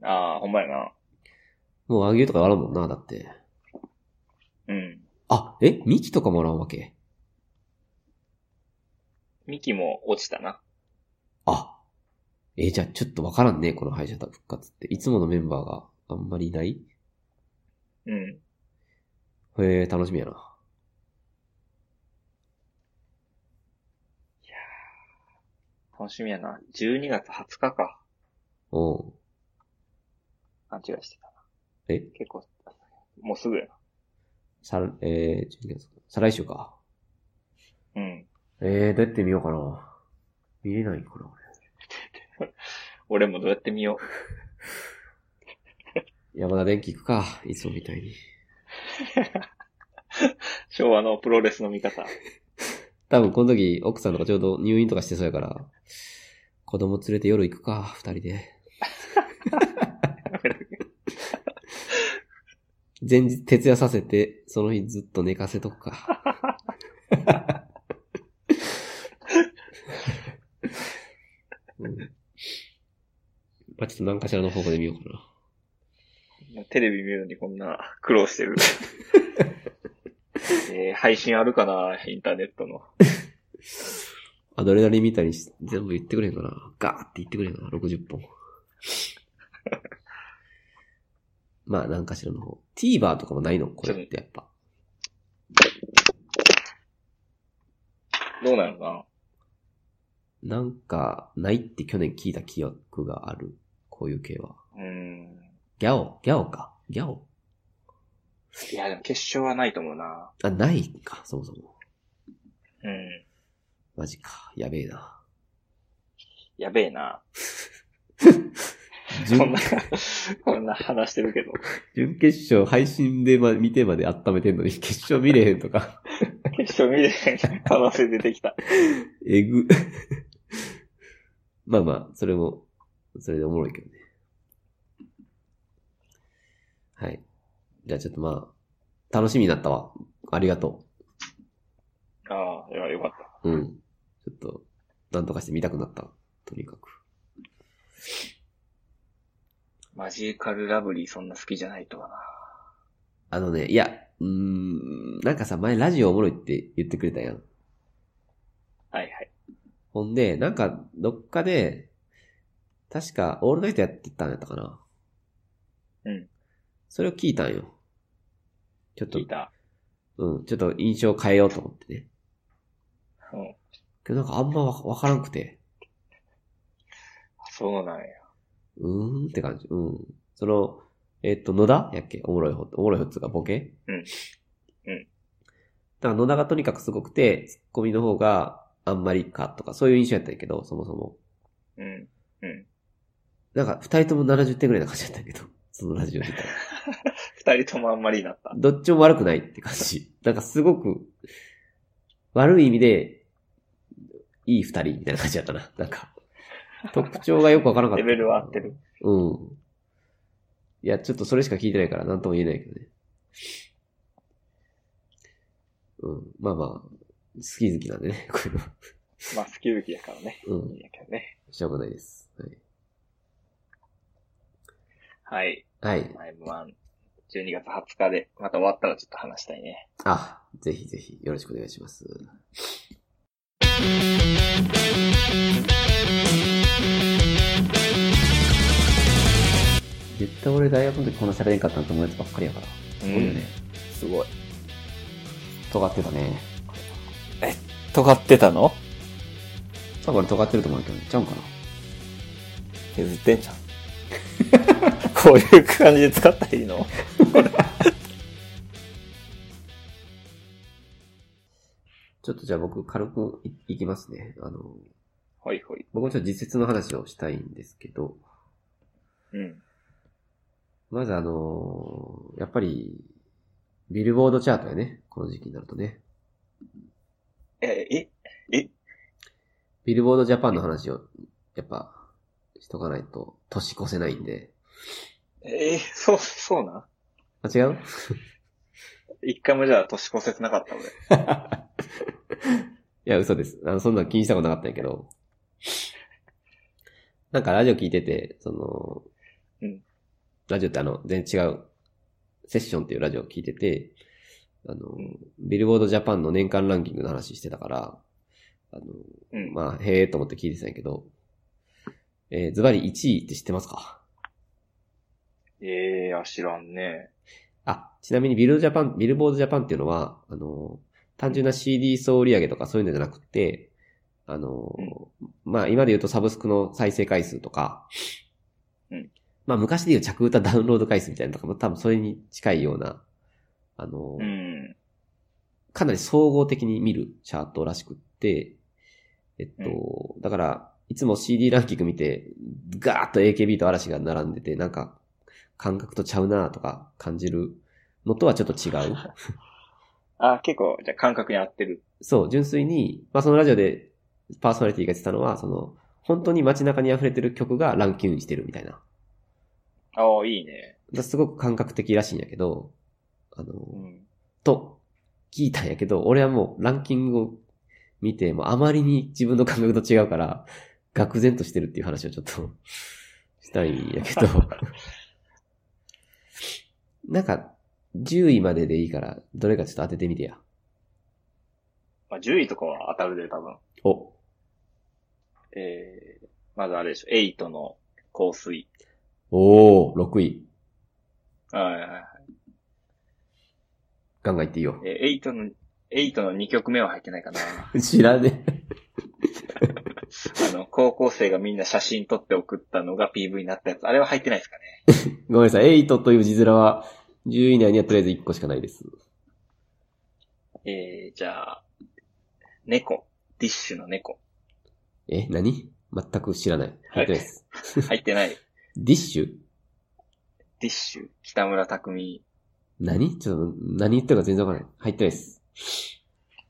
[SPEAKER 2] ああ、ほんまやな。
[SPEAKER 1] もう和牛とか笑うもんな、だって。
[SPEAKER 2] うん。
[SPEAKER 1] あ、えミキとかもらうわけ
[SPEAKER 2] ミキも落ちたな。
[SPEAKER 1] あ。えじゃあちょっとわからんね、この敗者復活って。いつものメンバーがあんまりいない
[SPEAKER 2] うん。
[SPEAKER 1] へえ、楽しみやな。
[SPEAKER 2] 楽しみやな。12月20日か。
[SPEAKER 1] おう
[SPEAKER 2] 勘違いしてたな。
[SPEAKER 1] え
[SPEAKER 2] 結構、もうすぐや
[SPEAKER 1] さ、えー、12月再来週か。
[SPEAKER 2] な。うん。
[SPEAKER 1] えー、どうやって見ようかな。見れないかな、俺。
[SPEAKER 2] 俺もどう やって見よ
[SPEAKER 1] 山田電機行くか、いつもみたいに。
[SPEAKER 2] う。昭和のプロレスの見方。
[SPEAKER 1] 多分この時、奥さんとかちょうど入院とかしてそうやから、子供連れて夜行くか、二人で。前日、徹夜させて、その日ずっと寝かせとくか。うんまあちょっと何かしらの方法で見ようかな。
[SPEAKER 2] テレビ見るのにこんな苦労してる。えー配信あるかなインターネットの。
[SPEAKER 1] アドレナリンみたいにし全部言ってくれへんかな。ガーって言ってくれへんかな、60本。 まあ、なんかしらの方。TVer とかもないのこれってやっぱ。
[SPEAKER 2] どうなのかな
[SPEAKER 1] なんか、ないって去年聞いた記憶がある。こういう系は。
[SPEAKER 2] うーん。
[SPEAKER 1] ギャオ、ギャオか。ギャオ。
[SPEAKER 2] いや、でも決勝はないと思うな。
[SPEAKER 1] あ、ないか、そもそも。
[SPEAKER 2] うん。
[SPEAKER 1] マジか。やべえな。
[SPEAKER 2] やべえな。
[SPEAKER 1] 準
[SPEAKER 2] こんな、 こんな話してるけど。
[SPEAKER 1] 準決勝配信で、ま、見てまで温めてんのに、決勝見れへんとか。
[SPEAKER 2] 決勝見れへん可能性出てきた。
[SPEAKER 1] えぐ。 まあまあ、それも、それでおもろいけどね。はい。じゃあちょっとまあ、楽しみになったわ。ありがと
[SPEAKER 2] ああ、いや、よかった。
[SPEAKER 1] う。うん。ちょっと、なんとかして見たくなった。とにかく。
[SPEAKER 2] マジカルラブリーそんな好きじゃないとはな。
[SPEAKER 1] あのね、いや、うーん、なんかさ、前ラジオおもろいって言ってくれたやん。
[SPEAKER 2] はいはい。
[SPEAKER 1] ほんで、なんか、どっかで、確か、オールナイトやってたんやったかな。
[SPEAKER 2] うん。
[SPEAKER 1] それを聞いたんよ。ちょっと
[SPEAKER 2] 聞い、た。
[SPEAKER 1] うん、ちょっと印象変えようと思ってね。
[SPEAKER 2] うん。
[SPEAKER 1] けどなんかあんまわわからんくて、
[SPEAKER 2] そうなんや。
[SPEAKER 1] うーんって感じ。うん。その、えっと、野田やっけおもろい方、おもろい方っつうか、ボケ
[SPEAKER 2] うんうん。
[SPEAKER 1] だから野田がとにかくすごくて、ツッコミの方があんまりかとか、そういう印象やったんやけど、そもそも。
[SPEAKER 2] うん。うん。
[SPEAKER 1] なんか、二人とも70点ぐらいな感じだったけど、そのラジオ見たら。
[SPEAKER 2] 二人ともあんまりになった。
[SPEAKER 1] どっちも悪くないって感 じ。なんかすごく、悪い意味で、いい二人みたいな感じだったな。なんか、特徴がよくわからなかった。
[SPEAKER 2] レベルは合ってる。
[SPEAKER 1] うん。いや、ちょっとそれしか聞いてないから、なんとも言えないけどね。うん。まあまあ、好き好きなんでね、これは。
[SPEAKER 2] まあ、好き好きやからね。
[SPEAKER 1] う
[SPEAKER 2] いいん
[SPEAKER 1] ん。
[SPEAKER 2] やけどね。
[SPEAKER 1] しょうがないです。
[SPEAKER 2] はい。
[SPEAKER 1] はい。はい。
[SPEAKER 2] まあ M1、12月20日で、また終わったらちょっと話したいね。
[SPEAKER 1] あ、ぜひぜひ、よろしくお願いします。絶対俺大学の時こんな喋れんかったなと思うやつばっかりやから。
[SPEAKER 2] う
[SPEAKER 1] すごいよね。。
[SPEAKER 3] すごい。
[SPEAKER 1] 尖ってたね。
[SPEAKER 3] 尖ってたの
[SPEAKER 1] 多分俺尖ってると思うけど、ちゃうんかな。
[SPEAKER 3] 削ってんじゃん。 こういう感じで使ったらいいの
[SPEAKER 1] ちょっとじゃあ僕軽くいいきますね。あの、
[SPEAKER 2] ほいほい。
[SPEAKER 1] 僕もちょっと実説の話をしたいんですけど、
[SPEAKER 2] うん。
[SPEAKER 1] まずあの、やっぱり、ビルボードチャートやね。この時期になるとね。
[SPEAKER 2] え、え、
[SPEAKER 1] ビルボードジャパンの話を、やっぱ、しとかないと、年越せないんで。
[SPEAKER 2] え、え、そう、そうな
[SPEAKER 1] あ、違う
[SPEAKER 2] 一回もじゃあ年越せてなかった俺。
[SPEAKER 1] いや、嘘です。あの、そんなの気にしたことなかったんやけど。なんかラジオ聞いてて、その、
[SPEAKER 2] うん
[SPEAKER 1] ラジオってあの、全然違う、セッションっていうラジオを聞いてて、あの、
[SPEAKER 2] ん
[SPEAKER 1] ビルボードジャパンの年間ランキングの話してたから、あの、
[SPEAKER 2] うん。
[SPEAKER 1] まあ、へえと思って聞いてたんやけど、えーズバリ1位って知ってますか
[SPEAKER 2] ええあ、知らんね。
[SPEAKER 1] あ、ちなみにビルドジャパン、ビルボードジャパンっていうのは、あの、単純な CD 総売上とかそういうのじゃなくて、あの、まあ今で言うとサブスクの再生回数とか、
[SPEAKER 2] うん
[SPEAKER 1] まあ昔で言う着歌ダウンロード回数みたいなのとかも多分それに近いような、あの、
[SPEAKER 2] うん。
[SPEAKER 1] かなり総合的に見るチャートらしくって、えっと、だから、いつも CD ランキング見て、ガーッと AKB と嵐が並んでて、なんか、感覚とちゃうなとか感じるのとはちょっと違う。
[SPEAKER 2] あ、結構、じゃあ感覚に合ってる。
[SPEAKER 1] そう、純粋に、まあそのラジオでパーソナリティが言ってたのは、その、本当に街中に溢れてる曲がランキングしてるみたいな。だか
[SPEAKER 2] ああ、いいね。
[SPEAKER 1] らすごく感覚的らしいんやけど、あの、
[SPEAKER 2] うん。
[SPEAKER 1] と聞いたんやけど、俺はもうランキングを見て、もうあまりに自分の感覚と違うから、愕然としてるっていう話をちょっと したいんやけど。なんか、10位まででいいから、どれかちょっと当ててみてや。
[SPEAKER 2] まあ、10位とかは当たるで、多分。
[SPEAKER 1] お、
[SPEAKER 2] えー、まずあれでしょ、エイトの香水。
[SPEAKER 1] おー、6位。
[SPEAKER 2] はいはいはい。
[SPEAKER 1] ガンガンいっていいよ。
[SPEAKER 2] えーエイトの、エイトの2曲目は入ってないかな。
[SPEAKER 1] 知らねえ。
[SPEAKER 2] あの、高校生がみんな写真撮って送ったのが PV になったやつ。あれは入ってないですかね。
[SPEAKER 1] ごめんなさい、8という字面は、10位以内にはとりあえず1個しかないです。
[SPEAKER 2] えー、じゃあ、猫。ディッシュの猫。
[SPEAKER 1] え、何全く知らない。入ってないです。
[SPEAKER 2] 入ってない。
[SPEAKER 1] ディッシュ
[SPEAKER 2] ディッシュ。北村匠
[SPEAKER 1] 何ちょっと、何言ってるか全然わからない。入ってないです。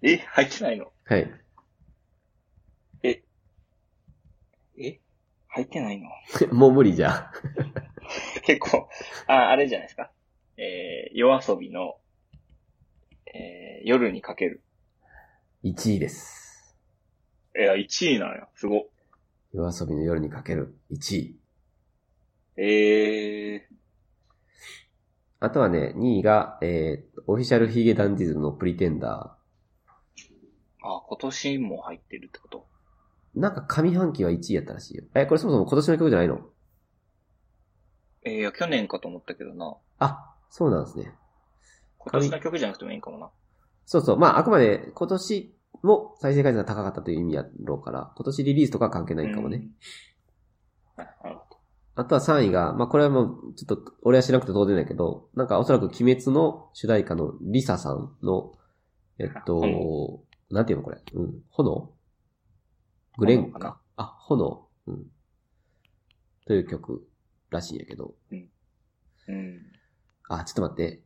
[SPEAKER 2] 海。え、入ってないの
[SPEAKER 1] はい。
[SPEAKER 2] え入ってないの
[SPEAKER 1] もう無理じゃ あ。
[SPEAKER 2] 結構、あ、あれじゃないですか。えー、夜遊びの、えー、夜にかける。
[SPEAKER 1] 1位です。
[SPEAKER 2] いや、1位なんや。すご。
[SPEAKER 1] 夜遊びの夜にかける1位。
[SPEAKER 2] えー、
[SPEAKER 1] あとはね、2位が、えー、オフィシャルヒゲダンディズムのプリテンダ
[SPEAKER 2] あ、今年も入ってるってこと
[SPEAKER 1] ー。なんか上半期は1位やったらしいよ。え、これそもそも今年の曲じゃないの
[SPEAKER 2] えー、いや、去年かと思ったけどな。
[SPEAKER 1] あ、そうなんですね。
[SPEAKER 2] 今年の曲じゃなくてもいいんかもな。
[SPEAKER 1] そうそう。まあ、あくまで今年も再生回数が高かったという意味やろうから、今年リリースとかは関係ないかもね。
[SPEAKER 2] うん。はいはい
[SPEAKER 1] あとは3位が、まあ、これはもう、ちょっと、俺は知らなくて当然だけど、なんかおそらく鬼滅の主題歌のリサさんの、えっと、なんていうのこれ、うん、炎グレン
[SPEAKER 2] 炎かな
[SPEAKER 1] か。あ、炎。うん。という曲らしいんやけど。
[SPEAKER 2] うん。
[SPEAKER 1] あ、ちょっと待って。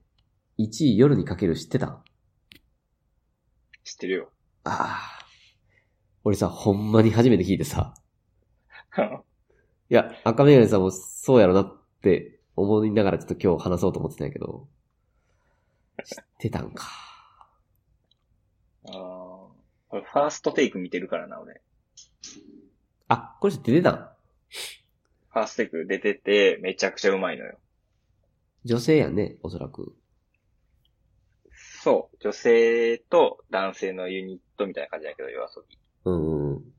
[SPEAKER 1] 1位夜にかける知ってた
[SPEAKER 2] 知ってるよ。
[SPEAKER 1] ああ。俺さ、ほんまに初めて聞いてさ、いや、赤メガネさんもそうやろなって思いながらちょっと今日話そうと思ってたんやけど、知ってたんか。
[SPEAKER 2] あー俺、ファーストテイク見てるからな、俺。
[SPEAKER 1] あ、これ知ってたん
[SPEAKER 2] ファーストテイク出てて、めちゃくちゃうまいのよ。
[SPEAKER 1] 女性やんね、おそらく。
[SPEAKER 2] そう。女性と男性のユニットみたいな感じだけど、夜遊び。
[SPEAKER 1] うんうん。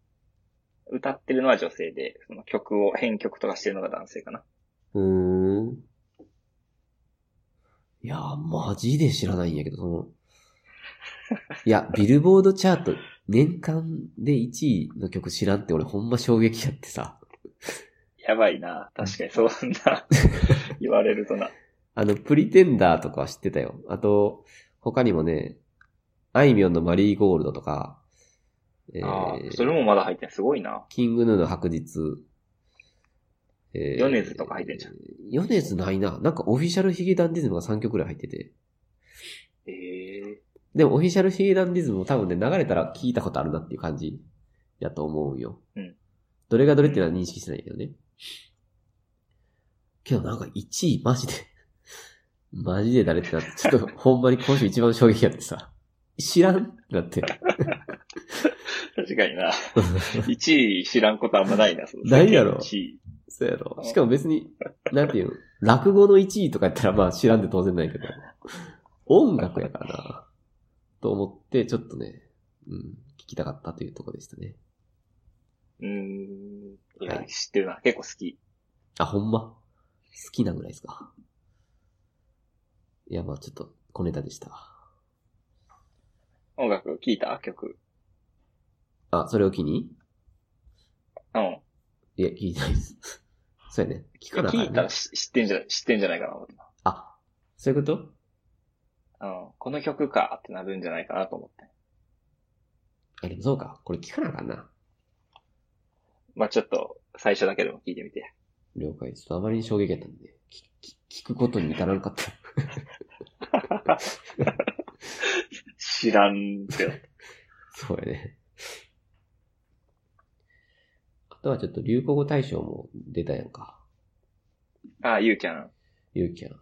[SPEAKER 2] 歌ってるのは女性で、その曲を、編曲とかしてるのが男性かな。
[SPEAKER 1] うーん。いやー、マジで知らないんやけど、その、いや、ビルボードチャート、年間で1位の曲知らんって俺ほんま衝撃やってさ。
[SPEAKER 2] やばいな。確かに、そん な、言われるとな。
[SPEAKER 1] あの、プリテンダーとかは知ってたよ。あと、他にもね、あいみょんのマリーゴールドとか、え
[SPEAKER 2] あ
[SPEAKER 1] ー
[SPEAKER 2] ーそれもまだ入ってんすごいな。
[SPEAKER 1] キングヌーの白日、え
[SPEAKER 2] ヨネズとか入ってんじゃん。
[SPEAKER 1] ヨネズないな。なんかオフィシャルヒゲダンディズムが3曲ぐらい入ってて。
[SPEAKER 2] ええ
[SPEAKER 1] でもオフィシャルヒゲダンディズムも多分ね、流れたら聞いたことあるなっていう感じやと思うんよ。
[SPEAKER 2] うん
[SPEAKER 1] どれがどれっていうのは認識してないけどね。けどなんか1位マジで、 マジで誰ってなって、ちょっとほんまに今週一番衝撃やってさ、知らんってなって。
[SPEAKER 2] 確かに な。1位知らんことあんまないな、その
[SPEAKER 1] ないやろ
[SPEAKER 2] 1位。
[SPEAKER 1] そうやろ。しかも別に、なんていうの、落語の1位とかやったらまあ知らんで当然ないけど、音楽やからな、と思って、ちょっとね、うん、聞きたかったというところでしたね。
[SPEAKER 2] うーん。い
[SPEAKER 1] は
[SPEAKER 2] や、
[SPEAKER 1] い
[SPEAKER 2] 知ってるな。結構好き。
[SPEAKER 1] あ、ほんま好きなぐらいですか。いや、まあちょっと、小ネタでした。
[SPEAKER 2] 音楽聴いた曲。
[SPEAKER 1] あ、それを機に
[SPEAKER 2] うん。
[SPEAKER 1] いや、聞いてないです。 そうやね。聞かなあかん
[SPEAKER 2] 聞
[SPEAKER 1] ね
[SPEAKER 2] いたらし知ってんじゃ、知ってんじゃないかな、思って
[SPEAKER 1] あ、そういうこと
[SPEAKER 2] うん。この曲かってなるんじゃないかなと思って。
[SPEAKER 1] あ、でもそうか。これ聞かなあかんな。
[SPEAKER 2] まあちょっと、最初だけでも聞いて みて。
[SPEAKER 1] 了解です。あまりに衝撃やったんで、きき聞くことに至らなかった。
[SPEAKER 2] 知らんけど。
[SPEAKER 1] そうやね。あとはちょっと流行語大賞も出たやんか。
[SPEAKER 2] ああ、ゆうきゃん。あ
[SPEAKER 1] ゆうきゃん。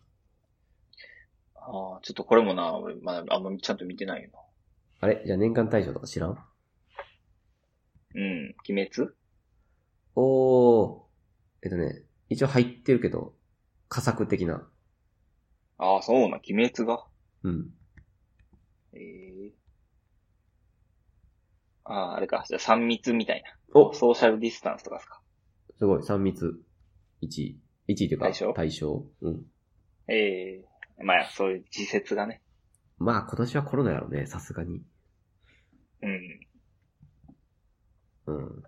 [SPEAKER 2] あ、ちょっとこれもな、俺、まだあんまちゃんと見てないよ
[SPEAKER 1] あれじゃあ年間大賞とか知らん
[SPEAKER 2] な。うん。鬼滅
[SPEAKER 1] おー。えっとね、一応入ってるけど、佳作的な。
[SPEAKER 2] ああ、そうな、鬼滅が。
[SPEAKER 1] うん。
[SPEAKER 2] ええああ、あれか。じゃあ3密みたい
[SPEAKER 1] お
[SPEAKER 2] な。ソーシャルディスタンスとかですか。
[SPEAKER 1] すごい、3密。1位。1位というか、
[SPEAKER 2] 対象
[SPEAKER 1] 対象。うん。
[SPEAKER 2] ええまあ、そういう自節がね。
[SPEAKER 1] まあ、今年はコロナやろね、さすがに。
[SPEAKER 2] うん。
[SPEAKER 1] うん。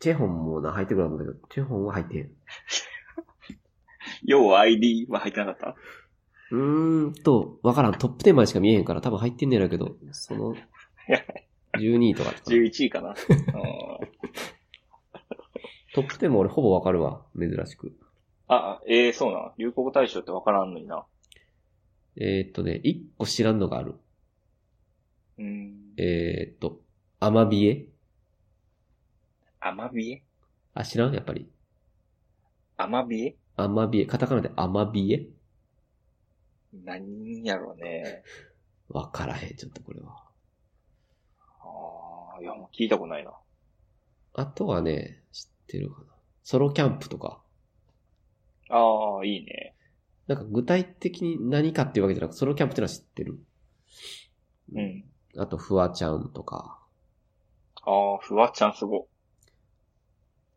[SPEAKER 1] チェホンもな、入ってくるんだけど、チェホンは入ってへん。
[SPEAKER 2] 要は ID は入ってなかった
[SPEAKER 1] うーんと、わからん。トップ10までしか見えへんから、多分入ってんねやろうけど、そ の、12位とかとか
[SPEAKER 2] ?11 位かな。 うん
[SPEAKER 1] トップ10も俺ほぼわかるわ、珍しく。
[SPEAKER 2] あ、ええそうなの。流行語大賞ってわからんのにな。
[SPEAKER 1] えー、っとね、1個知らんのがある。
[SPEAKER 2] うん。
[SPEAKER 1] えー、っと、アマビエ
[SPEAKER 2] アマビエ
[SPEAKER 1] あ、知らんやっぱり。
[SPEAKER 2] アマビエ
[SPEAKER 1] アマビエ。カタカナでアマビエ
[SPEAKER 2] 何やろうね。
[SPEAKER 1] わからへん、ちょっとこれは。
[SPEAKER 2] ああ、いや、もう聞いたことないな。
[SPEAKER 1] あとはね、知ってるかな。ソロキャンプとか。
[SPEAKER 2] ああ、いいね。
[SPEAKER 1] なんか具体的に何かっていうわけじゃなく、ソロキャンプってのは知ってる。
[SPEAKER 2] うん。
[SPEAKER 1] あと、フワちゃんとか。
[SPEAKER 2] ああ、フワちゃんすご。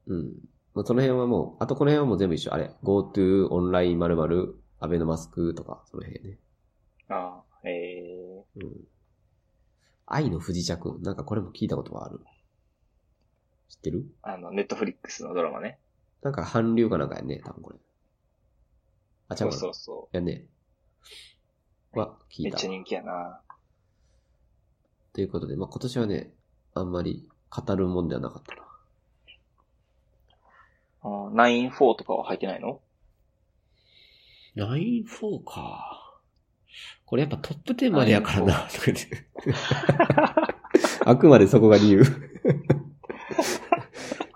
[SPEAKER 1] うん。まあ、その辺はもう、あとこの辺はもう全部一緒。あれ、GoTo、オンライン〇〇、アベノマスクとか、その辺ね。
[SPEAKER 2] ああ、ええ
[SPEAKER 1] うん。愛の不時着。なんかこれも聞いたことがある。知ってる
[SPEAKER 2] あの、ネットフリックスのドラマね。
[SPEAKER 1] なんか韓流かなんかやね、多分これ。あ、ちゃ
[SPEAKER 2] そうう
[SPEAKER 1] かな
[SPEAKER 2] そうそ
[SPEAKER 1] やね。は、
[SPEAKER 2] う。
[SPEAKER 1] 聞い
[SPEAKER 2] めった
[SPEAKER 1] わ
[SPEAKER 2] ちゃ人気やな。
[SPEAKER 1] ということで、まあ、今年はね、あんまり語るもんではなかったな。
[SPEAKER 2] あー9-4とかは入ってないの
[SPEAKER 1] 9-4か。これやっぱトップ10までやからな、とか言って。あくまでそこが理由。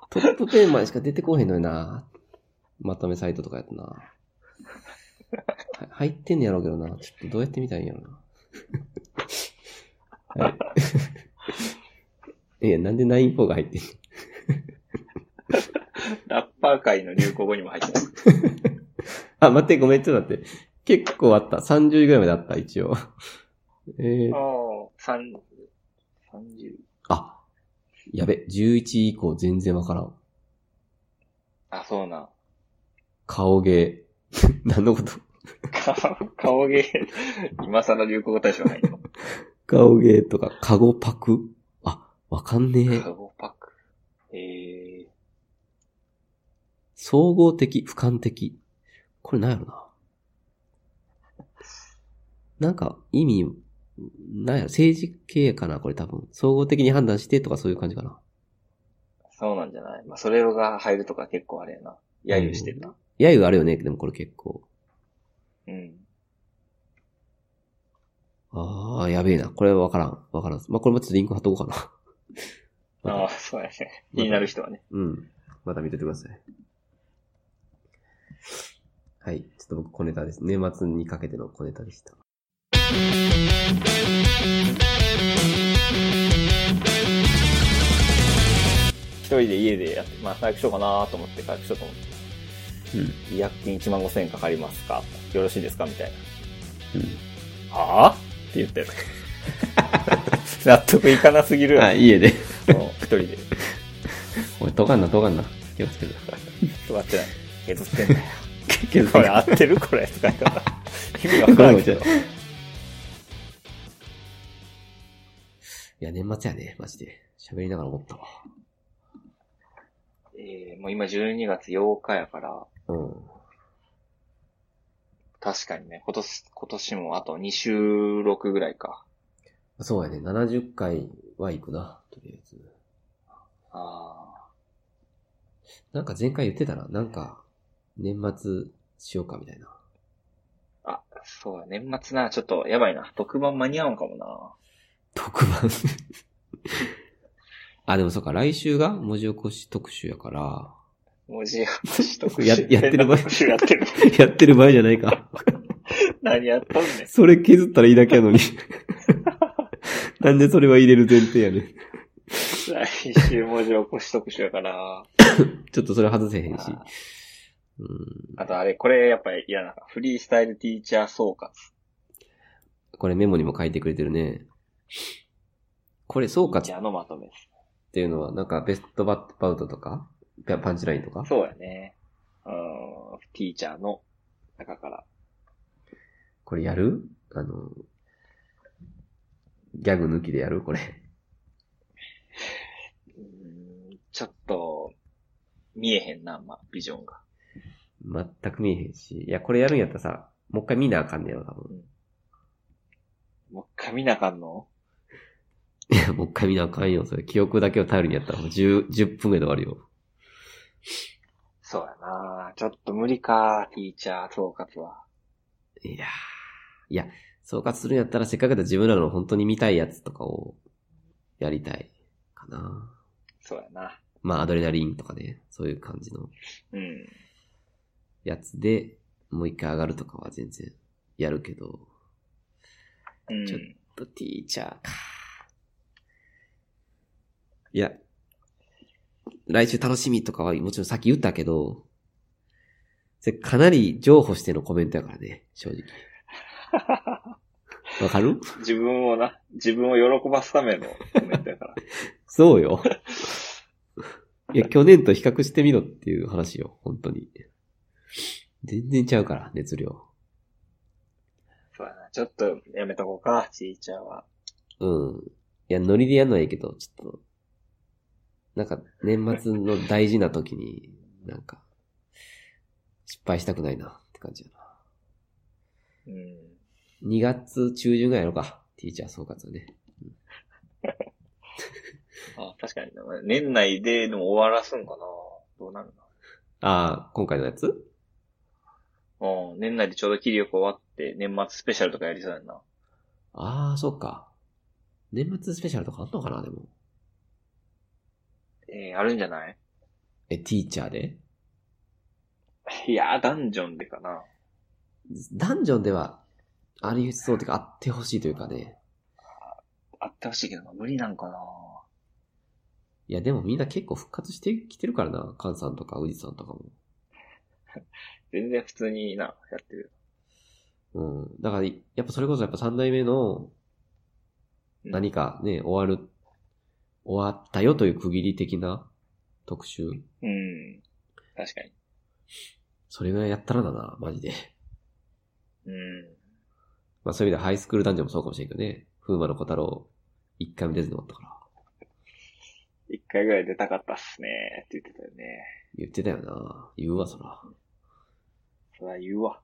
[SPEAKER 1] トップ10までしか出てこへんのよな。まとめサイトとかやったな。は入ってんねやろうけどな。ちょっとどうやって見たらいいんやろな。 はい。いや、なんで9-4が入ってんの
[SPEAKER 2] ラッパー界の流行語にも入ってない。
[SPEAKER 1] あ、待って、ごめん、ちょっと待って。結構あった。30位ぐらいまであった、一応。えー
[SPEAKER 2] ああ、三、三十。
[SPEAKER 1] あ、やべ、11位以降全然わからん。
[SPEAKER 2] あ、そうな。
[SPEAKER 1] 顔芸。 何のこと
[SPEAKER 2] 顔顔芸、今更流行語大賞入んの。
[SPEAKER 1] 顔芸とか、カゴパクあ、わかんねえ。
[SPEAKER 2] カゴパック。ええ
[SPEAKER 1] 総合的、俯瞰的。これなんやろな。なんか、意味、なんやろ、政治系かな、これ多分。総合的に判断してとかそういう感じかな。
[SPEAKER 2] そうなんじゃないまあ、それが入るとか結構あれやな。揶揄してるな。
[SPEAKER 1] やゆあるよね、でもこれ結構。
[SPEAKER 2] うん。
[SPEAKER 1] ああ、やべえな。これはわからん。わからん。まあ、これもちょっとリンク貼っとこうかな。
[SPEAKER 2] ああ、そうやね。気になる人はね。
[SPEAKER 1] うん。また見ててください。はい。ちょっと僕、小ネタです。年末にかけての小ネタでした。
[SPEAKER 3] 一人で家でやって、まあ、早くしようかなと思って、早くしようと思って。
[SPEAKER 1] うん。うん。
[SPEAKER 3] 医薬金1万5000円かかりますかよろしいですかみたいな。はぁって言ったよ。 納得いかなすぎるよ
[SPEAKER 1] あ、家で。
[SPEAKER 3] もう一人で。
[SPEAKER 1] おい、とがんな、とがんな。気をつけて。
[SPEAKER 3] とかってない。削ってんだよ。
[SPEAKER 1] 気をつ
[SPEAKER 3] こ
[SPEAKER 1] け
[SPEAKER 3] れ
[SPEAKER 1] て。
[SPEAKER 3] 合ってるこれ。とか言ったら。 意味わからんけど。
[SPEAKER 1] いや、年末やね、マジで。喋りながら思ったわ。
[SPEAKER 2] ええもう今12月8日やから、
[SPEAKER 1] うん。
[SPEAKER 2] 確かにね、今年、今年もあと2収録ぐらいか。
[SPEAKER 1] そうやね、70回は行くな、とりあえず。
[SPEAKER 2] あ
[SPEAKER 1] なんか前回言ってたな、なんか、年末しようかみたいな。
[SPEAKER 2] あ。あ、そうや、年末な、ちょっとやばいな。特番間に合うんかもな。
[SPEAKER 1] 特番。 あ、でもそうか、来週が文字起こし特集やから、
[SPEAKER 2] 文字起こし
[SPEAKER 1] ややって る場合
[SPEAKER 2] やってる。
[SPEAKER 1] やってる場合じゃないか。
[SPEAKER 2] 何やっとんねん。
[SPEAKER 1] それ削ったらいいだけやのに。なんでそれは入れる前提やねん。
[SPEAKER 2] 来週文字起こし特集やから。
[SPEAKER 1] ちょっとそれ外せへんし。うん。
[SPEAKER 2] あとあれ、これやっぱり嫌な。フリースタイルティーチャー総括。
[SPEAKER 1] これメモにも書いてくれてるね。これそうかっ
[SPEAKER 2] じゃあのまとめです。
[SPEAKER 1] ていうのは、なんかベストバットバウトとか、パパンチラインとか。
[SPEAKER 2] そうやね。うん、ティーチャーの中から。
[SPEAKER 1] これやるあの、ギャグ抜きでやるこれ。
[SPEAKER 2] うんちょっと、見えへんな、まあ、ビジョンが。
[SPEAKER 1] 全く見えへんし。いや、これやるんやったらさ、もう一回見なあかんねやろ、多分。
[SPEAKER 2] もう一回見なあかんの
[SPEAKER 1] いや、 もう一回見なあかんよ。それ記憶だけを頼りにやったらもう10、10分ぐらいで終わるよ。
[SPEAKER 2] そうやなちょっと無理か、ティーチャー総括は。
[SPEAKER 1] いやーいや、総括するんやったらせっかくだから自分らの本当に見たいやつとかをやりたいかな。
[SPEAKER 2] そうやな。
[SPEAKER 1] まあ、アドレナリンとかね、そういう感じの
[SPEAKER 2] うん。
[SPEAKER 1] やつで、もう一回上がるとかは全然やるけど、
[SPEAKER 2] うん
[SPEAKER 1] ちょっとティーチャーか。いや、来週楽しみとかはもちろんさっき言ったけど、それかなり譲歩してのコメントやからね、正直。わかる
[SPEAKER 2] 自分をな、自分を喜ばすためのコメントやから。
[SPEAKER 1] そう よ。いや、去年と比較してみろっていう話よ、本当に。全然ちゃうから、熱量。
[SPEAKER 2] そうやな。ちょっとやめとこうか、ティーチャーは。
[SPEAKER 1] うん。いや、ノリでやんのはいいけど、ちょっと、なんか、年末の大事な時に、なんか、失敗したくないな、って感じやな。
[SPEAKER 2] うん。
[SPEAKER 1] 2月中旬ぐらいやろうか、ティーチャー総括はね。
[SPEAKER 2] あ確かにな。年内ででも終わらすんかな。どうなるの
[SPEAKER 1] ああ、今回のやつ
[SPEAKER 2] うん、年内でちょうど切りよく終わって、年末スペシャルとかやりそうやんな。
[SPEAKER 1] ああ、そっか。年末スペシャルとかあんのかな、でも。
[SPEAKER 2] えー、あるんじゃない
[SPEAKER 1] え、ティーチャーで
[SPEAKER 2] いやー、ダンジョンでかな。
[SPEAKER 1] ダンジョンでは、ありそうというか、あってほしいというかね。
[SPEAKER 2] あってほしいけどな、無理なんかな。
[SPEAKER 1] いや、でもみんな結構復活してきてるからな。カンさんとか、ウジさんとかも。
[SPEAKER 2] 全然普通にな、やってる。
[SPEAKER 1] うん。だから、やっぱそれこそやっぱ3代目の
[SPEAKER 2] うん
[SPEAKER 1] 何かね、終わる、終わったよという区切り的な特集。
[SPEAKER 2] うん。確かに。
[SPEAKER 1] それぐらいやったらだな、マジで。
[SPEAKER 2] うん。
[SPEAKER 1] まあそういう意味ではハイスクール男女もそうかもしれんけどね。風魔の小太郎、一回も出ずに終わったから。
[SPEAKER 2] 一回ぐらい出たかったっすねって言ってたよね。
[SPEAKER 1] 言ってたよな。言うわ、そら。
[SPEAKER 2] それは言うわ。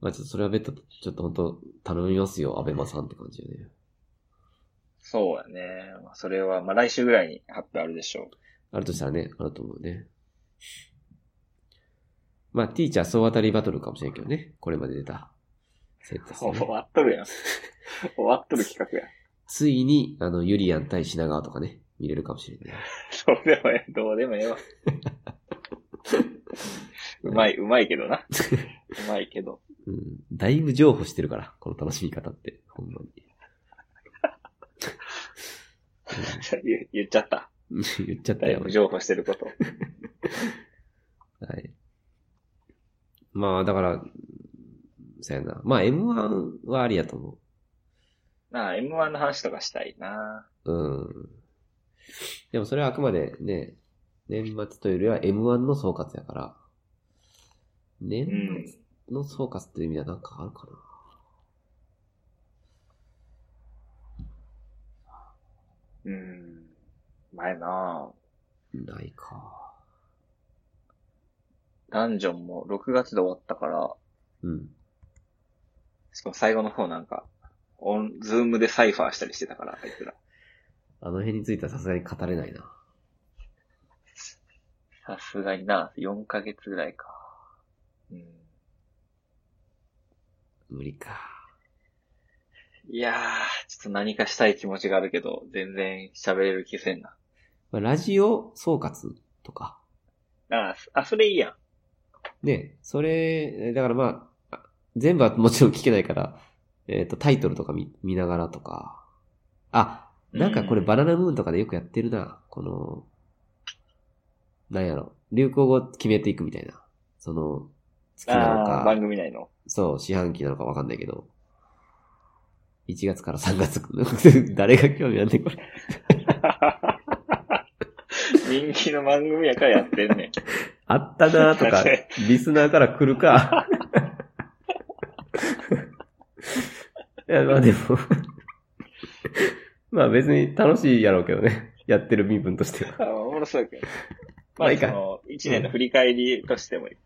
[SPEAKER 1] まあちょっとそれは別途、ちょっと本当頼みますよ、アベマさんって感じよね。
[SPEAKER 2] そうやね。まあそれは、まあ来週ぐらいに発表あるでしょ
[SPEAKER 1] あるとしたらね、あると思うね。まあ、ティーチャー総当たりバトルかもしれんけどね。これまで出た。セット
[SPEAKER 2] う。
[SPEAKER 1] ですね
[SPEAKER 2] 終わっとるやん。終わっとる企画や。
[SPEAKER 1] ついに、あの、ユリアン対品川とかね、見れるかもしれんね。
[SPEAKER 2] それでもええ、どうでもええ わ。うまい、うまいけど な。うまいけど。
[SPEAKER 1] うん。だいぶ譲歩してるから、この楽しみ方って、ほんまに。
[SPEAKER 2] 言言っちゃった。
[SPEAKER 1] うん 言っちゃった
[SPEAKER 2] だい
[SPEAKER 1] よ。
[SPEAKER 2] ぶ
[SPEAKER 1] 俺
[SPEAKER 2] 譲歩してること。
[SPEAKER 1] はい。まあ、だから、うんそうやな。まあ、M1 はありやと思
[SPEAKER 2] なあ、M1 の話とかしたいな。
[SPEAKER 1] う。うん。でもそれはあくまでね、年末というよりは M1 の総括やから、年
[SPEAKER 2] うん
[SPEAKER 1] 末。の総括という意味ではなんかあるかな。
[SPEAKER 2] うん。前な
[SPEAKER 1] ないか。
[SPEAKER 2] ダンジョンも6月で終わったから、
[SPEAKER 1] うん。
[SPEAKER 2] しかも最後の方なんか、オン、ズームでサイファーしたりしてたから、あいつら。
[SPEAKER 1] あの辺についてはさすがに語れないな。
[SPEAKER 2] さすがにな、4ヶ月ぐらいか。うん。
[SPEAKER 1] 無理か。
[SPEAKER 2] いやー、ちょっと何かしたい気持ちがあるけど、全然喋れる気せんな。
[SPEAKER 1] まあ、ラジオ総括とか。
[SPEAKER 2] あ、あ、それいいやん。
[SPEAKER 1] ね、それ、だからまあ、あ全部はもちろん聞けないから、えっ、と、タイトルとか見見ながらとか。あ、なんかこれ
[SPEAKER 2] うん
[SPEAKER 1] バナナムーンとかでよくやってるな。この、なんやろ。流行語決めていくみたいな。その、月なの
[SPEAKER 2] あー番
[SPEAKER 1] か、
[SPEAKER 2] 組内の。
[SPEAKER 1] そう、四半期なのかわかんないけど。 1月から3月、 誰が興味あんねん、これ。
[SPEAKER 2] 人気の番組やからやってんねん。
[SPEAKER 1] あったなーと か、リスナーから来るか。いや、まあでも、まあ別に楽しいやろうけどね。やってる身分としては。
[SPEAKER 2] あおもろそうやけど。
[SPEAKER 1] ま
[SPEAKER 2] ま
[SPEAKER 1] あ
[SPEAKER 2] あ、
[SPEAKER 1] いいか
[SPEAKER 2] その、一年の振り返りとしてもいい。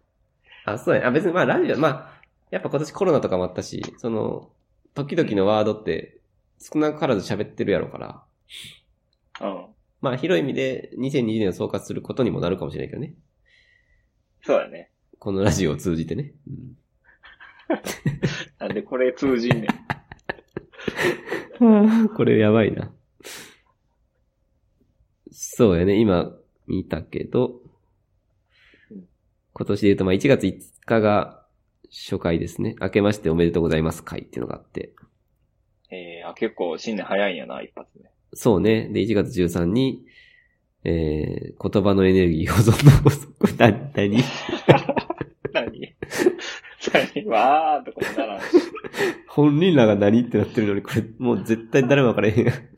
[SPEAKER 1] あ、そうやね。あ、別にまあラジオ、まあ、やっぱ今年コロナとかもあったし、その、時々のワードって少なからず喋ってるやろうから、
[SPEAKER 2] うん。
[SPEAKER 1] まあ広い意味で2020年を総括することにもなるかもしれないけどね。
[SPEAKER 2] そうだね。
[SPEAKER 1] このラジオを通じてね。うん
[SPEAKER 2] なんでこれ通じんねん。
[SPEAKER 1] これやばいな。そうやね、今見たけど
[SPEAKER 2] うん、
[SPEAKER 1] 今年で言うと、まあ1月5日が初回ですね。明けましておめでとうございます会っていうのがあって。
[SPEAKER 2] えー、あ、結構新年早いんやな、一発目。
[SPEAKER 1] そうね。で、1月13に、えー、言葉のエネルギー保存の法則。な、なに
[SPEAKER 2] 何何わーとかもならんし。
[SPEAKER 1] 本人らが何ってなってるのに、これ、も う絶対誰もわからへんやん。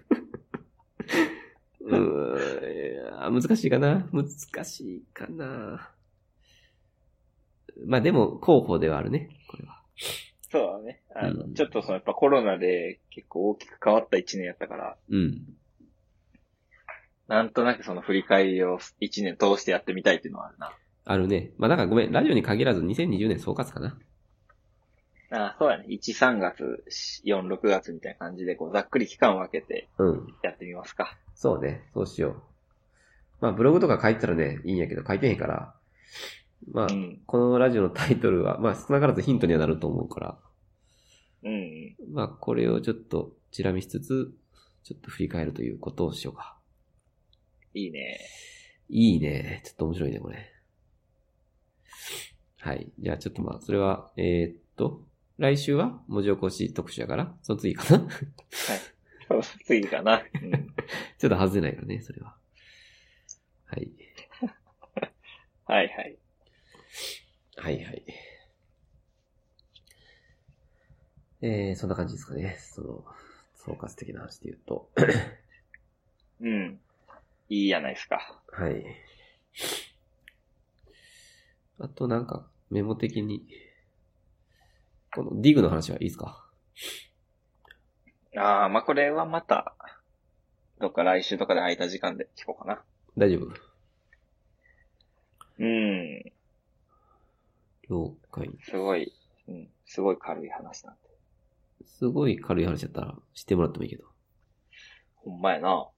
[SPEAKER 1] うーん、いや難しいかな難しいかなまあでも、候補ではあるね。これは。
[SPEAKER 2] そうだね。あの、
[SPEAKER 1] うん
[SPEAKER 2] ちょっとその、やっぱコロナで結構大きく変わった一年やったから、
[SPEAKER 1] うん。
[SPEAKER 2] なんとなくその振り返りを一年通してやってみたいっていうのはあるな。
[SPEAKER 1] あるね。まあなんかごめん、ラジオに限らず2020年総括かな。
[SPEAKER 2] あそうだね。1、3月、4、6月みたいな感じで、こう、ざっくり期間を分けて
[SPEAKER 1] うん。
[SPEAKER 2] やってみますか。
[SPEAKER 1] そうね。そうしよう。まあブログとか書いてたらね、いいんやけど、書いてへんから。まあ、
[SPEAKER 2] うん。
[SPEAKER 1] このラジオのタイトルは、まあ少なからずヒントにはなると思うから。
[SPEAKER 2] うん。
[SPEAKER 1] まあ、これをちょっとチラ見しつつ、ちょっと振り返るということをしようか。
[SPEAKER 2] いいね。
[SPEAKER 1] いいね。ちょっと面白いね、これ。はい。じゃあ、ちょっとまあ、それは、えーっと、来週は文字起こし特集やから、その次かな
[SPEAKER 2] そう次かな。うん。
[SPEAKER 1] ちょっと外れないからね、それは。はい。
[SPEAKER 2] はいはい。
[SPEAKER 1] はいはい。えー、そんな感じですかね。その、総括的な話で言うと。
[SPEAKER 2] うん。いいやないですか。
[SPEAKER 1] はい。あとなんか、メモ的に、このディグの話はいいですか
[SPEAKER 2] ああ、まあ、これはまた、どっか来週とかで空いた時間で聞こうかな。
[SPEAKER 1] 大丈夫
[SPEAKER 2] うん。
[SPEAKER 1] 了解。
[SPEAKER 2] すごい、うん。すごい軽い話なんで。
[SPEAKER 1] すごい軽い話だったらしてもらってもいいけど。
[SPEAKER 2] ほんまやな。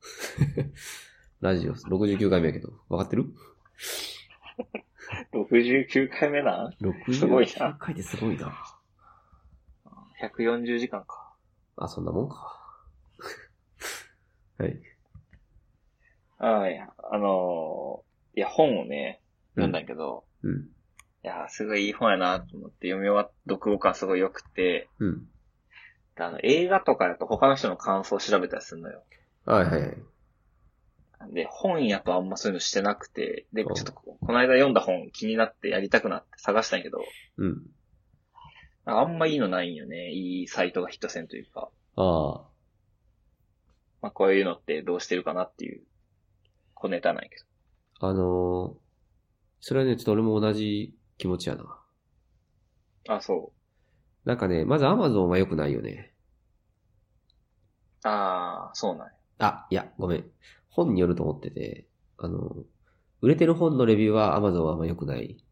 [SPEAKER 1] ラジオ69回目やけど、わかってる
[SPEAKER 2] 69回目な
[SPEAKER 1] ?69 回ってすごいな。
[SPEAKER 2] ?140 時間か。
[SPEAKER 1] あ、そんなもんか。 はい。
[SPEAKER 2] ああ、いや、あのーいや、本をね、読んだんやけど、
[SPEAKER 1] うん。
[SPEAKER 2] いや、すごいいい本やなと思って読み終わっ読後感すごい良くて、
[SPEAKER 1] うん。
[SPEAKER 2] であの、映画とかだと他の人の感想を調べたりするのよ。
[SPEAKER 1] はいはいはい。
[SPEAKER 2] で、本やとあんまそういうのしてなくて、で、ち
[SPEAKER 1] うん
[SPEAKER 2] ょっとここの間読んだ本気になってやりたくなって探したんやけど、
[SPEAKER 1] うん。
[SPEAKER 2] なんかあんまいいのないんよね。いいサイトがヒットせんというか、
[SPEAKER 1] ああ。
[SPEAKER 2] まあこういうのってどうしてるかなっていう、小ネタなんやけど。
[SPEAKER 1] あのー、それはね、ちょっと俺も同じ気持ちやな。
[SPEAKER 2] あ、そ
[SPEAKER 1] なんかね、まず Amazon は良くないよね。
[SPEAKER 2] う。ああ、そうなんや。
[SPEAKER 1] あ、いや、ごめん。本によると思ってて、あの、売れてる本のレビューは Amazon はあんま良くない。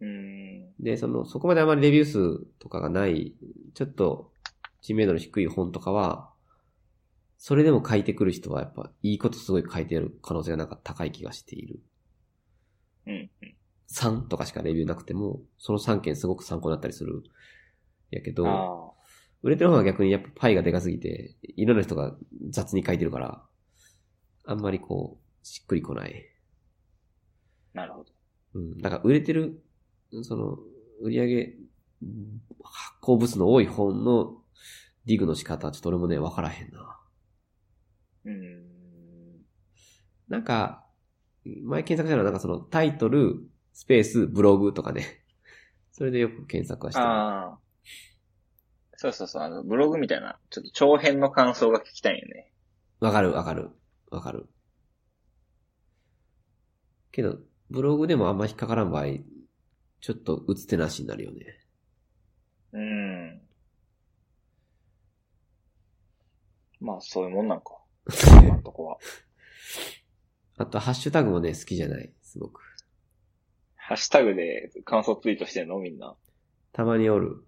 [SPEAKER 2] うーん。
[SPEAKER 1] で、その、そこまであまりレビュー数とかがない、ちょっと知名度の低い本とかは、それでも書いてくる人はやっぱいいことすごい書いてある可能性がなんか高い気がしている。
[SPEAKER 2] うん。
[SPEAKER 1] 3とかしかレビューなくても、その3件すごく参考になったりする。やけど、
[SPEAKER 2] あ
[SPEAKER 1] 売れてる本は逆にやっぱパイがでかすぎて、いろんな人が雑に書いてるから、あんまりこう、しっくりこない。
[SPEAKER 2] あ、なるほど。
[SPEAKER 1] うん。だから売れてる、その、売り上げ、うん発行物の多い本のディグの仕方はちょっと俺もね、わからへんな。
[SPEAKER 2] うーん。
[SPEAKER 1] なんか、前検索したのはなんかそのタイトル、スペース、ブログとかね。それでよく検索はしてる。
[SPEAKER 2] ああ。そうそうそう、あの、ブログみたいな、ちょっと長編の感想が聞きたいよね。
[SPEAKER 1] わかるわかる。わかる。けど、ブログでもあんま引っかからん場合、ちょっと打つ手なしになるよね。
[SPEAKER 2] うん。まあ、そういうもんなんか。今んとこは。
[SPEAKER 1] あと、ハッシュタグもね、好きじゃない。すごく。
[SPEAKER 2] ハッシュタグで感想ツイートしてんのみんな。
[SPEAKER 1] たまにおる。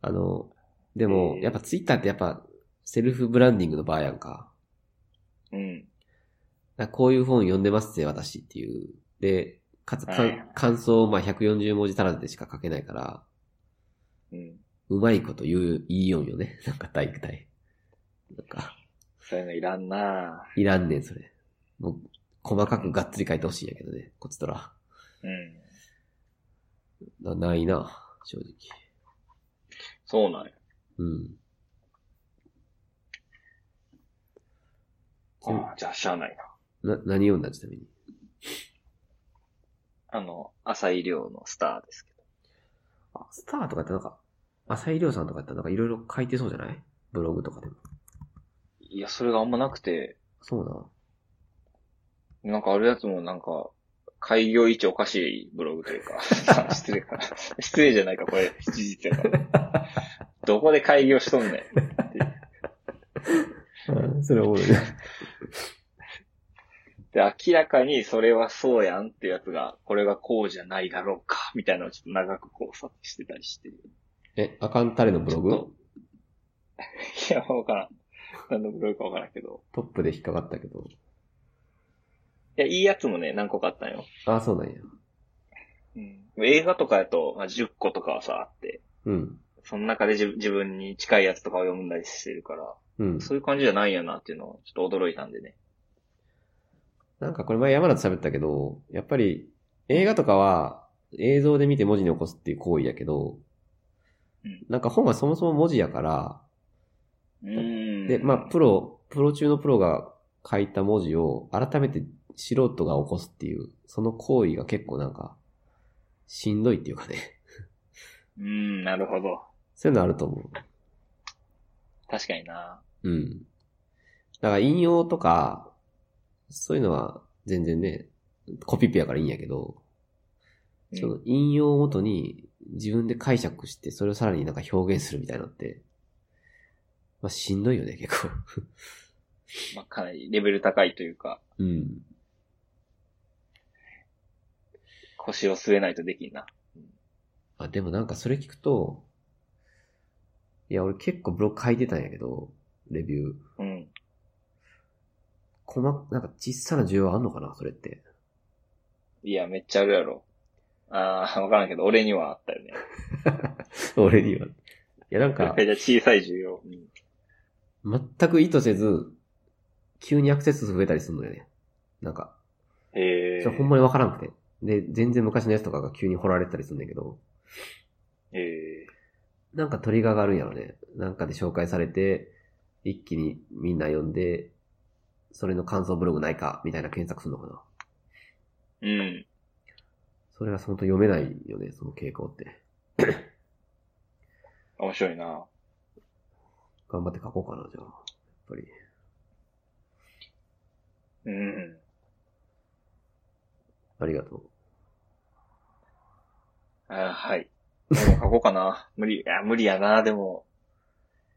[SPEAKER 1] あの、でも、
[SPEAKER 2] えー
[SPEAKER 1] やっぱツイッターってやっぱ、セルフブランディングの場合やんか。
[SPEAKER 2] うん。
[SPEAKER 1] なんかこういう本読んでますぜ、私っていう。で、かつ、か
[SPEAKER 2] はいはい
[SPEAKER 1] 感想をまあ140文字足らずでしか書けないから、
[SPEAKER 2] うん。
[SPEAKER 1] うまいこと言う、言いよんよね。なんか体育体。なんか、
[SPEAKER 2] そういうのいらんない
[SPEAKER 1] らんねん、それ。もう、細かくがっつり書いてほしいんやけどね、こっちとら。
[SPEAKER 2] うん。
[SPEAKER 1] なないな、正直。
[SPEAKER 2] そうなんや。
[SPEAKER 1] うん。ち
[SPEAKER 2] ああ、じゃあしゃあないな。
[SPEAKER 1] な、何読んだちなみに。
[SPEAKER 2] あの、浅井亮のスターですけど。
[SPEAKER 1] あ、スターとかってなんか、浅井亮さんとかってなんかいろいろ書いてそうじゃないブログとかでも。
[SPEAKER 2] いや、それがあんまなくて、
[SPEAKER 1] そうな。
[SPEAKER 2] なんかあるやつもなんか、開業位置おかしいブログという か、失礼かな。失礼じゃないか、これ、事実やから。どこで開業しとんねん。
[SPEAKER 1] それおもろい。
[SPEAKER 2] で、明らかにそれはそうやんってやつが、これがこうじゃないだろうか、みたいなのをちょっと長く考察してたりして。い
[SPEAKER 1] え、アカンタレのブロ
[SPEAKER 2] ちょっ
[SPEAKER 1] グ
[SPEAKER 2] や、わからん。何のブログかわからんけど。
[SPEAKER 1] トップで引っかかったけど。
[SPEAKER 2] いや、いいやつもね、何個かあったんよ。
[SPEAKER 1] あ、そうなんや。
[SPEAKER 2] うん。映画とかやと、まあ、10個とかはさ、あって、
[SPEAKER 1] うん。
[SPEAKER 2] その中で自自分に近いやつとかを読んだりしてるから、
[SPEAKER 1] うん。
[SPEAKER 2] そういう感じじゃないんやなっていうのをちょっと驚いたんでね。
[SPEAKER 1] なんかこれ前山田と喋ったけど、やっぱり映画とかは映像で見て文字に起こすっていう行為やけど
[SPEAKER 2] うん、
[SPEAKER 1] なんか本はそもそも文字やから、
[SPEAKER 2] うーん。
[SPEAKER 1] で、まあ、プロ、プロ中のプロが書いた文字を改めて素人が起こすっていう、その行為が結構なんか、しんどいっていうかね。
[SPEAKER 2] うーん、なるほど。
[SPEAKER 1] そういうのあると思
[SPEAKER 2] 確かにな。
[SPEAKER 1] う。うん。だから引用とか、そういうのは全然ね、コピペやからいいんやけど、
[SPEAKER 2] うん
[SPEAKER 1] その引用をもとに自分で解釈して、それをさらになんか表現するみたいなのって、まあしんどいよね、結構。
[SPEAKER 2] まあ、かなりレベル高いというか、
[SPEAKER 1] うん。
[SPEAKER 2] 腰を据えないとできんな。
[SPEAKER 1] あ、でもなんかそれ聞くと、いや、俺結構ブログ書いてたんやけど、レビュー。
[SPEAKER 2] うん。
[SPEAKER 1] 細か、なんか小さな需要あんのかなそれって。
[SPEAKER 2] いや、めっちゃあるやろ。ああ、わからんけど、俺にはあったよね。
[SPEAKER 1] 俺には。いや、なん
[SPEAKER 2] じゃ
[SPEAKER 1] か、
[SPEAKER 2] あ小さい需要。うん
[SPEAKER 1] 全く意図せず、急にアクセス数増えたりするのよね。なんか、
[SPEAKER 2] へえ。
[SPEAKER 1] それほんまにわからんくて。で、全然昔のやつとかが急に掘られてたりするんだけど、
[SPEAKER 2] へえ。
[SPEAKER 1] なんかトリガーがあるんやろね。なんかで紹介されて、一気にみんな読んで、それの感想ブログないかみたいな検索するのかな
[SPEAKER 2] うん。
[SPEAKER 1] それは本当読めないよね、その傾向って。
[SPEAKER 2] 面白いな。
[SPEAKER 1] 頑張って書こうかな、じゃあ。やっぱり。
[SPEAKER 2] うん。
[SPEAKER 1] ありがとう。
[SPEAKER 2] あーはい。でも書こうかな。 無理、いや、無理やな、でも。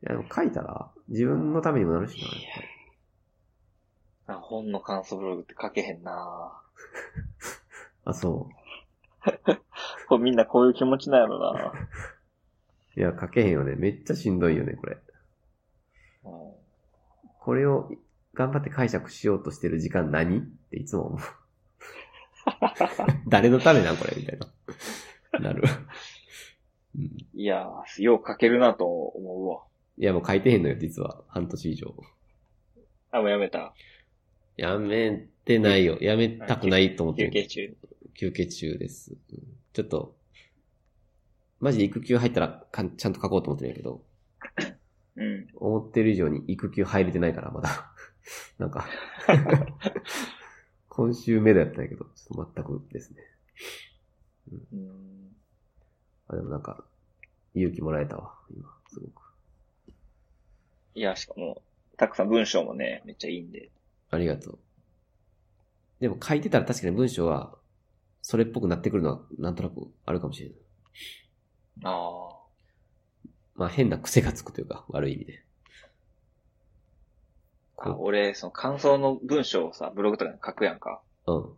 [SPEAKER 1] いや、でも書いたら、自分のためにもなるしな、やっぱり。
[SPEAKER 2] あ本の感想ブログって書けへんな。
[SPEAKER 1] あ、そ
[SPEAKER 2] こ れみんなこういう気持ちなんやろな。
[SPEAKER 1] う。いや、書けへんよね。めっちゃしんどいよね、これ。
[SPEAKER 2] うん
[SPEAKER 1] これを頑張って解釈しようとしてる時間何っていつも思う。誰のためなん、これ、みたいな。なる。うん、い
[SPEAKER 2] いやー、よう書けるなと思うわ。
[SPEAKER 1] や、もう書いてへんのよ、実は。半年以上。
[SPEAKER 2] あ、もうやめた。
[SPEAKER 1] やめてないよ。やめたくないと思って
[SPEAKER 2] 休
[SPEAKER 1] る。
[SPEAKER 2] 憩中。
[SPEAKER 1] 休憩中です。うんちょっと、マジで育休入ったらかんちゃんと書こうと思ってるんやけど、
[SPEAKER 2] うん。
[SPEAKER 1] 思ってる以上に育休入れてないから、まだ。 なんか、今週目だったんやけど、ちょっと全くですね。
[SPEAKER 2] うん
[SPEAKER 1] あでもなんか、勇気もらえたわ、今、すごく。
[SPEAKER 2] いや、しかも、たくさん文章もね、めっちゃいいんで。
[SPEAKER 1] ありがとう。でも書いてたら確かに文章は、それっぽくなってくるのはなんとなくあるかもしれない。
[SPEAKER 2] ああ。
[SPEAKER 1] まあ変な癖がつくというか、悪い意味で。
[SPEAKER 2] あ俺、その感想の文章をさ、ブログとかに書くやんか。
[SPEAKER 1] うん。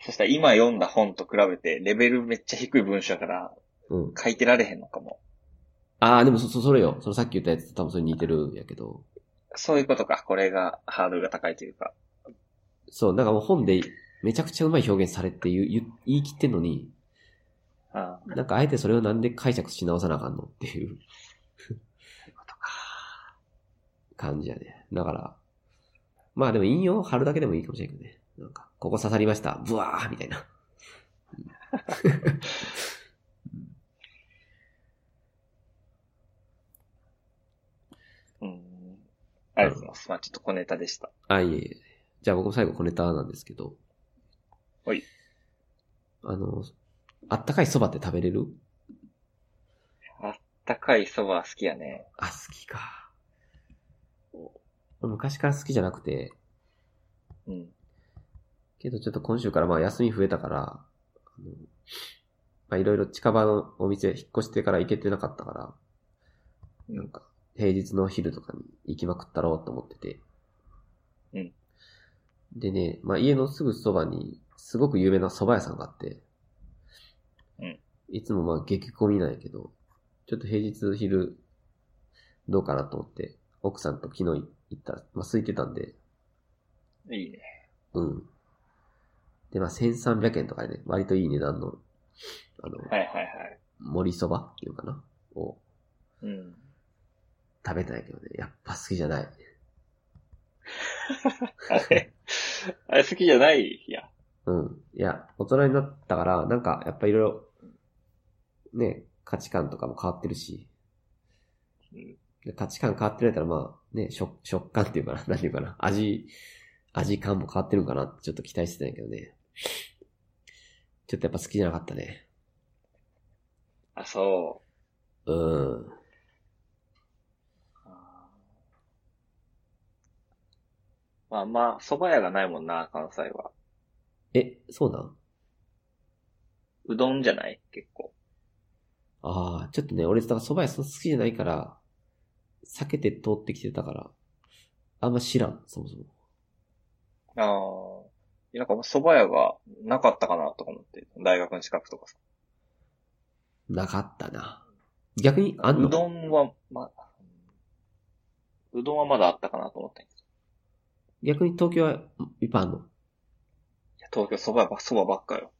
[SPEAKER 2] そしたら今読んだ本と比べて、レベルめっちゃ低い文章やから、
[SPEAKER 1] うん。
[SPEAKER 2] 書いてられへんのかも。
[SPEAKER 1] ああ、でもそ、そ、それよ。そのさっき言ったやつと多分それ似てるんやけど。
[SPEAKER 2] そういうことか。これがハードルが高いというか。
[SPEAKER 1] そう、なんかもう本でめちゃくちゃうまい表現されって言う言う言い切ってんのに、
[SPEAKER 2] ああ、
[SPEAKER 1] なんかあえてそれをなんで解釈し直さなあかんのっていう感じやね。だから、まあでも引用を貼るだけでもいいかもしれんけどね。なんか、ここ刺さりました。ブワーみたいな。
[SPEAKER 2] うん。ありがとうございます。まあちょっと小ネタでした。
[SPEAKER 1] あ、いえいえ。じゃあ僕も最後小ネタなんですけど。
[SPEAKER 2] はい。
[SPEAKER 1] あの、あったかいそばって食べれる
[SPEAKER 2] 高いそば好きやね。
[SPEAKER 1] あ、好きか。昔から好きじゃなくて、
[SPEAKER 2] うん。
[SPEAKER 1] けどちょっと今週からまあ休み増えたから、あのまあいろいろ近場のお店引っ越してから行けてなかったから、なんか平日の昼とかに行きまくったろうと思ってて。
[SPEAKER 2] うん。
[SPEAKER 1] でね、まあ家のすぐそばにすごく有名な蕎麦屋さんがあって、
[SPEAKER 2] うん。
[SPEAKER 1] いつもまあ激混みなんやけど、ちょっと平日昼どうかなと思って、奥さんと昨日行ったら、まあ空いてたんで、
[SPEAKER 2] いいね。
[SPEAKER 1] うん。で、まあ、1300円とかでね、割といい値段の、あの、
[SPEAKER 2] はいはいはい。
[SPEAKER 1] 盛りそばっていうのかなを
[SPEAKER 2] うん。
[SPEAKER 1] 食べたんやけどね、やっぱ好きじゃない。
[SPEAKER 2] あれ、あれ好きじゃないいや。
[SPEAKER 1] うん。いや、大人になったから、なんか、やっぱいろいろ、ね、価値観とかも変わってるし、
[SPEAKER 2] うん
[SPEAKER 1] で価値観変わってないから、まあ、ね、食、食感っていうかな、なんていうかな、味、味感も変わってるんかなってちょっと期待してたんやけどね。ちょっとやっぱ好きじゃなかったね。
[SPEAKER 2] あ、そう。
[SPEAKER 1] うん。
[SPEAKER 2] あーまあまあ、蕎麦屋がないもんな、関西は。
[SPEAKER 1] え、そうなん
[SPEAKER 2] うどんじゃない結構。
[SPEAKER 1] ああ、ちょっとね、俺、だから蕎麦屋そんな好きじゃないから、避けて通ってきてたから、あんま知らん、そもそも。
[SPEAKER 2] ああ。いやなんか蕎麦屋がなかったかなとか思って。大学の近くとかさ。
[SPEAKER 1] なかったな。逆に、あんの
[SPEAKER 2] うどんは、ま、うどんはまだあったかなと思ったんやけど。
[SPEAKER 1] 逆に東京はいっぱいあんの
[SPEAKER 2] いや、東京蕎麦屋ば、蕎麦ばっかよ。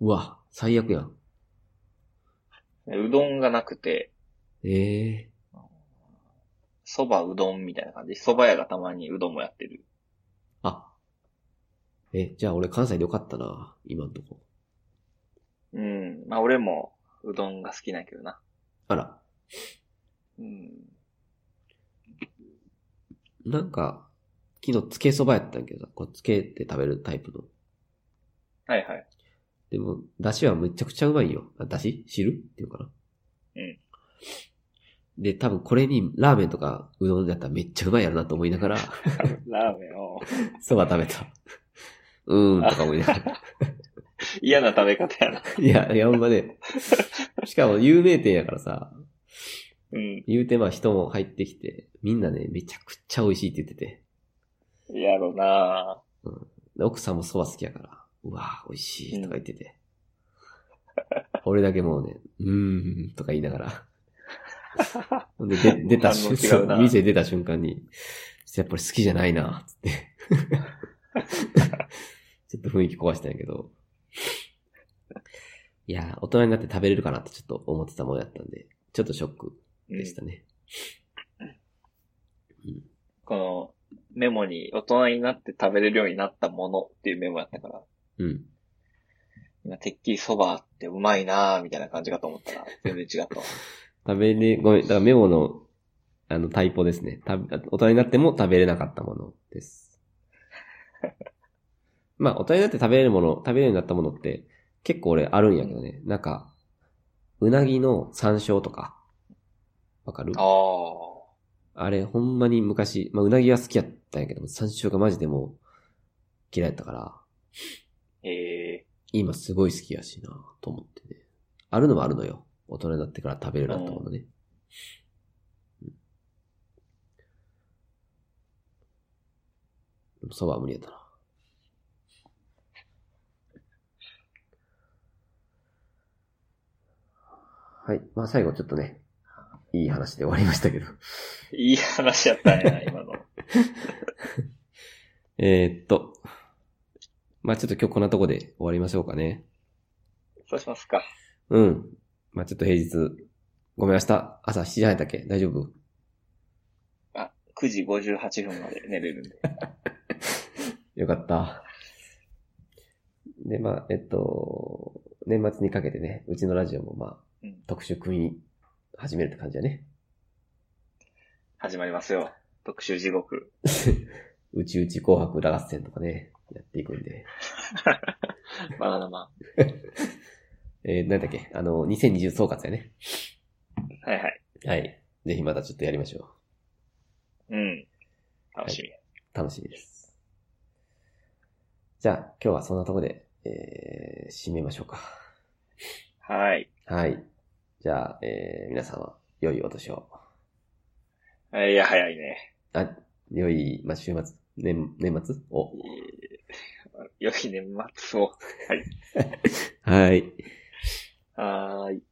[SPEAKER 1] うわ、最悪やん。
[SPEAKER 2] うどんがなくて、
[SPEAKER 1] ええ
[SPEAKER 2] 蕎麦うどんみたいな感じ。蕎麦屋がたまにうどんもやってる。
[SPEAKER 1] あ。え、じゃあ俺関西でよかったな、今んとこ。
[SPEAKER 2] うん。まあ俺もうどんが好きなんやけどな。
[SPEAKER 1] あら、
[SPEAKER 2] うん。
[SPEAKER 1] なんか、昨日つけそばやったんやけどさ、こうつけて食べるタイプの。
[SPEAKER 2] はいはい。
[SPEAKER 1] でも、だしはめちゃくちゃうまいよ。あだし汁っていうのかな。
[SPEAKER 2] うん。
[SPEAKER 1] で、多分これにラーメンとかうどんだったらめっちゃうまいやろなと思いなが ら、
[SPEAKER 2] ラーメンを。
[SPEAKER 1] そば食べた。うーんとか思いなが ら。
[SPEAKER 2] 嫌な食べ方やな。
[SPEAKER 1] いや、いやほんまね。しかも有名店やからさ、
[SPEAKER 2] うん。
[SPEAKER 1] 言うてまあ人も入ってきて、みんなね、めちゃくちゃ美味しいって言ってて。
[SPEAKER 2] やろな
[SPEAKER 1] で奥さんもそば好きやから、うわぁ、美味しいとか言ってて。俺だけもうね、うーんとか言いながら。 ほんで、で出た瞬
[SPEAKER 2] 反応違うな
[SPEAKER 1] 間、店出た瞬間に、ちょっとやっぱり好きじゃないな、つって。 ちょっと雰囲気壊したんやけど。いやー、大人になって食べれるかなってちょっと思ってたもんやったんで、ちょっとショックでしたね。
[SPEAKER 2] このメモに大人になって食べれるようになったものっていうメモやったから、
[SPEAKER 1] うん。
[SPEAKER 2] 今てっきり蕎麦ってうまいなーみたいな感じかと思ったら、全然違ったわ。
[SPEAKER 1] 食べれ、ごめん、だからメモの、あの、タイポですね。食べ大人になっても食べれなかったものです。 まあ、大人になって食べれるもの、食べれるようになったものって、結構俺あるんやけどね。なんか、うなぎの山椒とか、わかる
[SPEAKER 2] あ
[SPEAKER 1] あれ、ほんまに昔、まあ、うなぎは好きやったんやけども、山椒がマジでもう、嫌いやったから、
[SPEAKER 2] え
[SPEAKER 1] 今すごい好きやしなと思ってね。あるのはあるのよ。大人になってから食べるなってものね。うんでもそばは無理やったな。はい。まあ最後ちょっとね、いい話で終わりましたけど。
[SPEAKER 2] ー、いい話やった ね、今の。
[SPEAKER 1] えーっと。まあちょっと今日こんなとこで終わりましょうかね。
[SPEAKER 2] そうしますか。
[SPEAKER 1] うん。まあちょっと平日、ごめん、明日、朝7時半やったっけ大丈夫
[SPEAKER 2] あ、9時58分まで寝れるんで。
[SPEAKER 1] よかった。で、まあえっと、年末にかけてね、うちのラジオもまあ
[SPEAKER 2] うん
[SPEAKER 1] 特集組み始めるって感じだね。
[SPEAKER 2] 始まりますよ。特集地獄。
[SPEAKER 1] うちうち紅白裏合戦とかね、やっていくんで。
[SPEAKER 2] バナナマ
[SPEAKER 1] えー、なんだっけあの、2020総括やね。
[SPEAKER 2] ン。はいはい。
[SPEAKER 1] はい。ぜひまたちょっとやりましょ
[SPEAKER 2] うん。楽しみ。
[SPEAKER 1] う。楽しみです。じゃあ、今日はそんなとこで、えー、締めましょうか。
[SPEAKER 2] はい。
[SPEAKER 1] はい。じゃあ、えー、皆さんは、良いお年を。
[SPEAKER 2] えーいや、早いね。
[SPEAKER 1] あ、良い、まあ、週末、年、年末を。
[SPEAKER 2] 良い年末を。
[SPEAKER 1] はい。
[SPEAKER 2] はーい。